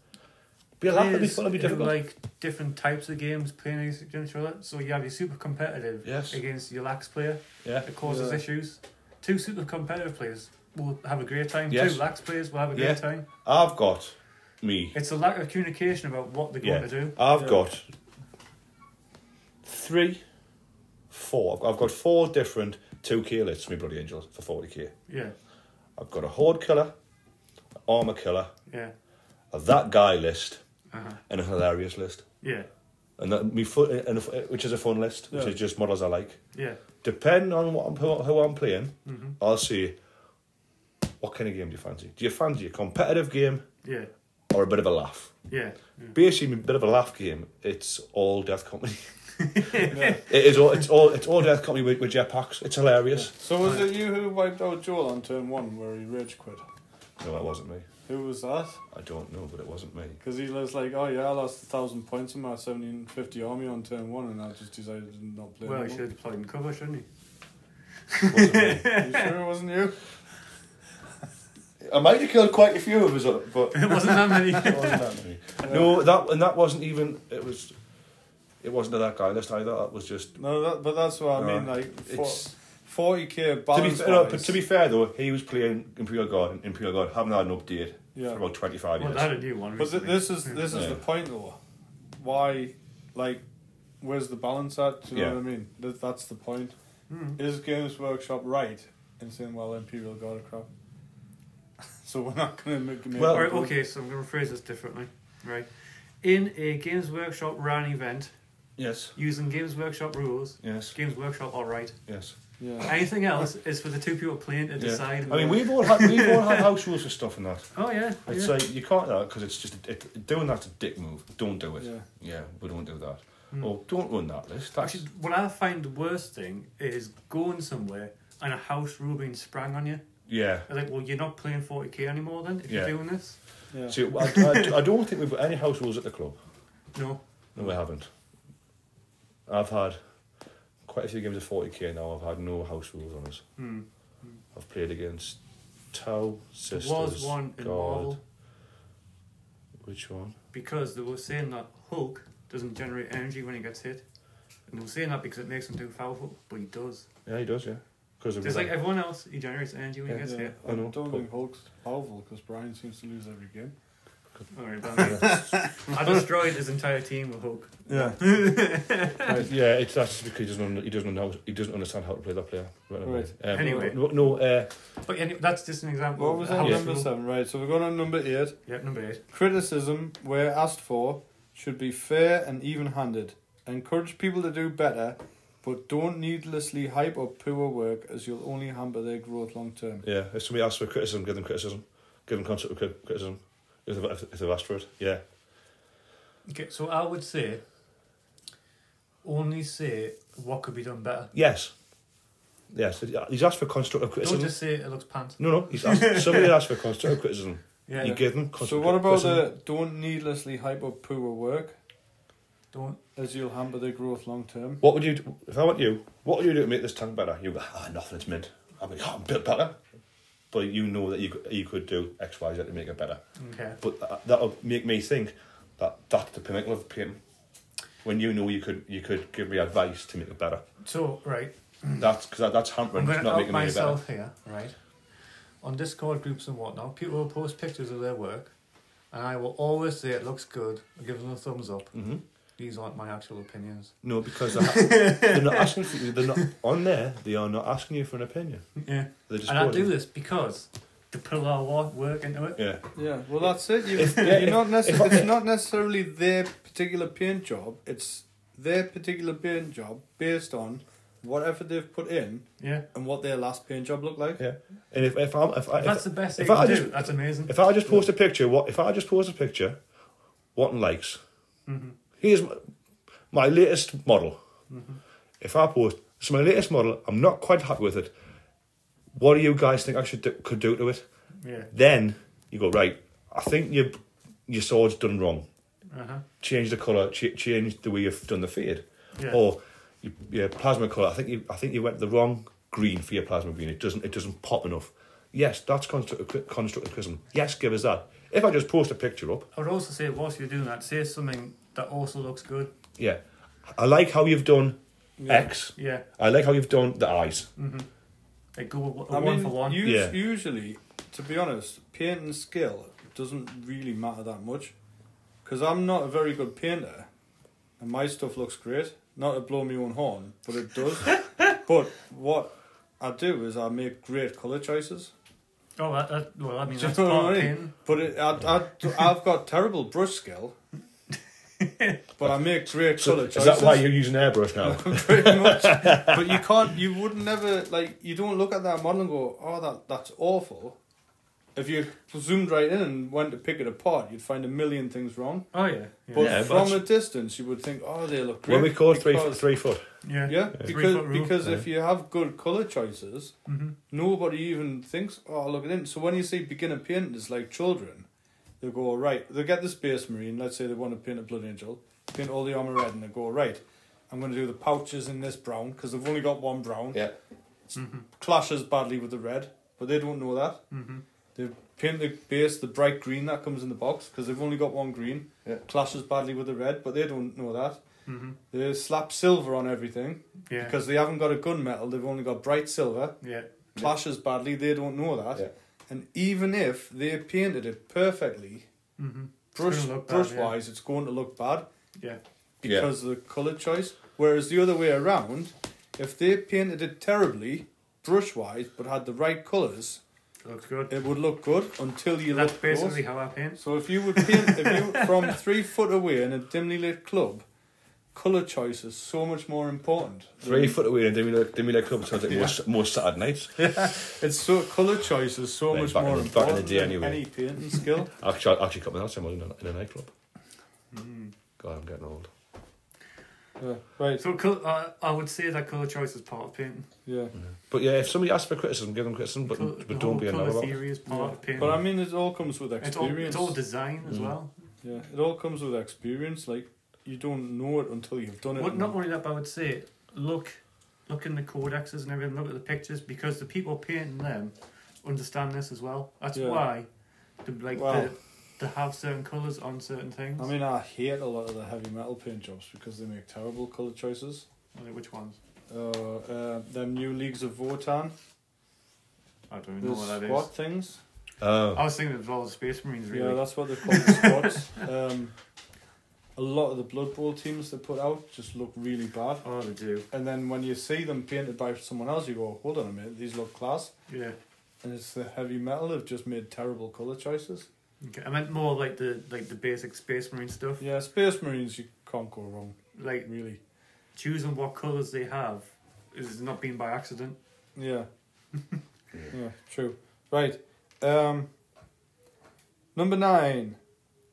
Speaker 3: Be a laugh it'll be
Speaker 4: Players
Speaker 3: fun, it'll be
Speaker 4: who
Speaker 3: difficult.
Speaker 4: like different types of games playing against each other. So you have your super competitive
Speaker 3: Yes.
Speaker 4: against your lax player.
Speaker 3: yeah.
Speaker 4: that causes
Speaker 2: Yeah.
Speaker 4: issues. Two super competitive players will have a great time.
Speaker 3: Yes.
Speaker 4: Two lax players will have a great
Speaker 3: Yeah.
Speaker 4: time.
Speaker 3: I've got me.
Speaker 4: It's a lack of communication about what they're
Speaker 3: Yeah.
Speaker 4: going to do.
Speaker 3: I've
Speaker 2: Yeah.
Speaker 3: got three, four. I've I've got four different 2k lists, me bloody angels, for 40k.
Speaker 4: Yeah,
Speaker 3: I've got a horde killer, an armor killer,
Speaker 4: yeah,
Speaker 3: a that guy list,
Speaker 4: uh-huh.
Speaker 3: and a hilarious list.
Speaker 4: yeah,
Speaker 3: And that me fu- and a- which is a fun list, which
Speaker 2: Yeah.
Speaker 3: is just models I like.
Speaker 4: yeah,
Speaker 3: Depending on what I'm, who, who I'm playing,
Speaker 4: Mm-hmm.
Speaker 3: I'll see what kind of game do you fancy. Do you fancy a competitive game
Speaker 4: yeah,
Speaker 3: or a bit of a laugh?
Speaker 4: yeah.
Speaker 3: basically a bit of a laugh game. It's all death comedy. It is all. It's all. It's all death comedy with, with jetpacks. It's hilarious.
Speaker 2: So was it you who wiped out Joel on turn one where he rage quit?
Speaker 3: No, it wasn't me.
Speaker 2: Who was that?
Speaker 3: I don't know, but it wasn't me.
Speaker 2: Because he was like, oh yeah, I lost a thousand points in my 1750 army on turn one and I just decided to not play
Speaker 4: Well, he
Speaker 2: anymore.
Speaker 4: should have deployed and cover, shouldn't he?
Speaker 3: It wasn't me.
Speaker 2: You sure it wasn't you?
Speaker 3: I might have killed quite a few of us, uh, but
Speaker 4: It wasn't that many.
Speaker 3: it wasn't that me. No, that and that wasn't even. It was. It wasn't that guy list either. That was just.
Speaker 2: No, that, but that's what I mean.
Speaker 3: No,
Speaker 2: Like, for,
Speaker 3: It's
Speaker 2: 40k
Speaker 3: to be,
Speaker 2: balance.
Speaker 3: fair, no, but to be fair though, he was playing Imperial Guard and Imperial Guard haven't had an update
Speaker 2: Yeah.
Speaker 3: for about twenty five
Speaker 4: well,
Speaker 3: years.
Speaker 4: that a new one.
Speaker 2: But th-
Speaker 4: recently.
Speaker 2: this is this is
Speaker 3: Yeah.
Speaker 2: the point though. Why, like, where's the balance at? Do you know
Speaker 3: Yeah.
Speaker 2: what I mean? That, that's the point.
Speaker 3: Hmm.
Speaker 4: Mm.
Speaker 2: Is Games Workshop right in saying, well, Imperial God are crap? so we're not going to make. make
Speaker 3: Well-
Speaker 4: Alright, okay, so I'm going to phrase this differently. Right. In a Games Workshop RAN event,
Speaker 3: Yes.
Speaker 4: using Games Workshop rules,
Speaker 3: Yes.
Speaker 4: Games Workshop alright.
Speaker 3: Yes.
Speaker 2: Yeah.
Speaker 4: Anything else is for the two people playing to
Speaker 3: Yeah.
Speaker 4: decide.
Speaker 3: I mean, we've all had we've all had house rules for stuff and that.
Speaker 4: Oh, yeah.
Speaker 3: I'd
Speaker 4: yeah.
Speaker 3: say you can't do that because it's just it, doing that's a dick move. Don't do it.
Speaker 2: Yeah.
Speaker 3: Yeah, we don't do that. Or don't run that list. That's,
Speaker 4: Hmm. Actually, what I find the worst thing is going somewhere and a house rule being sprang on you.
Speaker 3: yeah.
Speaker 4: I'm like, well, you're not playing 40k anymore then if
Speaker 3: Yeah.
Speaker 4: you're doing this.
Speaker 2: Yeah.
Speaker 3: See, I, I, I don't think we've got any house rules at the club.
Speaker 4: No.
Speaker 3: No, we haven't. I've had quite a few games of forty k now. I've had no house rules on us.
Speaker 4: Hmm.
Speaker 3: I've played against Tau
Speaker 4: There
Speaker 3: Sisters.
Speaker 4: was one in
Speaker 3: God.
Speaker 4: Marvel
Speaker 3: Which one?
Speaker 4: because they were saying that Hulk doesn't generate energy when he gets hit. And I'm saying that because it makes him too powerful, but he does.
Speaker 3: Yeah, he does, yeah. Because
Speaker 4: Just like everyone else, he generates energy when he
Speaker 3: Yeah.
Speaker 4: gets hit.
Speaker 3: I know.
Speaker 2: I don't think Hulk's powerful because Brian seems to lose every game.
Speaker 4: All right, I destroyed his entire team with Hulk.
Speaker 3: Yeah. yeah, it's that's just because he doesn't un- he doesn't know he doesn't understand how to play that player. Right. away.
Speaker 2: Right.
Speaker 3: Um,
Speaker 4: Anyway.
Speaker 3: no, no uh,
Speaker 4: But anyway, that's just an example.
Speaker 2: What
Speaker 4: of
Speaker 2: was
Speaker 4: how
Speaker 2: that?
Speaker 3: Yeah.
Speaker 2: Number
Speaker 4: people-
Speaker 2: seven. Right, so we're going on number eight.
Speaker 4: Yep, number eight.
Speaker 2: Criticism, where asked for, should be fair and even handed. Encourage people to do better, but don't needlessly hype up poor work as you'll only hamper their growth long term.
Speaker 3: yeah, if somebody asks for criticism, give them criticism. Give them constructive cri- criticism. If they've, if they've asked for it. Yeah.
Speaker 4: Okay, so I would say only say what could be done better.
Speaker 3: Yes. Yes. He's asked for constructive criticism.
Speaker 4: Don't just say it looks pants.
Speaker 3: No, no. He's asked, somebody asked for constructive criticism.
Speaker 4: Yeah.
Speaker 3: You give them
Speaker 2: So
Speaker 3: constructive
Speaker 2: what about
Speaker 3: criticism.
Speaker 2: the don't needlessly hype up poor work
Speaker 4: Don't.
Speaker 2: as you'll hamper their growth long term?
Speaker 3: What would you do, if I want you? What would you do to make this tank better? You go, ah, nothing. It's mid. I mean, "Oh, I'm built better, but you know that you could, you could do X, Y, Z to make it better.
Speaker 4: Okay.
Speaker 3: But that, that'll make me think that that's the pinnacle of painting. When you know you could, you could give me advice to make it better.
Speaker 4: So right,
Speaker 3: That's because that, that's hampering.
Speaker 4: Mm.
Speaker 3: It's
Speaker 4: I'm going to
Speaker 3: not
Speaker 4: out
Speaker 3: making me any better.
Speaker 4: myself here, right? On Discord groups and whatnot, people will post pictures of their work, and I will always say it looks good. I give them a thumbs up.
Speaker 3: Mhm.
Speaker 4: These aren't my actual opinions.
Speaker 3: No, because they're, they're not asking. For, they're not on there. They are not asking you for an opinion.
Speaker 4: Yeah,
Speaker 3: They're just
Speaker 4: and I do
Speaker 3: quoting.
Speaker 4: this because to put our wa- work into it.
Speaker 3: Yeah,
Speaker 2: Yeah, well that's it. You,
Speaker 3: If-
Speaker 2: you're
Speaker 3: yeah,
Speaker 2: not necess- it's not necessarily their particular paint job. It's their particular paint job based on whatever they've put in
Speaker 4: Yeah,
Speaker 2: and what their last paint job looked like.
Speaker 3: yeah. And if if I'm if I, if,
Speaker 4: that's the best
Speaker 3: if
Speaker 4: thing
Speaker 3: I
Speaker 4: to do.
Speaker 3: just-
Speaker 4: That's amazing.
Speaker 3: If I just post a picture, what if I just post a picture, wanting likes? Here's my, my latest model. If I post, it's my latest model. I'm not quite happy with it. What do you guys think I should do, could do to it?
Speaker 4: Yeah.
Speaker 3: Then you go right. I think your your sword's done wrong.
Speaker 4: Uh
Speaker 3: Uh-huh.
Speaker 4: huh.
Speaker 3: Change the color. Ch- change the way you've done the fade.
Speaker 4: Yeah.
Speaker 3: Or your, your plasma color. I think you I think you went the wrong green for your plasma green. It doesn't it doesn't pop enough. Yes, that's constructive cri- constructive criticism. Yes, give us that. If I just post a picture up,
Speaker 4: I would also say whilst you're doing that, say something that also looks good.
Speaker 3: yeah, I like how you've done X.
Speaker 4: Yeah,
Speaker 3: I like how you've done the eyes.
Speaker 4: like go with a
Speaker 2: I
Speaker 4: one
Speaker 2: mean,
Speaker 4: for one.
Speaker 2: us-
Speaker 3: Yeah.
Speaker 2: usually, to be honest, paint and skill doesn't really matter that much. Because I'm not a very good painter, and my stuff looks great. Not to blow my own horn, but it does. but what I do is I make great colour choices.
Speaker 4: oh, that, that, well, I mean
Speaker 2: Do you
Speaker 4: that's
Speaker 2: know what
Speaker 4: part
Speaker 2: I
Speaker 4: of
Speaker 2: mean?
Speaker 4: painting.
Speaker 2: But it, I, I, I've got terrible brush skill, but I make great
Speaker 3: So
Speaker 2: colour
Speaker 3: is
Speaker 2: choices.
Speaker 3: that why you're using airbrush now?
Speaker 2: pretty much. but you can't. You would never like. You don't look at that model and go, "Oh, that that's awful." If you zoomed right in and went to pick it apart, you'd find a million things wrong.
Speaker 4: Oh yeah. Yeah.
Speaker 2: But
Speaker 3: Yeah, but
Speaker 2: from
Speaker 3: that's-
Speaker 2: a distance, you would think, "Oh, they look great."
Speaker 3: when we call three foot,
Speaker 2: because-
Speaker 3: three foot,
Speaker 4: yeah.
Speaker 2: yeah,
Speaker 4: foot
Speaker 2: because
Speaker 4: rule.
Speaker 2: because if you have good color choices,
Speaker 4: Mhm.
Speaker 2: nobody even thinks, "Oh, look at it." So when you see beginner painters like children, they go right. They get the space marine. Let's say they want to paint a blood angel, paint all the armor red, and they go right. I'm going to do the pouches in this brown because they've only got one brown.
Speaker 3: yeah,
Speaker 2: clashes badly with the red, but they don't know that.
Speaker 4: Mhm.
Speaker 2: They paint the base the bright green that comes in the box because they've only got one green.
Speaker 3: Yeah.
Speaker 2: Clashes badly with the red, but they don't know that.
Speaker 4: Mhm.
Speaker 2: They slap silver on everything
Speaker 4: Yeah.
Speaker 2: because they haven't got a gunmetal. They've only got bright silver.
Speaker 4: yeah.
Speaker 2: Clashes badly. They don't know that.
Speaker 3: Yeah.
Speaker 2: And even if they painted it perfectly,
Speaker 4: Mhm.
Speaker 2: brush
Speaker 4: gonna look bad,
Speaker 2: brush
Speaker 4: yeah.
Speaker 2: wise, it's going to look bad
Speaker 4: Yeah.
Speaker 3: Yeah.
Speaker 2: because of the color choice. Whereas the other way around, if they painted it terribly, brush wise, but had the right colors,
Speaker 4: It looks good.
Speaker 2: it would look good until you
Speaker 4: That's
Speaker 2: look
Speaker 4: basically
Speaker 2: close.
Speaker 4: how I paint.
Speaker 2: So if you would paint if you from three foot away in a dimly lit club, color choice is so much more important.
Speaker 3: three foot away, and then we look, then we look up to like more, more Saturday nights.
Speaker 2: It's so color choice is so
Speaker 3: Yeah,
Speaker 2: much
Speaker 3: back in
Speaker 2: more
Speaker 3: the- back in the
Speaker 2: important
Speaker 3: day
Speaker 2: than
Speaker 3: anyway.
Speaker 2: any painting skill.
Speaker 3: Actually, I actually cut my last time I was in a, in a nightclub.
Speaker 2: Hmm.
Speaker 3: God, I'm getting old.
Speaker 2: Yeah, right.
Speaker 4: So col- uh, I would say that color choice is part of painting.
Speaker 2: Yeah.
Speaker 3: But yeah, if somebody asks for criticism, give them criticism, but,
Speaker 4: Col- the
Speaker 3: but don't
Speaker 4: whole
Speaker 3: be a
Speaker 4: color
Speaker 3: knob about it.
Speaker 4: theory is part of Oh, painting.
Speaker 2: But I mean, it all comes with
Speaker 4: it's all
Speaker 2: experience.
Speaker 4: it's all design
Speaker 3: Mm.
Speaker 4: as well.
Speaker 2: yeah, it all comes with experience. Like you don't know it until you've done it.
Speaker 4: What, not only that, but I would say look, look in the codexes and everything. Look at the pictures because the people painting them understand this as well. That's
Speaker 2: Yeah.
Speaker 4: why, the, like
Speaker 2: Wow.
Speaker 4: the, they have certain colors on certain things.
Speaker 2: I mean, I hate a lot of the heavy metal paint jobs because they make terrible color choices.
Speaker 4: Like, Which ones?
Speaker 2: Uh, uh, them new leagues of Votan.
Speaker 4: I don't even know
Speaker 2: The
Speaker 4: what that is.
Speaker 2: squad things.
Speaker 3: Oh.
Speaker 4: I was thinking of all the Space Marines, really.
Speaker 2: Yeah, that's what they're called, the squads. Um, a lot of the Blood Bowl teams they put out just look really bad.
Speaker 4: oh, they do.
Speaker 2: And then when you see them painted by someone else, you go, hold on a minute, these look class.
Speaker 4: Yeah.
Speaker 2: And it's the heavy metal have just made terrible colour choices.
Speaker 4: Okay. I meant more like the like the basic Space Marine stuff.
Speaker 2: Yeah, Space Marines, you can't go wrong,
Speaker 4: Like
Speaker 2: really.
Speaker 4: choosing what colours they have is not being by accident.
Speaker 2: Yeah. yeah, true. Right. Um, number nine.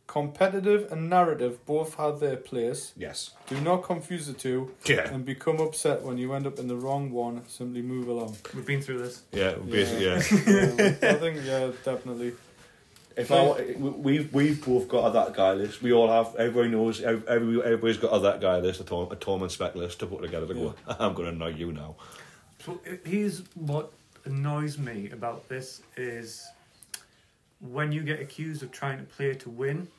Speaker 2: Competitive and narrative both have their place.
Speaker 3: Yes.
Speaker 2: Do not confuse the two
Speaker 3: Yeah.
Speaker 2: and become upset when you end up in the wrong one. Simply move along.
Speaker 4: We've been through this.
Speaker 3: Yeah. Basically, yeah.
Speaker 2: Um, I think, yeah, definitely.
Speaker 3: If I, we- we've we've both got a that guy list. We all have. Everybody knows. ev- Every everybody's got a that guy list. A Tom a Tom and spec list to put together. To go. I'm gonna know you now.
Speaker 4: So uh, here's what annoys me about this is when you get accused of trying to play to win,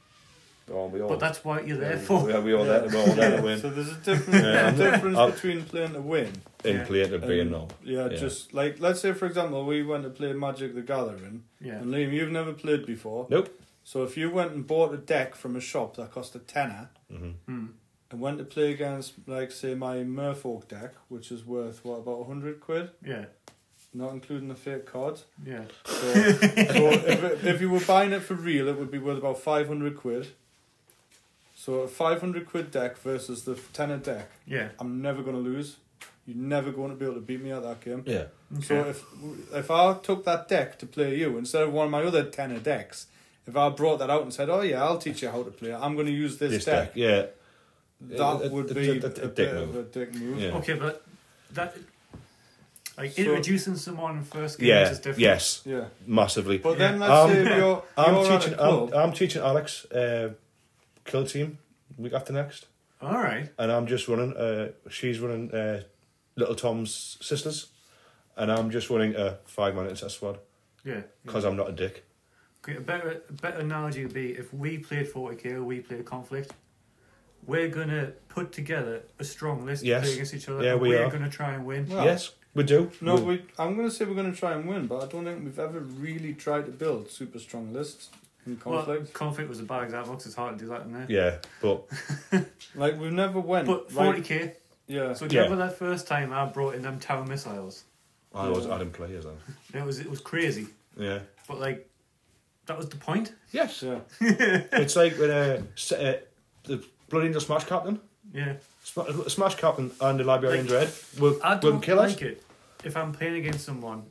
Speaker 3: Oh, we all.
Speaker 4: but that's what you're there
Speaker 3: yeah,
Speaker 4: for.
Speaker 3: We, we all there. We all there to
Speaker 2: So
Speaker 3: win.
Speaker 2: there's a difference,
Speaker 3: Yeah.
Speaker 2: difference
Speaker 3: I'll-
Speaker 2: between playing to win.
Speaker 3: In play to be a
Speaker 2: and-
Speaker 3: no.
Speaker 2: Yeah,
Speaker 3: Yeah.
Speaker 2: just like, let's say, for example, we went to play Magic the Gathering.
Speaker 4: Yeah.
Speaker 2: And Liam, you've never played before.
Speaker 3: Nope.
Speaker 2: So if you went and bought a deck from a shop that cost a tenner
Speaker 3: Mhm.
Speaker 4: Hmm.
Speaker 2: and went to play against, like, say, my Merfolk deck, which is worth, what, about 100 quid?
Speaker 4: Yeah.
Speaker 2: Not including the fake cards.
Speaker 4: Yeah.
Speaker 2: So, so if, it- if you were buying it for real, it would be worth about 500 quid. So a 500 quid deck versus the tenner deck,
Speaker 4: Yeah.
Speaker 2: I'm never going to lose. You're never going to be able to beat me at that game.
Speaker 3: Yeah.
Speaker 2: So
Speaker 4: Okay.
Speaker 2: if if I took that deck to play you instead of one of my other tenor decks, if I brought that out and said, "Oh yeah, I'll teach you how to play it. I'm going to use this,
Speaker 3: This
Speaker 2: deck,",
Speaker 3: deck. Yeah.
Speaker 2: that
Speaker 3: A- a-
Speaker 2: would
Speaker 3: a-
Speaker 2: be a,
Speaker 3: a- a- a dick
Speaker 2: bit
Speaker 3: move.
Speaker 2: of a dick move.
Speaker 3: Yeah.
Speaker 4: Okay, but that like
Speaker 2: So-
Speaker 4: introducing someone in first games
Speaker 3: Yeah.
Speaker 4: is different.
Speaker 3: Yes.
Speaker 2: Yeah.
Speaker 3: Massively.
Speaker 2: But then let's
Speaker 3: Um,
Speaker 2: say if you're,
Speaker 3: I'm
Speaker 2: you're
Speaker 3: teaching.
Speaker 2: at a club.
Speaker 3: I'm, I'm teaching Alex. Uh, kill team week after next,
Speaker 4: All right.
Speaker 3: and I'm just running. Uh, she's running. Uh, Little Tom's sisters, and I'm just running a five man incest squad
Speaker 4: Yeah.
Speaker 3: because I'm not a dick.
Speaker 4: Okay, a better a better analogy would be if we played 40k or we played conflict. We're gonna put together a strong list
Speaker 3: Yes.
Speaker 4: to play against each other.
Speaker 3: Yeah,
Speaker 4: and
Speaker 3: we
Speaker 4: we're
Speaker 3: are.
Speaker 4: gonna try and win.
Speaker 2: Well,
Speaker 3: Yes, we do.
Speaker 2: No,
Speaker 3: we,
Speaker 2: we, I'm going to say we're going to try and win, but I don't think we've ever really tried to build super strong lists in
Speaker 4: Well,
Speaker 2: conflict.
Speaker 4: conflict was a bad example because it's hard to do that in there.
Speaker 3: yeah, but
Speaker 2: like we've never went.
Speaker 4: But
Speaker 2: right-
Speaker 4: 40k.
Speaker 2: yeah.
Speaker 4: So
Speaker 3: Yeah.
Speaker 4: do you remember that first time I brought in them tower missiles?
Speaker 3: I was I didn't play as then.
Speaker 4: It was it was crazy,
Speaker 3: Yeah.
Speaker 4: but like that was the point.
Speaker 3: Yes.
Speaker 2: yeah.
Speaker 3: it's like when uh, s- uh, the Blood Angel Smash Captain,
Speaker 4: Yeah,
Speaker 3: Sm- Smash Captain, and the Liberian
Speaker 4: Like,
Speaker 3: Dread will
Speaker 4: I
Speaker 3: will
Speaker 4: don't
Speaker 3: kill us.
Speaker 4: like it if I'm playing against someone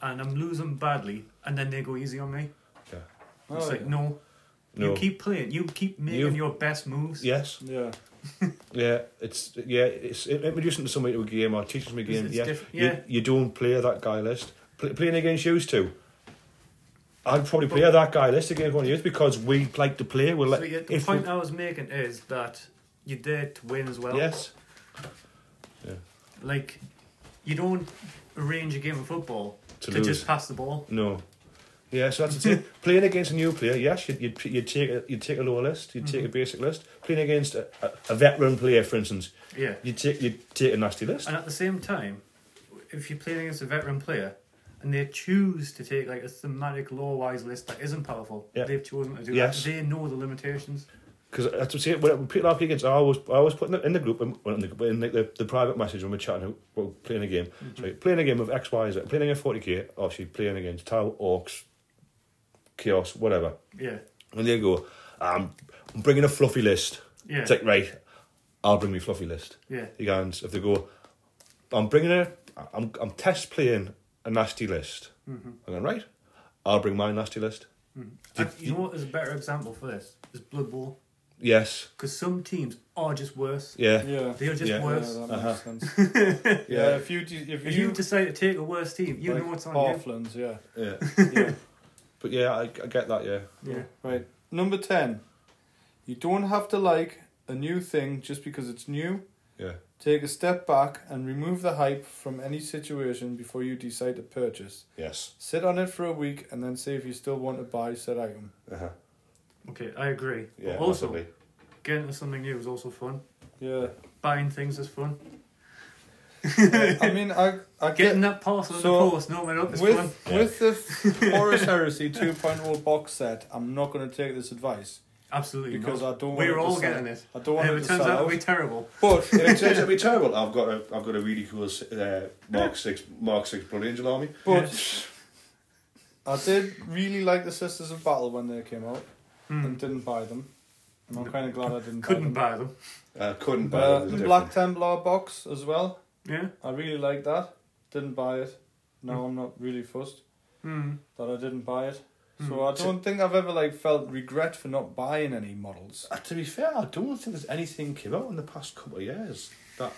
Speaker 4: and I'm losing badly, and then they go easy on me.
Speaker 3: Yeah.
Speaker 2: Oh,
Speaker 4: it's like no,
Speaker 3: No.
Speaker 4: you keep playing, you keep making
Speaker 3: You-
Speaker 4: your best moves.
Speaker 3: Yes.
Speaker 2: yeah.
Speaker 3: Yeah. It's yeah. It's it, introducing somebody to a game or teaching me a
Speaker 4: It's-
Speaker 3: game.
Speaker 4: it's
Speaker 3: yeah.
Speaker 4: diff-
Speaker 3: You,
Speaker 4: yeah.
Speaker 3: you don't play that guy list. Pl- playing against you too. I'd probably play that guy list against one of you because we like to play. We're
Speaker 4: So
Speaker 3: like
Speaker 4: yeah, the
Speaker 3: if we-
Speaker 4: point I was making is that you're there to win as well.
Speaker 3: yes.
Speaker 4: Like you don't arrange a game of football
Speaker 3: To
Speaker 4: to,
Speaker 3: lose.
Speaker 4: just pass the ball.
Speaker 3: No. Yeah, so that's it. Playing against a new player, yes, you'd, you'd, you'd take a, you'd take a lower list, you'd
Speaker 4: Mm-hmm.
Speaker 3: take a basic list. Playing against a, a, a veteran player, for instance,
Speaker 4: Yeah.
Speaker 3: you'd take you'd take a nasty list.
Speaker 4: And at the same time, if you're playing against a veteran player and they choose to take like a thematic lore wise list that isn't powerful,
Speaker 3: Yeah.
Speaker 4: they've chosen to do
Speaker 3: Yes.
Speaker 4: that. They know the limitations.
Speaker 3: Because that's what I say. When people are playing against, I always I always put in the, in the group, um, well, in the, group, in the, the, the private message when we're chatting, we're playing a game. So playing a game of X, Y, Z, playing a forty k, or she playing against Tau, Orcs, Chaos, whatever.
Speaker 4: Yeah.
Speaker 3: And they go, I'm, I'm bringing a fluffy list.
Speaker 4: Yeah.
Speaker 3: It's like right, I'll bring me fluffy list.
Speaker 4: Yeah.
Speaker 3: You guys, if they go, I'm bringing a, I'm, I'm test playing a nasty list. Mm-hmm. I'm going, right, I'll bring my nasty list.
Speaker 4: And you know what is a better example for this? Is Blood Bowl.
Speaker 3: Yes,
Speaker 4: Because some teams are just worse.
Speaker 3: yeah,
Speaker 2: Yeah.
Speaker 4: They are just
Speaker 3: Yeah.
Speaker 2: Yeah,
Speaker 4: worse.
Speaker 2: that makes
Speaker 3: Uh-huh.
Speaker 2: sense. Yeah,
Speaker 3: yeah,
Speaker 2: if you de- if,
Speaker 4: If
Speaker 2: you,
Speaker 4: you decide to take a worse team, you
Speaker 2: like
Speaker 4: know what's on
Speaker 2: Halflings, yeah.
Speaker 3: yeah.
Speaker 2: yeah.
Speaker 3: But yeah, I, I get that, yeah.
Speaker 4: you. Yeah.
Speaker 2: Right. Number 10. You don't have to like a new thing just because it's new.
Speaker 3: Yeah,
Speaker 2: Take a step back and remove the hype from any situation before you decide to purchase.
Speaker 3: yes.
Speaker 2: Sit on it for a week and then see if you still want to buy said item.
Speaker 3: Uh-huh.
Speaker 4: Okay, I agree.
Speaker 3: Yeah,
Speaker 4: but also,
Speaker 3: massively.
Speaker 4: getting into something new is also fun.
Speaker 2: Yeah.
Speaker 4: Buying things is fun.
Speaker 2: I mean, I, I get
Speaker 4: Getting that parcel in
Speaker 2: So,
Speaker 4: the post, no man up is fun.
Speaker 2: with
Speaker 3: Yeah.
Speaker 2: with the Horus Heresy 2.0 box set. I'm not going to take this advice
Speaker 4: Absolutely
Speaker 2: because
Speaker 4: not.
Speaker 2: I don't. want
Speaker 4: We're
Speaker 2: it to
Speaker 4: all
Speaker 2: sell-
Speaker 4: getting it.
Speaker 2: I don't
Speaker 4: And
Speaker 2: want
Speaker 4: if
Speaker 2: it
Speaker 4: it
Speaker 2: to
Speaker 4: turns
Speaker 2: sell
Speaker 4: out
Speaker 2: out.
Speaker 4: we're terrible.
Speaker 2: But
Speaker 3: And it turns out to be terrible. I've got a I've got a really cool uh, Mark Six Mark Six Blood Angel army.
Speaker 2: But I did really like the Sisters of Battle when they came out and didn't buy them. And I'm kind of glad I didn't
Speaker 4: Hmm. Couldn't
Speaker 2: buy
Speaker 4: buy them.
Speaker 3: I couldn't
Speaker 2: them.
Speaker 3: buy
Speaker 2: Uh,
Speaker 3: them.
Speaker 2: the
Speaker 3: They're
Speaker 2: Black Templar box as well.
Speaker 4: Yeah.
Speaker 2: I really liked that. Didn't buy it. Now I'm not really fussed
Speaker 4: Hmm.
Speaker 2: that I didn't buy it. So I don't think I've ever like felt regret for not buying any models.
Speaker 3: different. Uh, to be fair, I don't think there's anything came out in the past couple of years that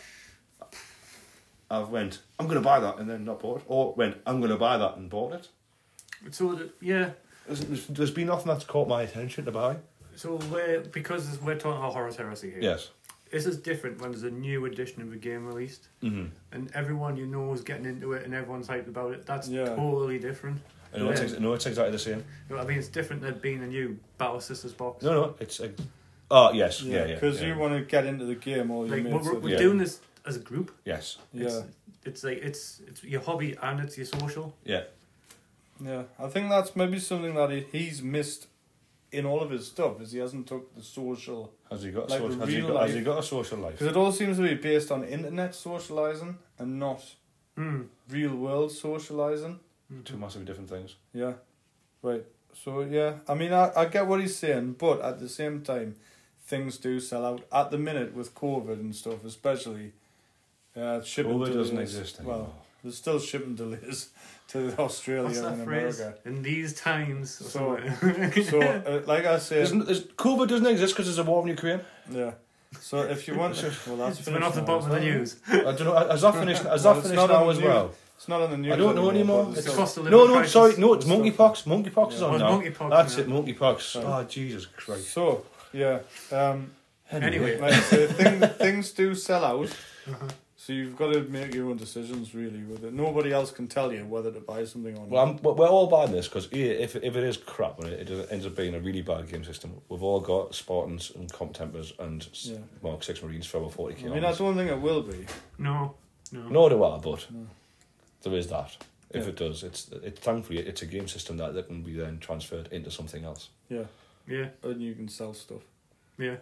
Speaker 3: I've went I'm going to buy that and then not bought it, or went I'm going to buy that and bought it.
Speaker 4: It's all that- yeah.
Speaker 3: There's, there's, there's been nothing that's caught my attention to buy.
Speaker 4: So we're because we're talking about horror heresy here.
Speaker 3: Yes.
Speaker 4: This is different when there's a new edition of a game released
Speaker 3: Mm-hmm.
Speaker 4: and everyone you know is getting into it and everyone's hyped about it. That's
Speaker 2: Yeah.
Speaker 4: totally different.
Speaker 3: I know, it's,
Speaker 4: Yeah.
Speaker 3: ex- I know it's exactly the same.
Speaker 4: You know what I mean, it's different than being a new Battle Sisters box.
Speaker 3: No, no, it's. Ex- oh yes, yeah, yeah.
Speaker 2: Because
Speaker 3: yeah.
Speaker 2: you want to get into the game all your
Speaker 4: Like
Speaker 2: mates.
Speaker 4: we're,
Speaker 2: are
Speaker 4: we're
Speaker 2: doing.
Speaker 4: doing this as a group.
Speaker 3: Yes.
Speaker 2: Yeah,
Speaker 4: It's, it's like it's it's your hobby and it's your social.
Speaker 3: Yeah.
Speaker 2: yeah. I think that's maybe something that he, he's missed in all of his stuff is he hasn't took the social
Speaker 3: Has he got?
Speaker 2: Like
Speaker 3: social,
Speaker 2: the
Speaker 3: has, he
Speaker 2: real
Speaker 3: got has he
Speaker 2: life-
Speaker 3: got a social life?
Speaker 2: Because it all seems to be based on internet socializing and not
Speaker 4: Hmm.
Speaker 2: real world socializing.
Speaker 3: Two massively different things.
Speaker 2: Yeah. Right. So, yeah. I mean, I, I get what he's saying, but at the same time, things do sell out. At the minute, with COVID and stuff, especially, uh, shipping
Speaker 3: Over
Speaker 2: delays.
Speaker 3: doesn't exist anymore.
Speaker 2: Well, there's still shipping delays to
Speaker 4: What's
Speaker 2: Australia
Speaker 4: that
Speaker 2: and
Speaker 4: phrase?
Speaker 2: America.
Speaker 4: In these times, or
Speaker 2: So-
Speaker 4: something.
Speaker 2: so, uh, like I said,
Speaker 3: Isn't, is, COVID doesn't exist because there's a war in Ukraine.
Speaker 2: yeah. So if you want, well, that's
Speaker 4: it's been off the
Speaker 2: finished now,
Speaker 4: bottom of the
Speaker 2: isn't it?
Speaker 4: news.
Speaker 3: I don't know. Has that finished? Has
Speaker 2: Well,
Speaker 3: that
Speaker 2: it's
Speaker 3: finished
Speaker 2: not on
Speaker 3: now
Speaker 2: the
Speaker 3: as
Speaker 2: news.
Speaker 3: well?
Speaker 2: It's not on the news.
Speaker 3: I don't
Speaker 2: anymore,
Speaker 3: know anymore.
Speaker 2: but
Speaker 4: It's
Speaker 2: still-
Speaker 4: cost of living
Speaker 3: No, no,
Speaker 4: crisis.
Speaker 3: sorry, no, it's
Speaker 2: It's
Speaker 3: monkeypox. Monkeypox is
Speaker 2: Yeah.
Speaker 3: on
Speaker 4: Oh,
Speaker 3: now.
Speaker 4: monkeypox,
Speaker 3: That's
Speaker 4: yeah.
Speaker 3: it,
Speaker 2: Right.
Speaker 3: monkeypox. Oh Jesus Christ!
Speaker 2: So, yeah. Um,
Speaker 4: Anyway, Uh-huh.
Speaker 2: like I say, thing, things do sell out. So you've got to make your own decisions, really, with it. Nobody else can tell you whether to buy something or not.
Speaker 3: Well, I'm, but we're all buying this because if if it is crap and it, it ends up being a really bad game system, we've all got Spartans and Comp Tempers and s-
Speaker 2: Yeah.
Speaker 3: Mark Six Marines for over forty
Speaker 2: I mean, I
Speaker 3: kilos.
Speaker 2: don't think it will be.
Speaker 4: no, no,
Speaker 3: Nor do I, but there is that. If
Speaker 2: Yeah.
Speaker 3: it does, it's it thankfully it's a game system that, that can be then transferred into something else.
Speaker 2: Yeah,
Speaker 4: yeah,
Speaker 2: and you can sell stuff.
Speaker 4: yeah.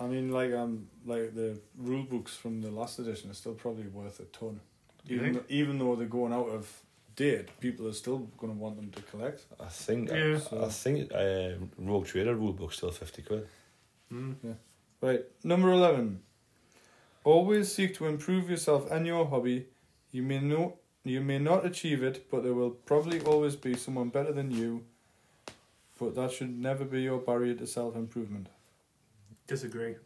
Speaker 2: I mean, like um, like the rule books from the last edition are still probably worth a ton.
Speaker 4: You
Speaker 2: Even
Speaker 4: think?
Speaker 2: though, even though they're going out of date, people are still going to want them to collect.
Speaker 3: I think
Speaker 4: Yeah.
Speaker 3: I, I think uh, Rogue Trader rulebook's still fifty quid.
Speaker 4: Mm.
Speaker 2: Right, number 11. Always seek to improve yourself and your hobby. You may no, you may not achieve it, but there will probably always be someone better than you. But that should never be your barrier to self improvement.
Speaker 4: Disagree.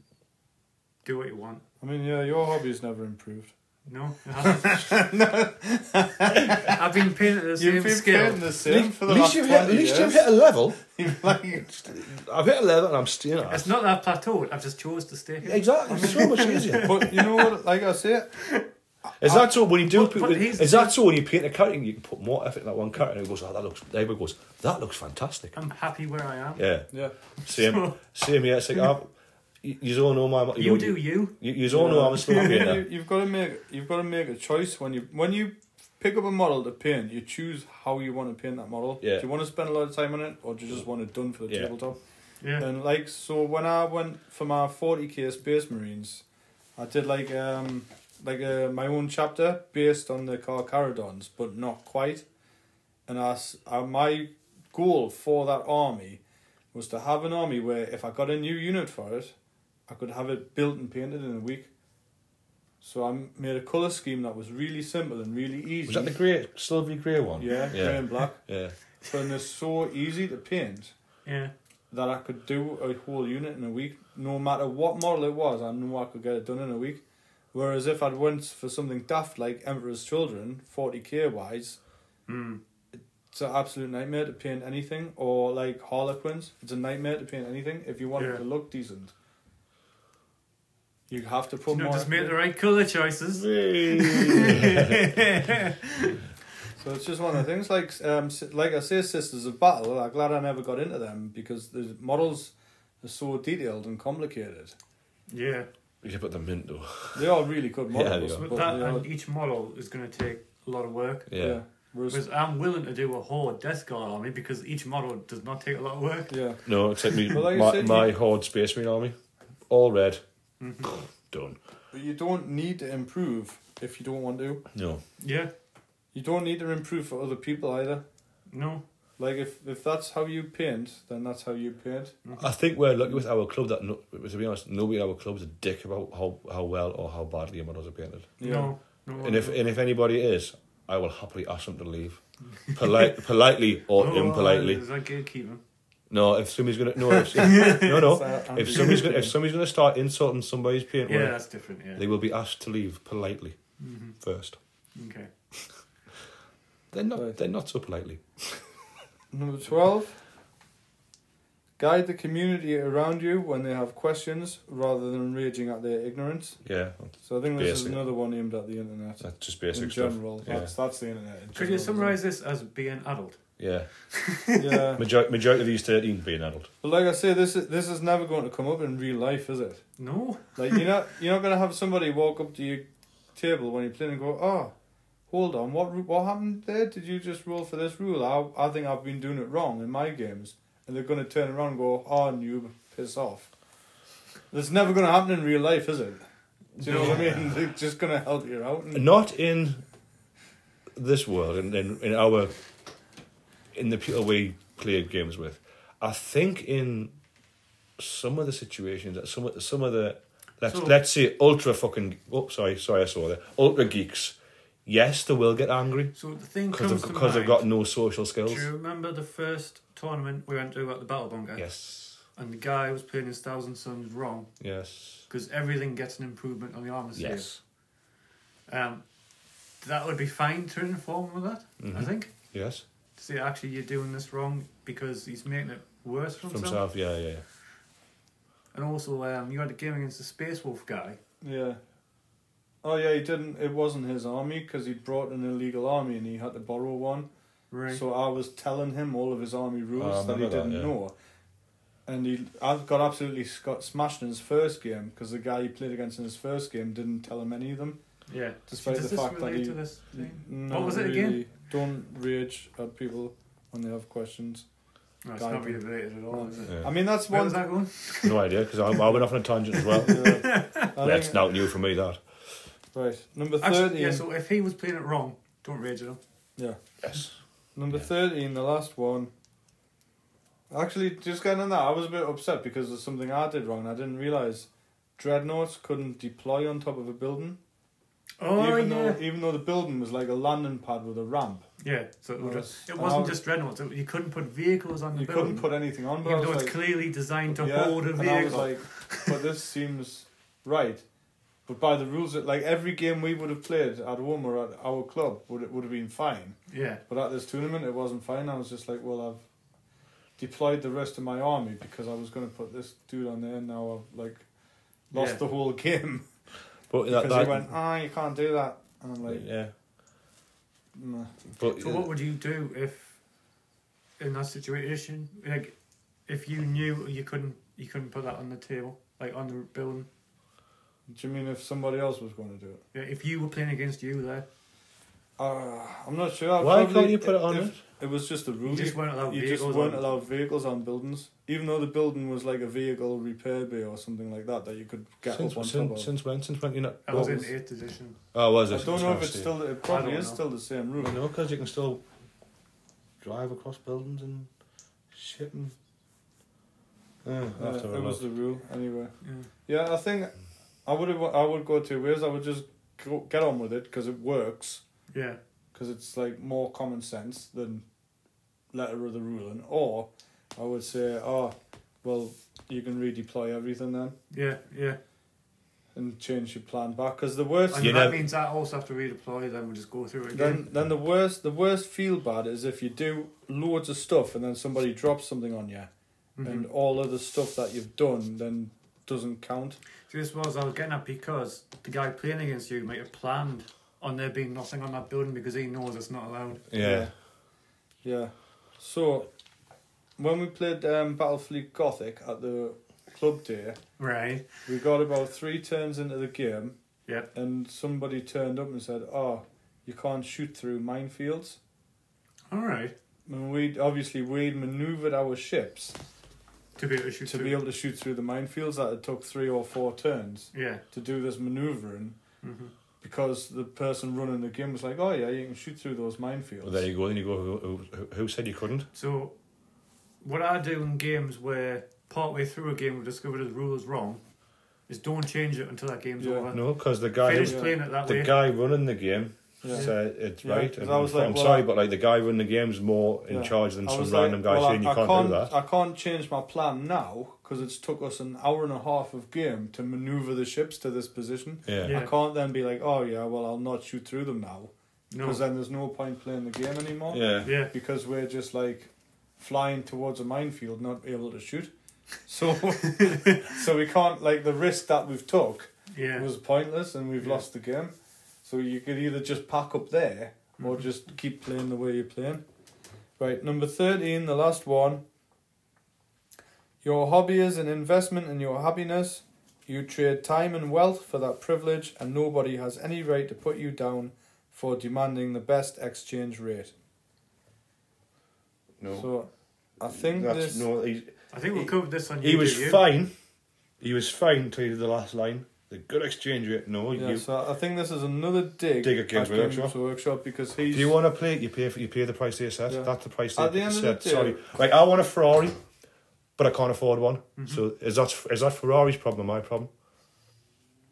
Speaker 4: Do what you want.
Speaker 2: I mean, yeah, your hobby's never improved.
Speaker 4: No, it hasn't. I've been painted the same
Speaker 2: You've been
Speaker 4: scale.
Speaker 2: playing the same for the
Speaker 3: at least,
Speaker 2: last
Speaker 3: you've
Speaker 2: 20
Speaker 3: hit, at least you've
Speaker 2: years.
Speaker 3: hit a level.
Speaker 2: Like,
Speaker 3: I've hit a level and I'm staying at
Speaker 4: It's
Speaker 3: it.
Speaker 4: not that I've plateaued. I've just chose to stay here.
Speaker 3: Exactly, it's so much easier.
Speaker 2: but you know what? Like I say,
Speaker 3: Is that so? When you do,
Speaker 4: But- but
Speaker 3: when-
Speaker 4: here's
Speaker 3: is
Speaker 4: the
Speaker 3: that so? When you paint a character, you can put more effort in that one character. And it goes, oh, that looks. David goes, that looks fantastic.
Speaker 4: I'm happy where I am.
Speaker 3: Yeah,
Speaker 2: yeah,
Speaker 3: same, same. Yeah, it's like I've, you, you all know my.
Speaker 4: You
Speaker 3: know-
Speaker 4: do you.
Speaker 3: You, you all know I'm still happy in
Speaker 2: you,
Speaker 3: there.
Speaker 2: you've got to make you've got to make a choice when you when you pick up a model to paint. You choose how you want to paint that model.
Speaker 3: Yeah.
Speaker 2: Do you want to spend a lot of time on it, or do you just want it done for the
Speaker 3: Yeah.
Speaker 2: tabletop?
Speaker 4: Yeah.
Speaker 2: And like so, when I went for my forty k Space Marines, I did like um like uh my own chapter based on the Car Caradons, but not quite. And I, s- uh, my goal for that army was to have an army where if I got a new unit for it, I could have it built and painted in a week. So I m- made a color scheme that was really simple and really easy.
Speaker 3: Was that the grey, silvery grey one?
Speaker 2: yeah,
Speaker 3: yeah,
Speaker 2: grey and black.
Speaker 3: yeah.
Speaker 2: But and they're so easy to paint
Speaker 4: Yeah.
Speaker 2: that I could do a whole unit in a week, no matter what model it was. I knew I could get it done in a week. Whereas if I'd went for something daft like Emperor's Children, forty k wise,
Speaker 4: Mm.
Speaker 2: it's an absolute nightmare to paint anything. Or like Harlequins, it's a nightmare to paint anything. If you want
Speaker 4: Yeah.
Speaker 2: it to look decent, you have to put
Speaker 4: You know,
Speaker 2: more.
Speaker 4: just make the right colour choices.
Speaker 2: So it's just one of the things. Like um, si- like I say, Sisters of Battle. I'm glad I never got into them because the models are so detailed and complicated.
Speaker 4: Yeah.
Speaker 3: You should put them mint though.
Speaker 2: They are really good
Speaker 3: Yeah, they
Speaker 2: models.
Speaker 3: are.
Speaker 2: but
Speaker 4: But that
Speaker 2: they are-
Speaker 4: and each model is going to take a lot of work.
Speaker 3: Yeah.
Speaker 2: Whereas-
Speaker 4: Whereas I'm willing to do a horde Death Guard army because each model does not take a lot of work.
Speaker 2: yeah.
Speaker 3: No, it took me
Speaker 2: Well, like I
Speaker 3: my,
Speaker 2: said,
Speaker 3: my
Speaker 2: you- Mm-hmm.
Speaker 3: horde space marine army, all red, done.
Speaker 2: But you don't need to improve if you don't want to.
Speaker 3: No,
Speaker 4: Yeah,
Speaker 2: You don't need to improve for other people either.
Speaker 4: no.
Speaker 2: Like if, if that's how you paint, then that's how you paint.
Speaker 3: I think we're lucky with our club that no, to be honest, nobody in our club's a dick about how, how well or how badly your models are painted.
Speaker 4: No, no.
Speaker 3: And if and if anybody is, I will happily ask them to leave, polite, politely
Speaker 2: Oh,
Speaker 3: or impolitely.
Speaker 4: Is that uh, gatekeeping?
Speaker 3: No, if somebody's gonna no, if, no, no.
Speaker 2: So,
Speaker 3: If somebody's gonna if somebody's gonna start insulting somebody's paintwork,
Speaker 4: Yeah, that's different. Yeah.
Speaker 3: they will be asked to leave politely
Speaker 2: Mm-hmm.
Speaker 4: Mhm.
Speaker 3: first.
Speaker 4: Okay.
Speaker 3: They're not.
Speaker 2: Right.
Speaker 3: They're not so politely.
Speaker 2: Number 12. Guide the community around you when they have questions rather than raging at their ignorance.
Speaker 3: Yeah,
Speaker 2: So I think this
Speaker 3: Basic.
Speaker 2: is another one aimed at the internet.
Speaker 3: that's just
Speaker 2: In
Speaker 3: basic stuff.
Speaker 2: general,
Speaker 3: Yeah.
Speaker 2: that's, that's the internet. in
Speaker 4: Could you
Speaker 2: general, isn't
Speaker 4: summarize this as being adult?
Speaker 3: Yeah,
Speaker 2: it? Yeah.
Speaker 3: majority, majority of these thirteen being adult.
Speaker 2: But like I say, this is this is never going to come up in real life, is it?
Speaker 4: No.
Speaker 2: Like you're not you're not gonna have somebody walk up to your table when you're playing and go, oh, hold on, what ru- what happened there? Did you just roll for this rule? I I think I've been doing it wrong in my games, and they're gonna turn around and go, oh, noob, piss off. That's never gonna happen in real life, is it? Do you know what I mean? They're just gonna help you out. And,
Speaker 3: Not in this world, in in, in our in the people we play games with. I think in some of the situations, that some of- some of the let's
Speaker 4: So-
Speaker 3: let's say ultra fucking. Oh, sorry, sorry, I saw that ultra geeks. Yes, they will get angry
Speaker 4: So the thing
Speaker 3: because
Speaker 4: comes
Speaker 3: they've
Speaker 4: to
Speaker 3: because they've
Speaker 4: mind.
Speaker 3: got no social
Speaker 4: Do
Speaker 3: skills.
Speaker 4: you remember the first tournament we went to at the Battle Bunker?
Speaker 3: Yes,
Speaker 4: And the guy was playing his Thousand Suns wrong
Speaker 3: yes,
Speaker 4: because everything gets an improvement on the armor save.
Speaker 3: yes,
Speaker 4: Um, that would be fine to inform with that.
Speaker 3: Mm-hmm.
Speaker 4: I think.
Speaker 3: yes.
Speaker 4: To say actually you're doing this wrong because he's making it worse for
Speaker 3: From,
Speaker 4: himself.
Speaker 3: South, yeah, yeah, yeah.
Speaker 4: And also, um, you had a game against the Space Wolf guy.
Speaker 2: yeah. Oh yeah, he didn't. It wasn't his army because he brought an illegal army and he had to borrow one.
Speaker 4: Right.
Speaker 2: So I was telling him all of his army rules
Speaker 3: Oh, I
Speaker 2: that he
Speaker 3: remember that,
Speaker 2: didn't
Speaker 3: yeah.
Speaker 2: know. And he I got absolutely got smashed in his first game because the guy he played against in his first game didn't tell him any of them.
Speaker 4: yeah.
Speaker 2: Despite
Speaker 4: Does
Speaker 2: the
Speaker 4: this
Speaker 2: fact that
Speaker 4: relate
Speaker 2: he-
Speaker 4: to this thing?
Speaker 2: No,
Speaker 4: What was it again?
Speaker 2: really. Don't rage at people when they have questions.
Speaker 4: No, it's not
Speaker 2: Guiding.
Speaker 4: really related at all. Is it?
Speaker 3: yeah.
Speaker 2: I mean, that's
Speaker 4: Where
Speaker 2: one.
Speaker 4: was that going?
Speaker 3: No idea because I, I went off on a tangent as well.
Speaker 2: yeah. I
Speaker 3: That's
Speaker 2: think-
Speaker 3: not new for me. That
Speaker 2: Right, number
Speaker 4: Actually,
Speaker 2: thirteen.
Speaker 4: yeah. So if he was playing it wrong, don't rage at him.
Speaker 2: yeah.
Speaker 3: yes,
Speaker 2: Number 13, the last one. Actually, just getting on that, I was a bit upset because there's something I did wrong. I didn't realise dreadnoughts couldn't deploy on top of a building.
Speaker 4: Oh
Speaker 2: even,
Speaker 4: yeah.
Speaker 2: though, even though the building was like a landing pad with a ramp.
Speaker 4: Yeah. So it, would-
Speaker 2: Oh, it's-
Speaker 4: it wasn't
Speaker 2: oh.
Speaker 4: just dreadnoughts. It, you couldn't put vehicles on the
Speaker 2: You
Speaker 4: building.
Speaker 2: couldn't put anything on, but I was
Speaker 4: even though
Speaker 2: like-
Speaker 4: it's clearly designed to
Speaker 2: Yeah,
Speaker 4: hold a
Speaker 2: and I was
Speaker 4: vehicle.
Speaker 2: like, but this seems right. But by the rules, that like every game we would have played at home or at our club would it would have been fine.
Speaker 4: yeah.
Speaker 2: But at this tournament, it wasn't fine. I was just like, well, I've deployed the rest of my army because I was going to put this dude on there, and now I've like lost
Speaker 4: Yeah.
Speaker 2: the whole game
Speaker 3: but
Speaker 2: because
Speaker 3: that,
Speaker 2: they
Speaker 3: that,
Speaker 2: went, ah, you can't do that, and I'm like,
Speaker 3: yeah.
Speaker 2: "Nah."
Speaker 3: But uh,
Speaker 4: So what would you do if, in that situation, like, if you knew you couldn't, you couldn't put that on the table, like on the building.
Speaker 2: do you mean if somebody else was going to do it?
Speaker 4: Yeah, If you were playing against you there,
Speaker 2: Uh, I'm not sure. I'd
Speaker 3: why
Speaker 2: probably-
Speaker 3: can't you put it on?
Speaker 2: if-
Speaker 3: it?
Speaker 2: It was just a rule.
Speaker 4: you just weren't allowed
Speaker 2: You just
Speaker 4: vehicles.
Speaker 2: weren't
Speaker 4: on-
Speaker 2: allowed vehicles on buildings, even though the building was like a vehicle repair bay or something like that that you could get
Speaker 3: since,
Speaker 2: up on
Speaker 3: since,
Speaker 2: top of.
Speaker 3: since when? Since when? You know,
Speaker 4: That was in
Speaker 2: What was-
Speaker 4: eighth edition.
Speaker 3: oh, was it?
Speaker 2: I don't know if it's still. It probably
Speaker 4: don't
Speaker 2: is
Speaker 4: know.
Speaker 2: still the same rule.
Speaker 3: No, because you can still drive across buildings and shit and. Uh,
Speaker 2: Yeah,
Speaker 3: after
Speaker 2: it was the rule anyway.
Speaker 4: Yeah.
Speaker 2: Yeah, I think I would have. I would go two ways. I would just go, get on with it because it works
Speaker 4: Yeah.
Speaker 2: because it's like more common sense than letter of the ruling. Or I would say, oh, well, you can redeploy everything then
Speaker 4: Yeah. Yeah.
Speaker 2: and change your plan back because the worst.
Speaker 4: And
Speaker 3: You
Speaker 4: that
Speaker 3: know-
Speaker 4: means I also have to redeploy. Then we'll just go through it again.
Speaker 2: Then, then the worst, the worst feel bad is if you do loads of stuff and then somebody drops something on you, and all of the stuff that you've done then doesn't count.
Speaker 4: See, this was I was getting at because the guy playing against you might have planned on there being nothing on that building because he knows it's not allowed.
Speaker 3: yeah.
Speaker 2: Yeah. So, when we played um, Battlefleet Gothic at the club day.
Speaker 4: Right.
Speaker 2: We got about three turns into the game,
Speaker 4: Yep.
Speaker 2: and somebody turned up and said, "Oh, you can't shoot through minefields."
Speaker 4: All right.
Speaker 2: And we obviously we manoeuvred our ships
Speaker 4: To be able to shoot
Speaker 2: to
Speaker 4: through.
Speaker 2: be able to shoot through the minefields. That it took three or four turns
Speaker 4: Yeah.
Speaker 2: to do this manoeuvring
Speaker 4: Mhm.
Speaker 2: because the person running the game was like, "Oh yeah, you can shoot through those minefields."
Speaker 3: Well, there you go. Then you go. Who, who, who said you couldn't?
Speaker 4: So, what I do in games where partway through a game we've discovered the rules wrong is don't change it until that game's
Speaker 2: Yeah.
Speaker 4: over.
Speaker 3: No, because the guy,
Speaker 4: Finish
Speaker 2: yeah.
Speaker 4: playing it that
Speaker 3: the
Speaker 4: way.
Speaker 3: guy running the game
Speaker 2: Yeah.
Speaker 3: said it's
Speaker 2: Yeah,
Speaker 3: right.
Speaker 2: 'cause
Speaker 3: And
Speaker 2: I was like,
Speaker 3: I'm
Speaker 2: well,
Speaker 3: sorry,
Speaker 2: I-
Speaker 3: but like the guy running the game's more in
Speaker 2: Yeah.
Speaker 3: charge than
Speaker 2: I
Speaker 3: some
Speaker 2: was
Speaker 3: random
Speaker 2: like,
Speaker 3: guy
Speaker 2: well,
Speaker 3: saying you
Speaker 2: I,
Speaker 3: can't,
Speaker 2: I can't
Speaker 3: do that.
Speaker 2: I can't change my plan now because it's took us an hour and a half of game to maneuver the ships to this position.
Speaker 3: yeah.
Speaker 4: Yeah.
Speaker 2: I can't then be like, oh yeah, well I'll not shoot through them now
Speaker 4: no.
Speaker 2: because then there's no point playing the game anymore.
Speaker 3: Yeah.
Speaker 4: Yeah.
Speaker 2: Because we're just like flying towards a minefield, not able to shoot. So, so we can't like the risk that we've took
Speaker 4: Yeah.
Speaker 2: was pointless, and we've
Speaker 4: Yeah.
Speaker 2: lost the game. So you could either just pack up there
Speaker 3: Mm-hmm.
Speaker 2: or just keep playing the way you're playing. Right, number 13, the last one. Your hobby is an investment in your happiness. You trade time and wealth for that privilege, and nobody has any right to put you down for demanding the best exchange rate.
Speaker 3: No.
Speaker 2: So I think
Speaker 3: That's,
Speaker 2: this.
Speaker 3: no he,
Speaker 4: I think we'll cover this on
Speaker 3: he
Speaker 4: you,
Speaker 3: was
Speaker 4: do you?
Speaker 3: fine. He was fine till the last line. The good exchange rate. No,
Speaker 2: yeah,
Speaker 3: you.
Speaker 2: so I think this is another dig,
Speaker 3: Dig at Games Workshop.
Speaker 2: Workshop because he's.
Speaker 3: If you want to play it, you pay for you pay the price they set.
Speaker 2: Yeah.
Speaker 3: That's the price they
Speaker 2: At the end of the
Speaker 3: set.
Speaker 2: day-
Speaker 3: Sorry, like I want a Ferrari, but I can't afford one.
Speaker 2: Mm-hmm.
Speaker 3: So is that is that Ferrari's problem? or My problem?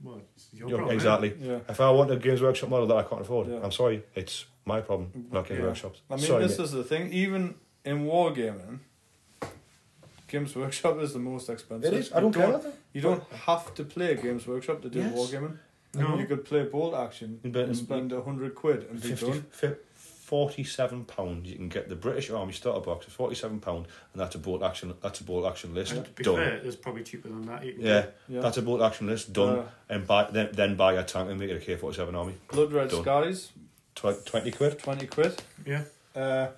Speaker 4: Well, it's your
Speaker 3: Yeah,
Speaker 4: problem,
Speaker 3: exactly.
Speaker 2: yeah.
Speaker 3: If I want a Games Workshop model that I can't afford,
Speaker 2: eh? Yeah.
Speaker 3: I'm sorry, it's my problem, not Games
Speaker 2: Yeah.
Speaker 3: Workshops.
Speaker 2: I mean,
Speaker 3: sorry,
Speaker 2: this
Speaker 3: mate.
Speaker 2: is the thing. Even in wargaming, Games Workshop is the most expensive.
Speaker 3: it is. I don't
Speaker 2: you
Speaker 3: care. about that.
Speaker 2: You don't have to play Games Workshop to do
Speaker 3: Yes.
Speaker 2: wargaming.
Speaker 4: No.
Speaker 2: And You could play Bolt Action
Speaker 3: You bet-
Speaker 2: and spend a hundred quid and be
Speaker 3: 50,
Speaker 2: done.
Speaker 3: fi- 47 pound. You can get the British Army starter box for 47 pound, and that's a bolt action. That's a bolt action list.
Speaker 4: And to be
Speaker 3: done.
Speaker 4: fair, it was probably cheaper than that. You can
Speaker 3: Yeah,
Speaker 2: Yeah.
Speaker 3: that's a bolt action list. Done.
Speaker 2: Uh,
Speaker 3: and buy then, then buy a tank and make it a K 47 Army.
Speaker 2: Blood Red
Speaker 3: Done.
Speaker 2: Skies,
Speaker 3: Tw- 20 quid.
Speaker 2: twenty quid.
Speaker 4: get- Yeah.
Speaker 2: Uh,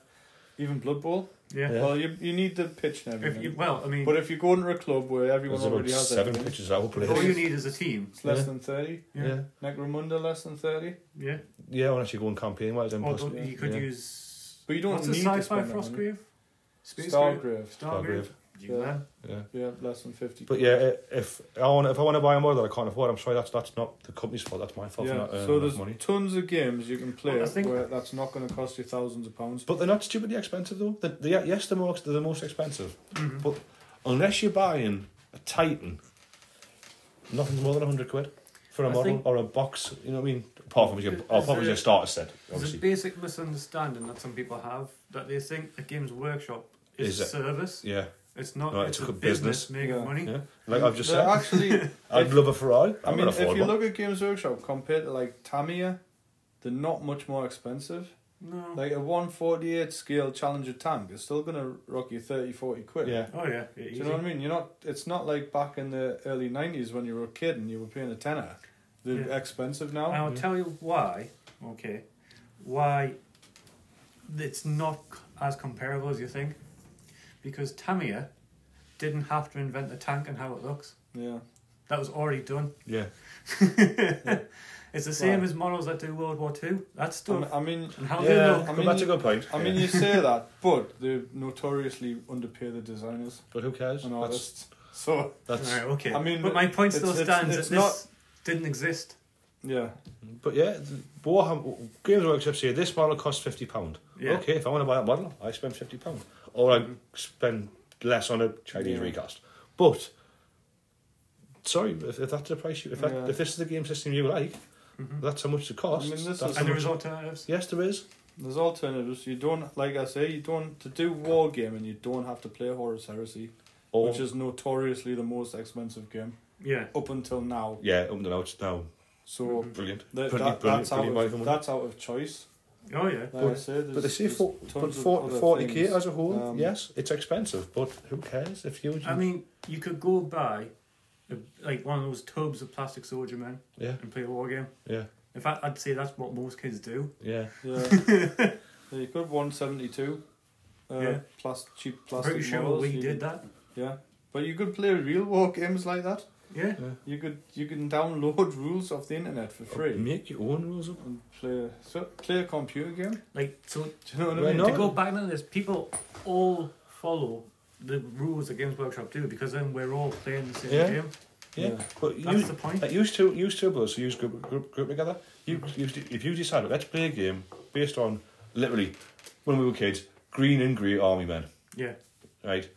Speaker 2: even Blood Bowl.
Speaker 4: Yeah.
Speaker 3: Yeah.
Speaker 2: Well, you you need the pitch and
Speaker 4: If
Speaker 2: everything.
Speaker 4: you, well, I mean,
Speaker 2: but if you go into a club where everyone
Speaker 3: There's about
Speaker 2: already has
Speaker 3: seven
Speaker 2: everything,
Speaker 3: pitches I will play.
Speaker 4: all you need is a team.
Speaker 2: it's less
Speaker 3: Yeah.
Speaker 2: than thirty.
Speaker 4: Yeah.
Speaker 3: yeah.
Speaker 2: Necromunda less than thirty.
Speaker 4: Yeah.
Speaker 3: Yeah, unless you go and campaign wise then
Speaker 4: Or
Speaker 3: plus
Speaker 4: don't-
Speaker 2: yeah,
Speaker 4: you could
Speaker 3: yeah.
Speaker 4: use.
Speaker 2: But you don't
Speaker 4: What's
Speaker 2: need to
Speaker 4: a sci-fi
Speaker 2: spend that money.
Speaker 4: Frostgrave? Space Grave?
Speaker 2: Stargrave.
Speaker 4: Stargrave.
Speaker 3: Stargrave.
Speaker 4: You
Speaker 2: Yeah.
Speaker 4: there?
Speaker 3: yeah.
Speaker 2: Yeah, less than fifty.
Speaker 3: But yeah, i- if I want if I want to buy a model that I can't afford, I'm sorry that's that's not the company's fault. That's my fault for not earning
Speaker 2: so
Speaker 3: enough
Speaker 2: there's
Speaker 3: money.
Speaker 2: tons of games you can play
Speaker 4: Well, I think-
Speaker 2: where that's not going to cost you thousands of pounds.
Speaker 3: But they're not stupidly expensive though. They, they yes, they're most they're the most expensive.
Speaker 2: Mm-hmm.
Speaker 4: Mhm.
Speaker 3: But unless you're buying a Titan, nothing's more than hundred quid for a
Speaker 4: I
Speaker 3: model
Speaker 4: think-
Speaker 3: or a box. You know what I mean? Apart from your
Speaker 4: Is
Speaker 3: apart from
Speaker 4: there-
Speaker 3: your starter set,
Speaker 4: There's a
Speaker 3: obviously.
Speaker 4: basic misunderstanding that some people have that they think a Games Workshop
Speaker 3: Is
Speaker 4: is, a
Speaker 3: it-
Speaker 4: service.
Speaker 3: Yeah,
Speaker 4: It's not.
Speaker 3: No,
Speaker 4: it's,
Speaker 3: it's
Speaker 4: a
Speaker 3: a
Speaker 4: business,
Speaker 3: business.
Speaker 4: making
Speaker 2: Yeah.
Speaker 4: money.
Speaker 3: yeah. Like I've just
Speaker 2: They're
Speaker 3: said,
Speaker 2: actually,
Speaker 3: I'd love a Ferrari.
Speaker 2: I
Speaker 3: I'm
Speaker 2: mean,
Speaker 3: gonna
Speaker 2: if
Speaker 3: afford
Speaker 2: you
Speaker 3: one.
Speaker 2: look at Games Workshop compared to like Tamiya, they're not much more expensive.
Speaker 4: No.
Speaker 2: Like a 148 scale Challenger tank is still going to rock you 30, 40 quid.
Speaker 3: yeah,
Speaker 4: oh yeah.
Speaker 2: Do you know what I mean? You're not. It's not like back in the early 90s when you were a kid and you were paying a tenner. They're
Speaker 4: Yeah.
Speaker 2: expensive
Speaker 4: And
Speaker 2: now.
Speaker 4: I'll tell you why. Okay, why it's not c- as comparable as you think, because Tamiya didn't have to invent the tank and how it looks.
Speaker 2: Yeah.
Speaker 4: That was already done.
Speaker 3: yeah.
Speaker 4: It's the same
Speaker 2: Right.
Speaker 4: as models that do World War Two. That
Speaker 2: I mean,
Speaker 4: stuff
Speaker 2: I mean,
Speaker 4: and how they
Speaker 3: Yeah,
Speaker 4: look.
Speaker 2: I
Speaker 3: but
Speaker 2: mean-
Speaker 3: that's a good point.
Speaker 2: I mean,
Speaker 3: Yeah.
Speaker 2: you say that, but they notoriously underpay the designers
Speaker 3: but who cares?
Speaker 2: and
Speaker 3: That's
Speaker 2: artists. So
Speaker 3: that's.
Speaker 4: Right, okay.
Speaker 2: I mean,
Speaker 4: but my point still
Speaker 2: it's- it's-
Speaker 4: stands
Speaker 2: it's
Speaker 4: that this didn't exist.
Speaker 2: yeah,
Speaker 3: But yeah, the Warhammer Games Workshop say this model costs fifty pound.
Speaker 4: Yeah.
Speaker 3: Okay, if I want to buy that model, I spend fifty pound, or I spend less on a Chinese
Speaker 2: Yeah.
Speaker 3: recast. But sorry, if, if that's the price, you, if that,
Speaker 2: Yeah. Mm-hmm.
Speaker 3: if this is the game system you like, that's how much it costs.
Speaker 2: I mean, this
Speaker 3: that's
Speaker 2: is-
Speaker 3: how
Speaker 4: And there
Speaker 3: much,
Speaker 4: is alternatives.
Speaker 3: yes, there is.
Speaker 2: There's alternatives. You don't, like I say, you don't to do war gaming. You don't have to play Horus Heresy,
Speaker 3: Or
Speaker 2: which is notoriously the most expensive game
Speaker 4: Yeah.
Speaker 2: up until now.
Speaker 3: yeah, um, no, it's now
Speaker 2: So
Speaker 3: brilliant.
Speaker 2: that, that,
Speaker 3: Brilliant, brilliant,
Speaker 2: that's out
Speaker 3: brilliant
Speaker 2: of
Speaker 3: money.
Speaker 2: that's out of choice.
Speaker 4: Oh yeah.
Speaker 2: Like I
Speaker 3: But-
Speaker 2: say, there's,
Speaker 3: But they say
Speaker 2: there's
Speaker 3: for, but
Speaker 2: tons of
Speaker 3: for,
Speaker 2: other
Speaker 3: 40k
Speaker 2: things.
Speaker 3: as a whole,
Speaker 2: Um,
Speaker 3: yes, it's expensive, but who cares if you.
Speaker 4: I mean, you could go buy a, like one of those tubs of plastic soldier men
Speaker 3: yeah,
Speaker 4: and play a war game.
Speaker 3: yeah,
Speaker 4: In fact, I'd say that's what most kids do.
Speaker 3: yeah.
Speaker 2: Yeah, yeah you could one seventy two. Uh,
Speaker 4: Yeah.
Speaker 2: plus cheap
Speaker 4: I'm
Speaker 2: plastic
Speaker 4: pretty sure
Speaker 2: models.
Speaker 4: we
Speaker 2: you could-
Speaker 4: did that.
Speaker 2: Yeah, But you could play real war games like that.
Speaker 4: Yeah.
Speaker 2: You could you can download rules off the internet for free
Speaker 3: Make your own rules up.
Speaker 2: and play so play a computer game.
Speaker 4: Like so
Speaker 2: Do you know what
Speaker 3: Why
Speaker 2: I mean?
Speaker 3: not?
Speaker 4: to go back on this, people all follow the rules that Games Workshop do because then we're all playing the same
Speaker 3: Yeah.
Speaker 4: game.
Speaker 3: Yeah,
Speaker 2: Yeah.
Speaker 3: but
Speaker 4: That's
Speaker 3: you,
Speaker 4: the point.
Speaker 3: like, used to used to us use group group, group together. You, you if you decided let's play a game based on literally when we were kids, green and grey army men,
Speaker 4: Yeah.
Speaker 3: right?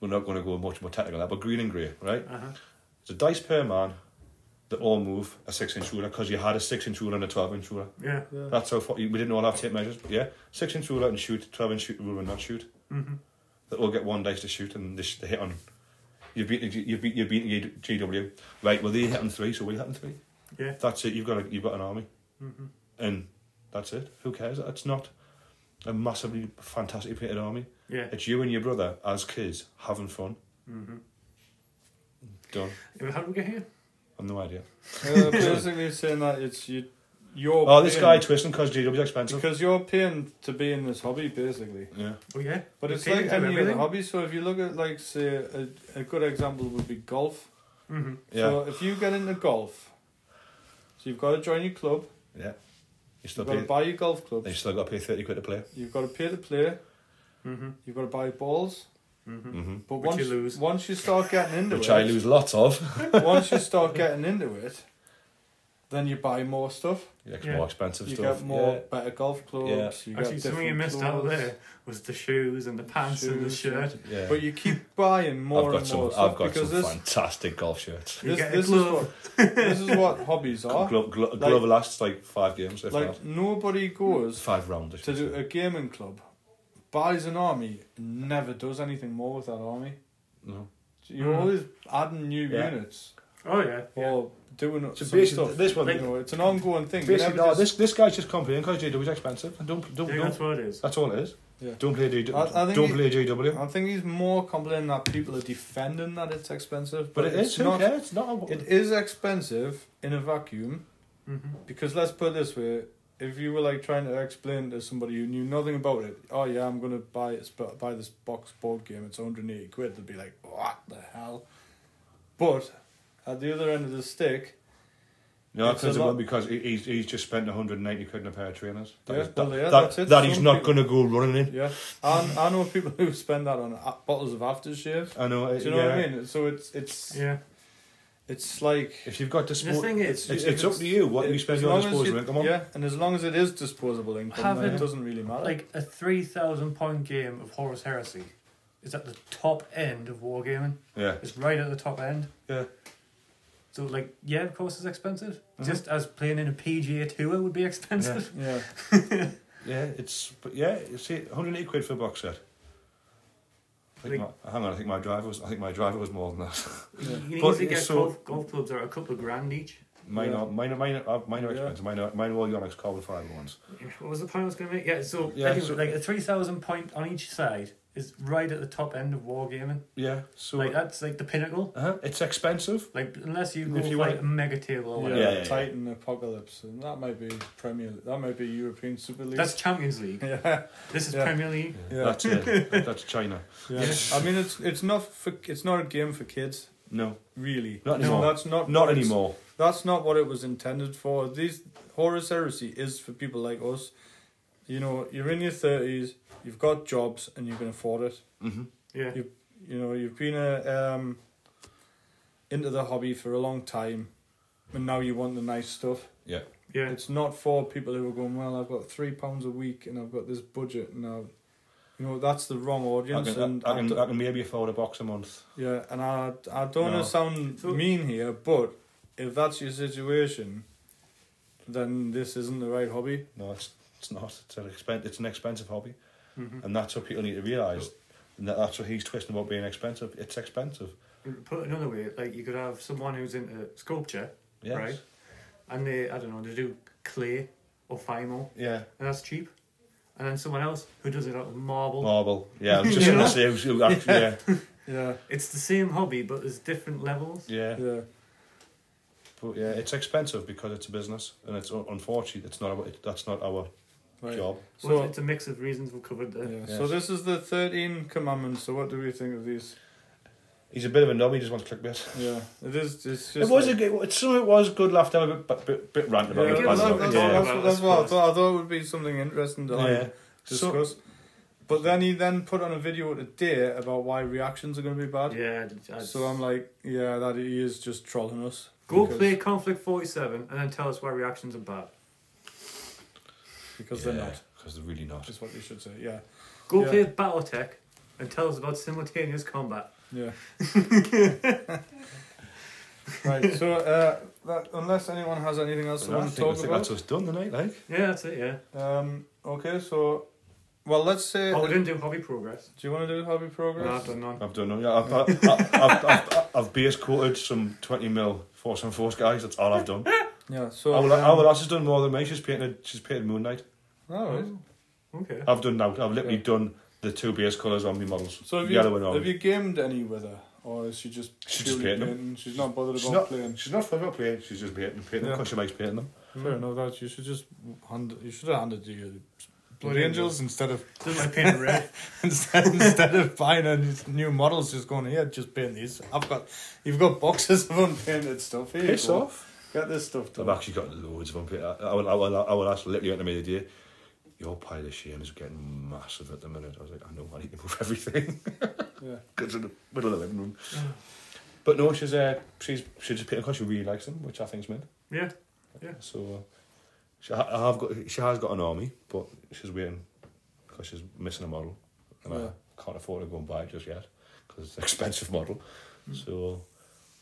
Speaker 3: We're not going to go much more technical than that, but green and grey, right?
Speaker 4: Uh huh.
Speaker 3: It's a dice per man that all move a six inch ruler because you had a six inch ruler and a twelve inch ruler.
Speaker 4: Yeah.
Speaker 3: That's how far, we didn't all have tape measures. But yeah, six inch ruler and shoot, twelve inch shoot, ruler and not shoot.
Speaker 2: Mm-hmm.
Speaker 4: Mhm.
Speaker 3: They all get one dice to shoot and they, sh- they hit on. You've beaten you've beat you've beaten GW right. Well, they hit on three, so we hit on three.
Speaker 4: Yeah.
Speaker 3: That's it. You've got a, you've got an army,
Speaker 4: Mhm.
Speaker 3: and that's it. Who cares? It's not a massively fantastic painted army.
Speaker 4: Yeah.
Speaker 3: It's you and your brother as kids having fun.
Speaker 4: Mhm.
Speaker 3: Done.
Speaker 4: How did we get here?
Speaker 3: I've no idea.
Speaker 2: Uh, basically, it's saying that it's you. You're
Speaker 3: Oh, this
Speaker 2: paying-
Speaker 3: guy twisting because GW's expensive.
Speaker 2: because er you're paying to be in this hobby basically. er
Speaker 3: yeah.
Speaker 4: Oh yeah.
Speaker 2: But
Speaker 4: You
Speaker 2: it's
Speaker 4: pay
Speaker 2: like
Speaker 4: to
Speaker 2: any other
Speaker 4: everything?
Speaker 2: hobby. So if you look at like say a, a good example would be golf.
Speaker 4: Mhm.
Speaker 3: Yeah.
Speaker 2: So if you get into golf, so you've got to join your club.
Speaker 3: yeah. You still
Speaker 2: You've got to
Speaker 3: pay.
Speaker 2: buy your golf clubs.
Speaker 3: They still got to pay thirty quid to play.
Speaker 2: You've got to pay to play.
Speaker 4: Mhm.
Speaker 2: You've got to buy balls.
Speaker 4: Mhm.
Speaker 3: Mm-hmm.
Speaker 2: But
Speaker 4: Which
Speaker 2: once
Speaker 4: you lose.
Speaker 2: once you start getting into
Speaker 3: Which
Speaker 2: it,
Speaker 3: I lose lots of.
Speaker 2: once you start getting into it, then you buy more stuff.
Speaker 3: Yeah, it's
Speaker 4: Yeah.
Speaker 3: more expensive
Speaker 2: You
Speaker 3: stuff.
Speaker 2: get more better golf clubs.
Speaker 3: Yeah.
Speaker 2: You
Speaker 4: Actually,
Speaker 2: get
Speaker 4: something you
Speaker 2: different
Speaker 4: missed out
Speaker 2: clothes.
Speaker 4: there was the shoes and the pants and the
Speaker 2: Shoes, yeah.
Speaker 4: shirt.
Speaker 3: Yeah.
Speaker 2: But you keep buying more
Speaker 3: I've got
Speaker 2: and
Speaker 3: some.
Speaker 2: more stuff
Speaker 3: I've got some
Speaker 2: because this,
Speaker 3: fantastic golf shirts.
Speaker 4: You
Speaker 2: this,
Speaker 4: get a
Speaker 2: this, is
Speaker 4: glove.
Speaker 2: what, this is what hobbies are.
Speaker 3: Glo- glo-
Speaker 2: Like-
Speaker 3: Glover lasts like five games. If
Speaker 2: Like
Speaker 3: that.
Speaker 2: nobody goes
Speaker 3: five rounds. I
Speaker 2: to
Speaker 3: should
Speaker 2: do
Speaker 3: say.
Speaker 2: a gaming club, buys an army, never does anything more with that army.
Speaker 3: No.
Speaker 2: You're
Speaker 4: Mm.
Speaker 2: always adding new
Speaker 3: Yeah.
Speaker 2: units
Speaker 4: Oh yeah. yeah.
Speaker 2: or doing
Speaker 3: So
Speaker 2: some
Speaker 3: basically,
Speaker 2: stuff.
Speaker 3: this one-
Speaker 2: you know, it's an ongoing thing. You
Speaker 3: Basically,
Speaker 2: never
Speaker 3: no,
Speaker 2: just-
Speaker 3: this this guy's just complaining because GW is expensive. And don't don't,
Speaker 4: Yeah,
Speaker 3: don't
Speaker 4: that's what it is.
Speaker 3: that's all it is.
Speaker 2: Yeah.
Speaker 3: Don't play GW.
Speaker 2: I- I think
Speaker 3: don't
Speaker 2: it-
Speaker 3: play GW.
Speaker 2: I think he's more complaining that people are defending that it's expensive,
Speaker 3: But it is. Who
Speaker 2: not.
Speaker 3: cares? It's not. A,
Speaker 2: It is expensive in a vacuum
Speaker 4: Mhm.
Speaker 2: because let's put it this way: if you were like trying to explain to somebody who knew nothing about it, oh yeah, I'm gonna buy it, buy this box board game. It's 180 quid. They'd be like, what the hell? But at the other end of the stick,
Speaker 3: no,
Speaker 2: it's a
Speaker 3: because it
Speaker 2: lot-
Speaker 3: won't, because he- he's he's just spent 190 quid on a pair of trainers. That
Speaker 2: Yeah,
Speaker 3: is-
Speaker 2: well,
Speaker 3: that-
Speaker 2: yeah,
Speaker 3: that-
Speaker 2: that's it.
Speaker 3: that he's
Speaker 2: Some
Speaker 3: not
Speaker 2: people-
Speaker 3: going to go running in.
Speaker 2: yeah, I, I know people who spend that on a- bottles of aftershave.
Speaker 3: I know.
Speaker 2: Do
Speaker 3: it-
Speaker 2: you know
Speaker 3: yeah.
Speaker 2: what I mean? So it's it's
Speaker 4: Yeah.
Speaker 2: it's like
Speaker 3: If you've got to
Speaker 4: The
Speaker 3: sport,
Speaker 4: thing is,
Speaker 3: it's,
Speaker 2: if
Speaker 3: it's up to you what you
Speaker 2: As
Speaker 3: spend your
Speaker 2: long as
Speaker 3: disposable
Speaker 2: you-
Speaker 3: income on.
Speaker 2: Yeah, and as long as it is disposable income, then
Speaker 4: Having-
Speaker 2: it doesn't really matter.
Speaker 4: like a 3000 point game of Horus Heresy is at the top end of wargaming.
Speaker 3: yeah.
Speaker 4: It's right at the top end.
Speaker 3: Yeah.
Speaker 4: So, like, yeah, of course it's expensive. Just as playing in a PGA tour would be expensive.
Speaker 2: yeah,
Speaker 3: Yeah, it's but yeah, you see, 180 quid for a box set. I think
Speaker 4: Like-
Speaker 3: my, hang on, I think my driver was. I think my driver was more than that.
Speaker 2: yeah.
Speaker 4: You can
Speaker 3: But
Speaker 4: easily
Speaker 3: it's
Speaker 4: get
Speaker 3: so-
Speaker 4: golf, golf clubs that are a couple of grand each.
Speaker 3: Mine
Speaker 2: Yeah.
Speaker 3: are mine are mine are, mine are
Speaker 2: Yeah.
Speaker 3: expensive. Mine are mine are all Yonex carbon fiber ones.
Speaker 4: What was the point I was going to make? Yeah, so,
Speaker 3: Yeah,
Speaker 4: anyway,
Speaker 3: so-
Speaker 4: like a 3000 point on each side is right at the top end of wargaming.
Speaker 3: Yeah, so
Speaker 2: uh,
Speaker 4: Like, that's like the pinnacle.
Speaker 3: uh-huh, it's expensive.
Speaker 4: Like, unless you go
Speaker 3: If you
Speaker 4: for
Speaker 3: want-
Speaker 4: like, a mega table or
Speaker 2: yeah,
Speaker 4: whatever.
Speaker 3: Yeah, yeah, yeah.
Speaker 2: Titan Apocalypse, and that might be Premier. That might be European Super League.
Speaker 4: That's Champions League.
Speaker 2: yeah,
Speaker 4: This is
Speaker 2: Yeah.
Speaker 4: Premier League.
Speaker 2: Yeah.
Speaker 3: That's it. That's China.
Speaker 2: yeah. I mean, it's it's not for it's not a game for kids,
Speaker 3: No,
Speaker 2: really.
Speaker 3: Not
Speaker 2: No,
Speaker 3: anymore.
Speaker 2: that's not
Speaker 3: not
Speaker 2: it's-
Speaker 3: anymore.
Speaker 2: That's not what it was intended for. These Horus Heresy is for people like us. You know, you're in your thirties, you've got jobs, and you can afford it.
Speaker 3: Mm-hmm.
Speaker 4: Yeah.
Speaker 2: you know you've been a, um, into the hobby for a long time and now you want the nice stuff
Speaker 3: Yeah,
Speaker 4: Yeah.
Speaker 2: it's not for people who are going well i've got three pounds a week and i've got this budget and i you know that's the wrong
Speaker 3: I
Speaker 2: audience
Speaker 3: can,
Speaker 2: and
Speaker 3: I, I, can,
Speaker 2: d-
Speaker 3: I can maybe afford a box a month.
Speaker 2: yeah and i i don't
Speaker 3: No.
Speaker 2: want to sound
Speaker 4: So-
Speaker 2: mean here but if that's your situation then this isn't the right hobby
Speaker 3: No, it's it's not. It's an expen- It's an expensive hobby,
Speaker 4: Mhm.
Speaker 2: Mm-hmm.
Speaker 3: and that's what people need to realise. And that, that's what he's twisting about being expensive. It's expensive.
Speaker 4: Put another way, like you could have someone who's into sculpture,
Speaker 3: Yes.
Speaker 4: right? And they, I don't know, they do clay or fimo,
Speaker 3: Yeah.
Speaker 4: and that's cheap. And then someone else who does it out of marble.
Speaker 3: Marble. Yeah, I was just gonna say. it was- it was actually, yeah.
Speaker 2: yeah
Speaker 4: It's the same hobby, but there's different levels.
Speaker 3: yeah.
Speaker 2: yeah
Speaker 3: But yeah, it's expensive because it's a business, and it's un- unfortunately it's not. Our, it, that's not our
Speaker 5: Right.
Speaker 3: job.
Speaker 4: Well,
Speaker 5: So-
Speaker 4: it's a mix of reasons we've covered there.
Speaker 5: Yeah. So
Speaker 3: Yes.
Speaker 5: this is the thirteen commandments. So what do we think of these?
Speaker 3: He's a bit of a knob. He just wants clickbait.
Speaker 5: Yeah, it is. It's just.
Speaker 3: It was a
Speaker 5: like-
Speaker 3: good. Some of it was good laugh. Down a bit, bit, bit, bit rant
Speaker 5: Yeah,
Speaker 3: about
Speaker 4: We
Speaker 5: that's,
Speaker 3: it.
Speaker 4: could
Speaker 5: that's,
Speaker 3: but-
Speaker 4: love
Speaker 5: that's,
Speaker 4: it.
Speaker 5: what-
Speaker 4: Yeah.
Speaker 5: that's, what- that's what I thought. I thought it would be something interesting to like
Speaker 3: yeah.
Speaker 5: discuss. but then he then put on a video today about why reactions are going to be bad.
Speaker 4: Yeah. I- I-
Speaker 5: So I'm like, yeah, that he is just trolling us.
Speaker 4: Go
Speaker 5: because,
Speaker 4: play Conflict 47 and then tell us why reactions are bad.
Speaker 5: because
Speaker 3: Yeah,
Speaker 5: they're not.
Speaker 3: Because they're really not.
Speaker 5: Is what you should say. Yeah,
Speaker 4: Go
Speaker 5: Yeah.
Speaker 4: play Battletech and tell us about simultaneous combat.
Speaker 5: yeah. right. So uh, that, unless anyone has anything else they
Speaker 3: I
Speaker 5: want to
Speaker 3: think, I
Speaker 5: talk
Speaker 3: think
Speaker 5: about,
Speaker 3: that's us done tonight, like.
Speaker 4: Yeah, that's it, yeah.
Speaker 5: um, okay. So, well, let's say.
Speaker 4: Oh, we didn't do hobby progress.
Speaker 5: Do you want to do hobby progress?
Speaker 4: No, I've done none.
Speaker 3: I've done none. I've, I've, I've, I've, I've, I've base quoted some 20 mil Force on Force guys. That's all I've done.
Speaker 5: Yeah. So.
Speaker 3: Owl,
Speaker 5: um,
Speaker 3: Owl Lass has done more than me. She's painted, she's painted Moon Knight.
Speaker 5: all right.
Speaker 4: Okay.
Speaker 3: I've done now. I've literally
Speaker 5: Yeah.
Speaker 3: done the two base colours on my models.
Speaker 5: So have you,
Speaker 3: yellow and
Speaker 5: have
Speaker 3: orange.
Speaker 5: you gamed any with her, or is she just
Speaker 3: She's just
Speaker 5: purely
Speaker 3: painting 'em.
Speaker 5: painting? She's not bothered
Speaker 3: She's
Speaker 5: about
Speaker 3: not-
Speaker 5: playing.
Speaker 3: She's not forever playing. She's just painting, painting
Speaker 5: Yeah.
Speaker 3: because she likes painting them.
Speaker 5: Fair enough. That you should just hand. You should have handed you your
Speaker 4: Blood Angels
Speaker 5: instead of
Speaker 4: Did my paint red?
Speaker 5: instead, instead of buying a new models. Just going here, just paint these. I've got you've got boxes of unpainted stuff here. you
Speaker 3: Piss
Speaker 5: go.
Speaker 3: off.
Speaker 5: Get this stuff
Speaker 3: I've
Speaker 5: done.
Speaker 3: actually got loads of unpaid. I, I, will- I, will- I will ask literally at the middle of the day, your pile of shame is getting massive at the minute. I was like, I know, I need to move everything.
Speaker 5: Yeah.
Speaker 3: Because in the middle of the living room. but no, she's, uh, she's, she's just paid because she really likes them, which I think is mid.
Speaker 4: Yeah.
Speaker 3: So uh, she, ha- I have got, she has got an army, but she's waiting because she's missing a model. And
Speaker 5: Yeah.
Speaker 3: I can't afford to go and buy it just yet because it's an expensive model. So,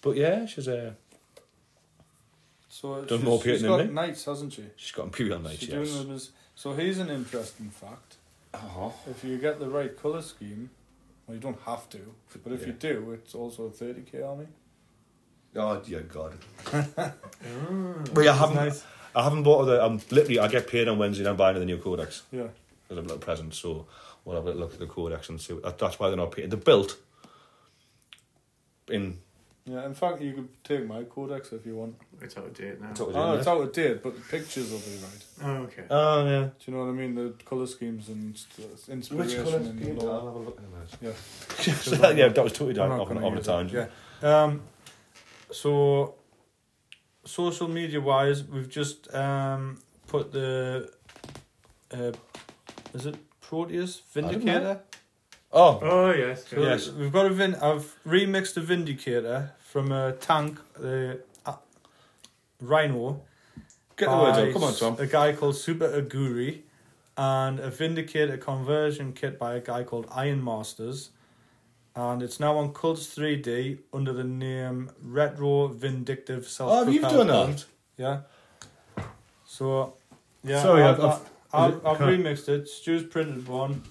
Speaker 3: but yeah, she's uh,
Speaker 5: So
Speaker 3: Done
Speaker 5: she's-
Speaker 3: more
Speaker 5: she's
Speaker 3: painting
Speaker 5: got
Speaker 3: than me.
Speaker 5: knights, hasn't she?
Speaker 3: she's got Imperial Knights,
Speaker 5: She's
Speaker 3: yes.
Speaker 5: doing them as, so here's an interesting fact.
Speaker 3: Uh-huh.
Speaker 5: If you get the right color scheme, well, you don't have to, but if you
Speaker 3: Yeah.
Speaker 5: do, it's also a thirty k army.
Speaker 3: Oh, dear God.
Speaker 4: Ah.
Speaker 5: Mm.
Speaker 3: But yeah, I haven't. I haven't bought the. I'm literally. I get paid on Wednesday. and I'm buying the new codex
Speaker 5: Yeah.
Speaker 3: as a little present. So we'll have a little look at the codex and see. That, that's why they're not paid. They're built in.
Speaker 5: Yeah, in fact, you could take my codex if you want.
Speaker 4: It's out of date now.
Speaker 3: I thought it was
Speaker 5: Oh,
Speaker 3: in
Speaker 5: it's
Speaker 3: there.
Speaker 5: out of date, but the pictures will be right.
Speaker 4: Oh, okay.
Speaker 3: Oh yeah.
Speaker 5: Do you know what I mean? The colour schemes and st-
Speaker 2: uh,
Speaker 3: Which
Speaker 5: inspiration.
Speaker 3: colours?
Speaker 5: and
Speaker 3: paid?
Speaker 5: all
Speaker 3: I'll have a look in a minute.
Speaker 5: Yeah.
Speaker 3: So that- yeah, that was totally
Speaker 5: that.
Speaker 3: down
Speaker 5: I'm not
Speaker 3: off,
Speaker 5: gonna
Speaker 3: off the
Speaker 5: use
Speaker 3: time.
Speaker 5: it. Yeah. Um,
Speaker 2: So, social media wise, we've just um, put the. Uh, is it Proteus Vindicator?
Speaker 3: Oh,
Speaker 4: Oh, yes.
Speaker 2: So
Speaker 3: Yes.
Speaker 2: We've got a vin. I've remixed a Vindicator from a tank, the uh, Rhino.
Speaker 3: get the words
Speaker 2: by
Speaker 3: out. Come on, Tom.
Speaker 2: A guy called Super Aguri, and a Vindicator conversion kit by a guy called Iron Masters. And it's now on Cults 3D under the name Retro Vindictive Self
Speaker 3: Oh, you've done that.
Speaker 2: Yeah. So, yeah.
Speaker 3: Sorry,
Speaker 2: I've,
Speaker 3: I've- I've-
Speaker 2: I've, I've,
Speaker 3: is it-
Speaker 2: I've
Speaker 3: can I-
Speaker 2: remixed it. Stu's printed one.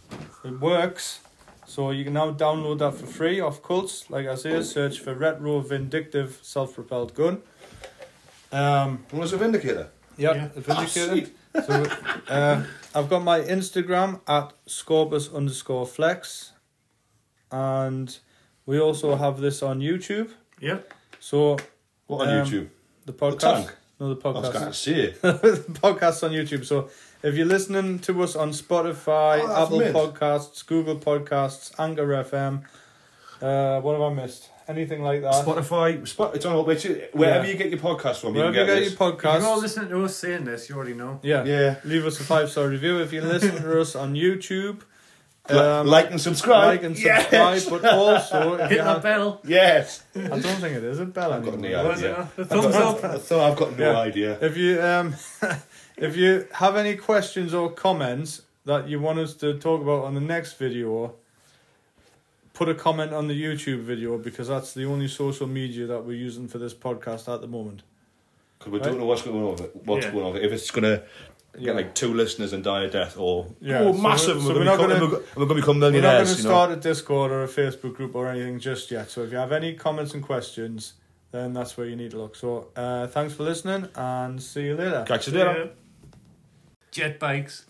Speaker 2: It works. So you can now download that for free off Cults. Like I say, search for Retro Vindictive Self Propelled Gun. Um,
Speaker 3: Was a vindicator?
Speaker 2: yeah, Ah,
Speaker 4: Yeah.
Speaker 2: it's vindicated. so, uh, I've got my Instagram at Scorpus underscore flex, and we also have this on YouTube.
Speaker 4: Yep.
Speaker 2: So
Speaker 3: What on
Speaker 2: Um,
Speaker 3: YouTube?
Speaker 2: the
Speaker 3: The
Speaker 2: podcast,
Speaker 3: tank.
Speaker 2: no, the
Speaker 3: I was
Speaker 2: podcast,
Speaker 3: gonna see.
Speaker 2: the podcast on YouTube. So if you're listening to us on Spotify,
Speaker 3: Oh, that's
Speaker 2: Apple
Speaker 3: mint.
Speaker 2: Podcasts, Google Podcasts, Anchor FM, uh, what have I missed? Anything like that?
Speaker 3: Spotify. Spot. It's on all. Which wherever
Speaker 2: Yeah.
Speaker 3: you get your podcast from, you
Speaker 2: Wherever you
Speaker 3: can
Speaker 2: get
Speaker 3: get,
Speaker 2: your
Speaker 4: If you're all
Speaker 2: podcasts,
Speaker 4: listening to us saying this, you already know.
Speaker 2: yeah.
Speaker 3: this.
Speaker 2: Leave us a five star review if you listen to us on YouTube.
Speaker 3: Yeah. Li-
Speaker 2: Um,
Speaker 3: like and subscribe.
Speaker 2: like and subscribe, but also if
Speaker 4: Hit
Speaker 2: you
Speaker 4: that
Speaker 2: have,
Speaker 4: bell.
Speaker 3: Yes.
Speaker 2: I don't think it is a bell
Speaker 3: I've got E
Speaker 2: anymore.
Speaker 3: no idea.
Speaker 4: Was it?
Speaker 3: yeah.
Speaker 4: The thumbs up.
Speaker 3: So I've got no
Speaker 2: Yeah.
Speaker 3: idea.
Speaker 2: If you um, if you have any questions or comments that you want us to talk about on the next video, put a comment on the YouTube video because that's the only social media that we're using for this podcast at the moment.
Speaker 3: Because we don't know what's going on with it. What's
Speaker 4: Yeah.
Speaker 3: going on with it. If it's going to get
Speaker 2: Yeah.
Speaker 3: like two listeners and die a death or
Speaker 2: Yeah,
Speaker 3: oh,
Speaker 2: so
Speaker 3: massive.
Speaker 2: we're- so
Speaker 3: we're
Speaker 2: we're not
Speaker 3: going
Speaker 2: gonna-
Speaker 3: to we're going
Speaker 2: We're
Speaker 3: to become
Speaker 2: not going to
Speaker 3: millionaires. You know?
Speaker 2: start a Discord or a Facebook group or anything just yet. So if you have any comments and questions, then that's where you need to look. So uh, thanks for listening and see you later.
Speaker 3: Catch you later.
Speaker 4: Jet bikes.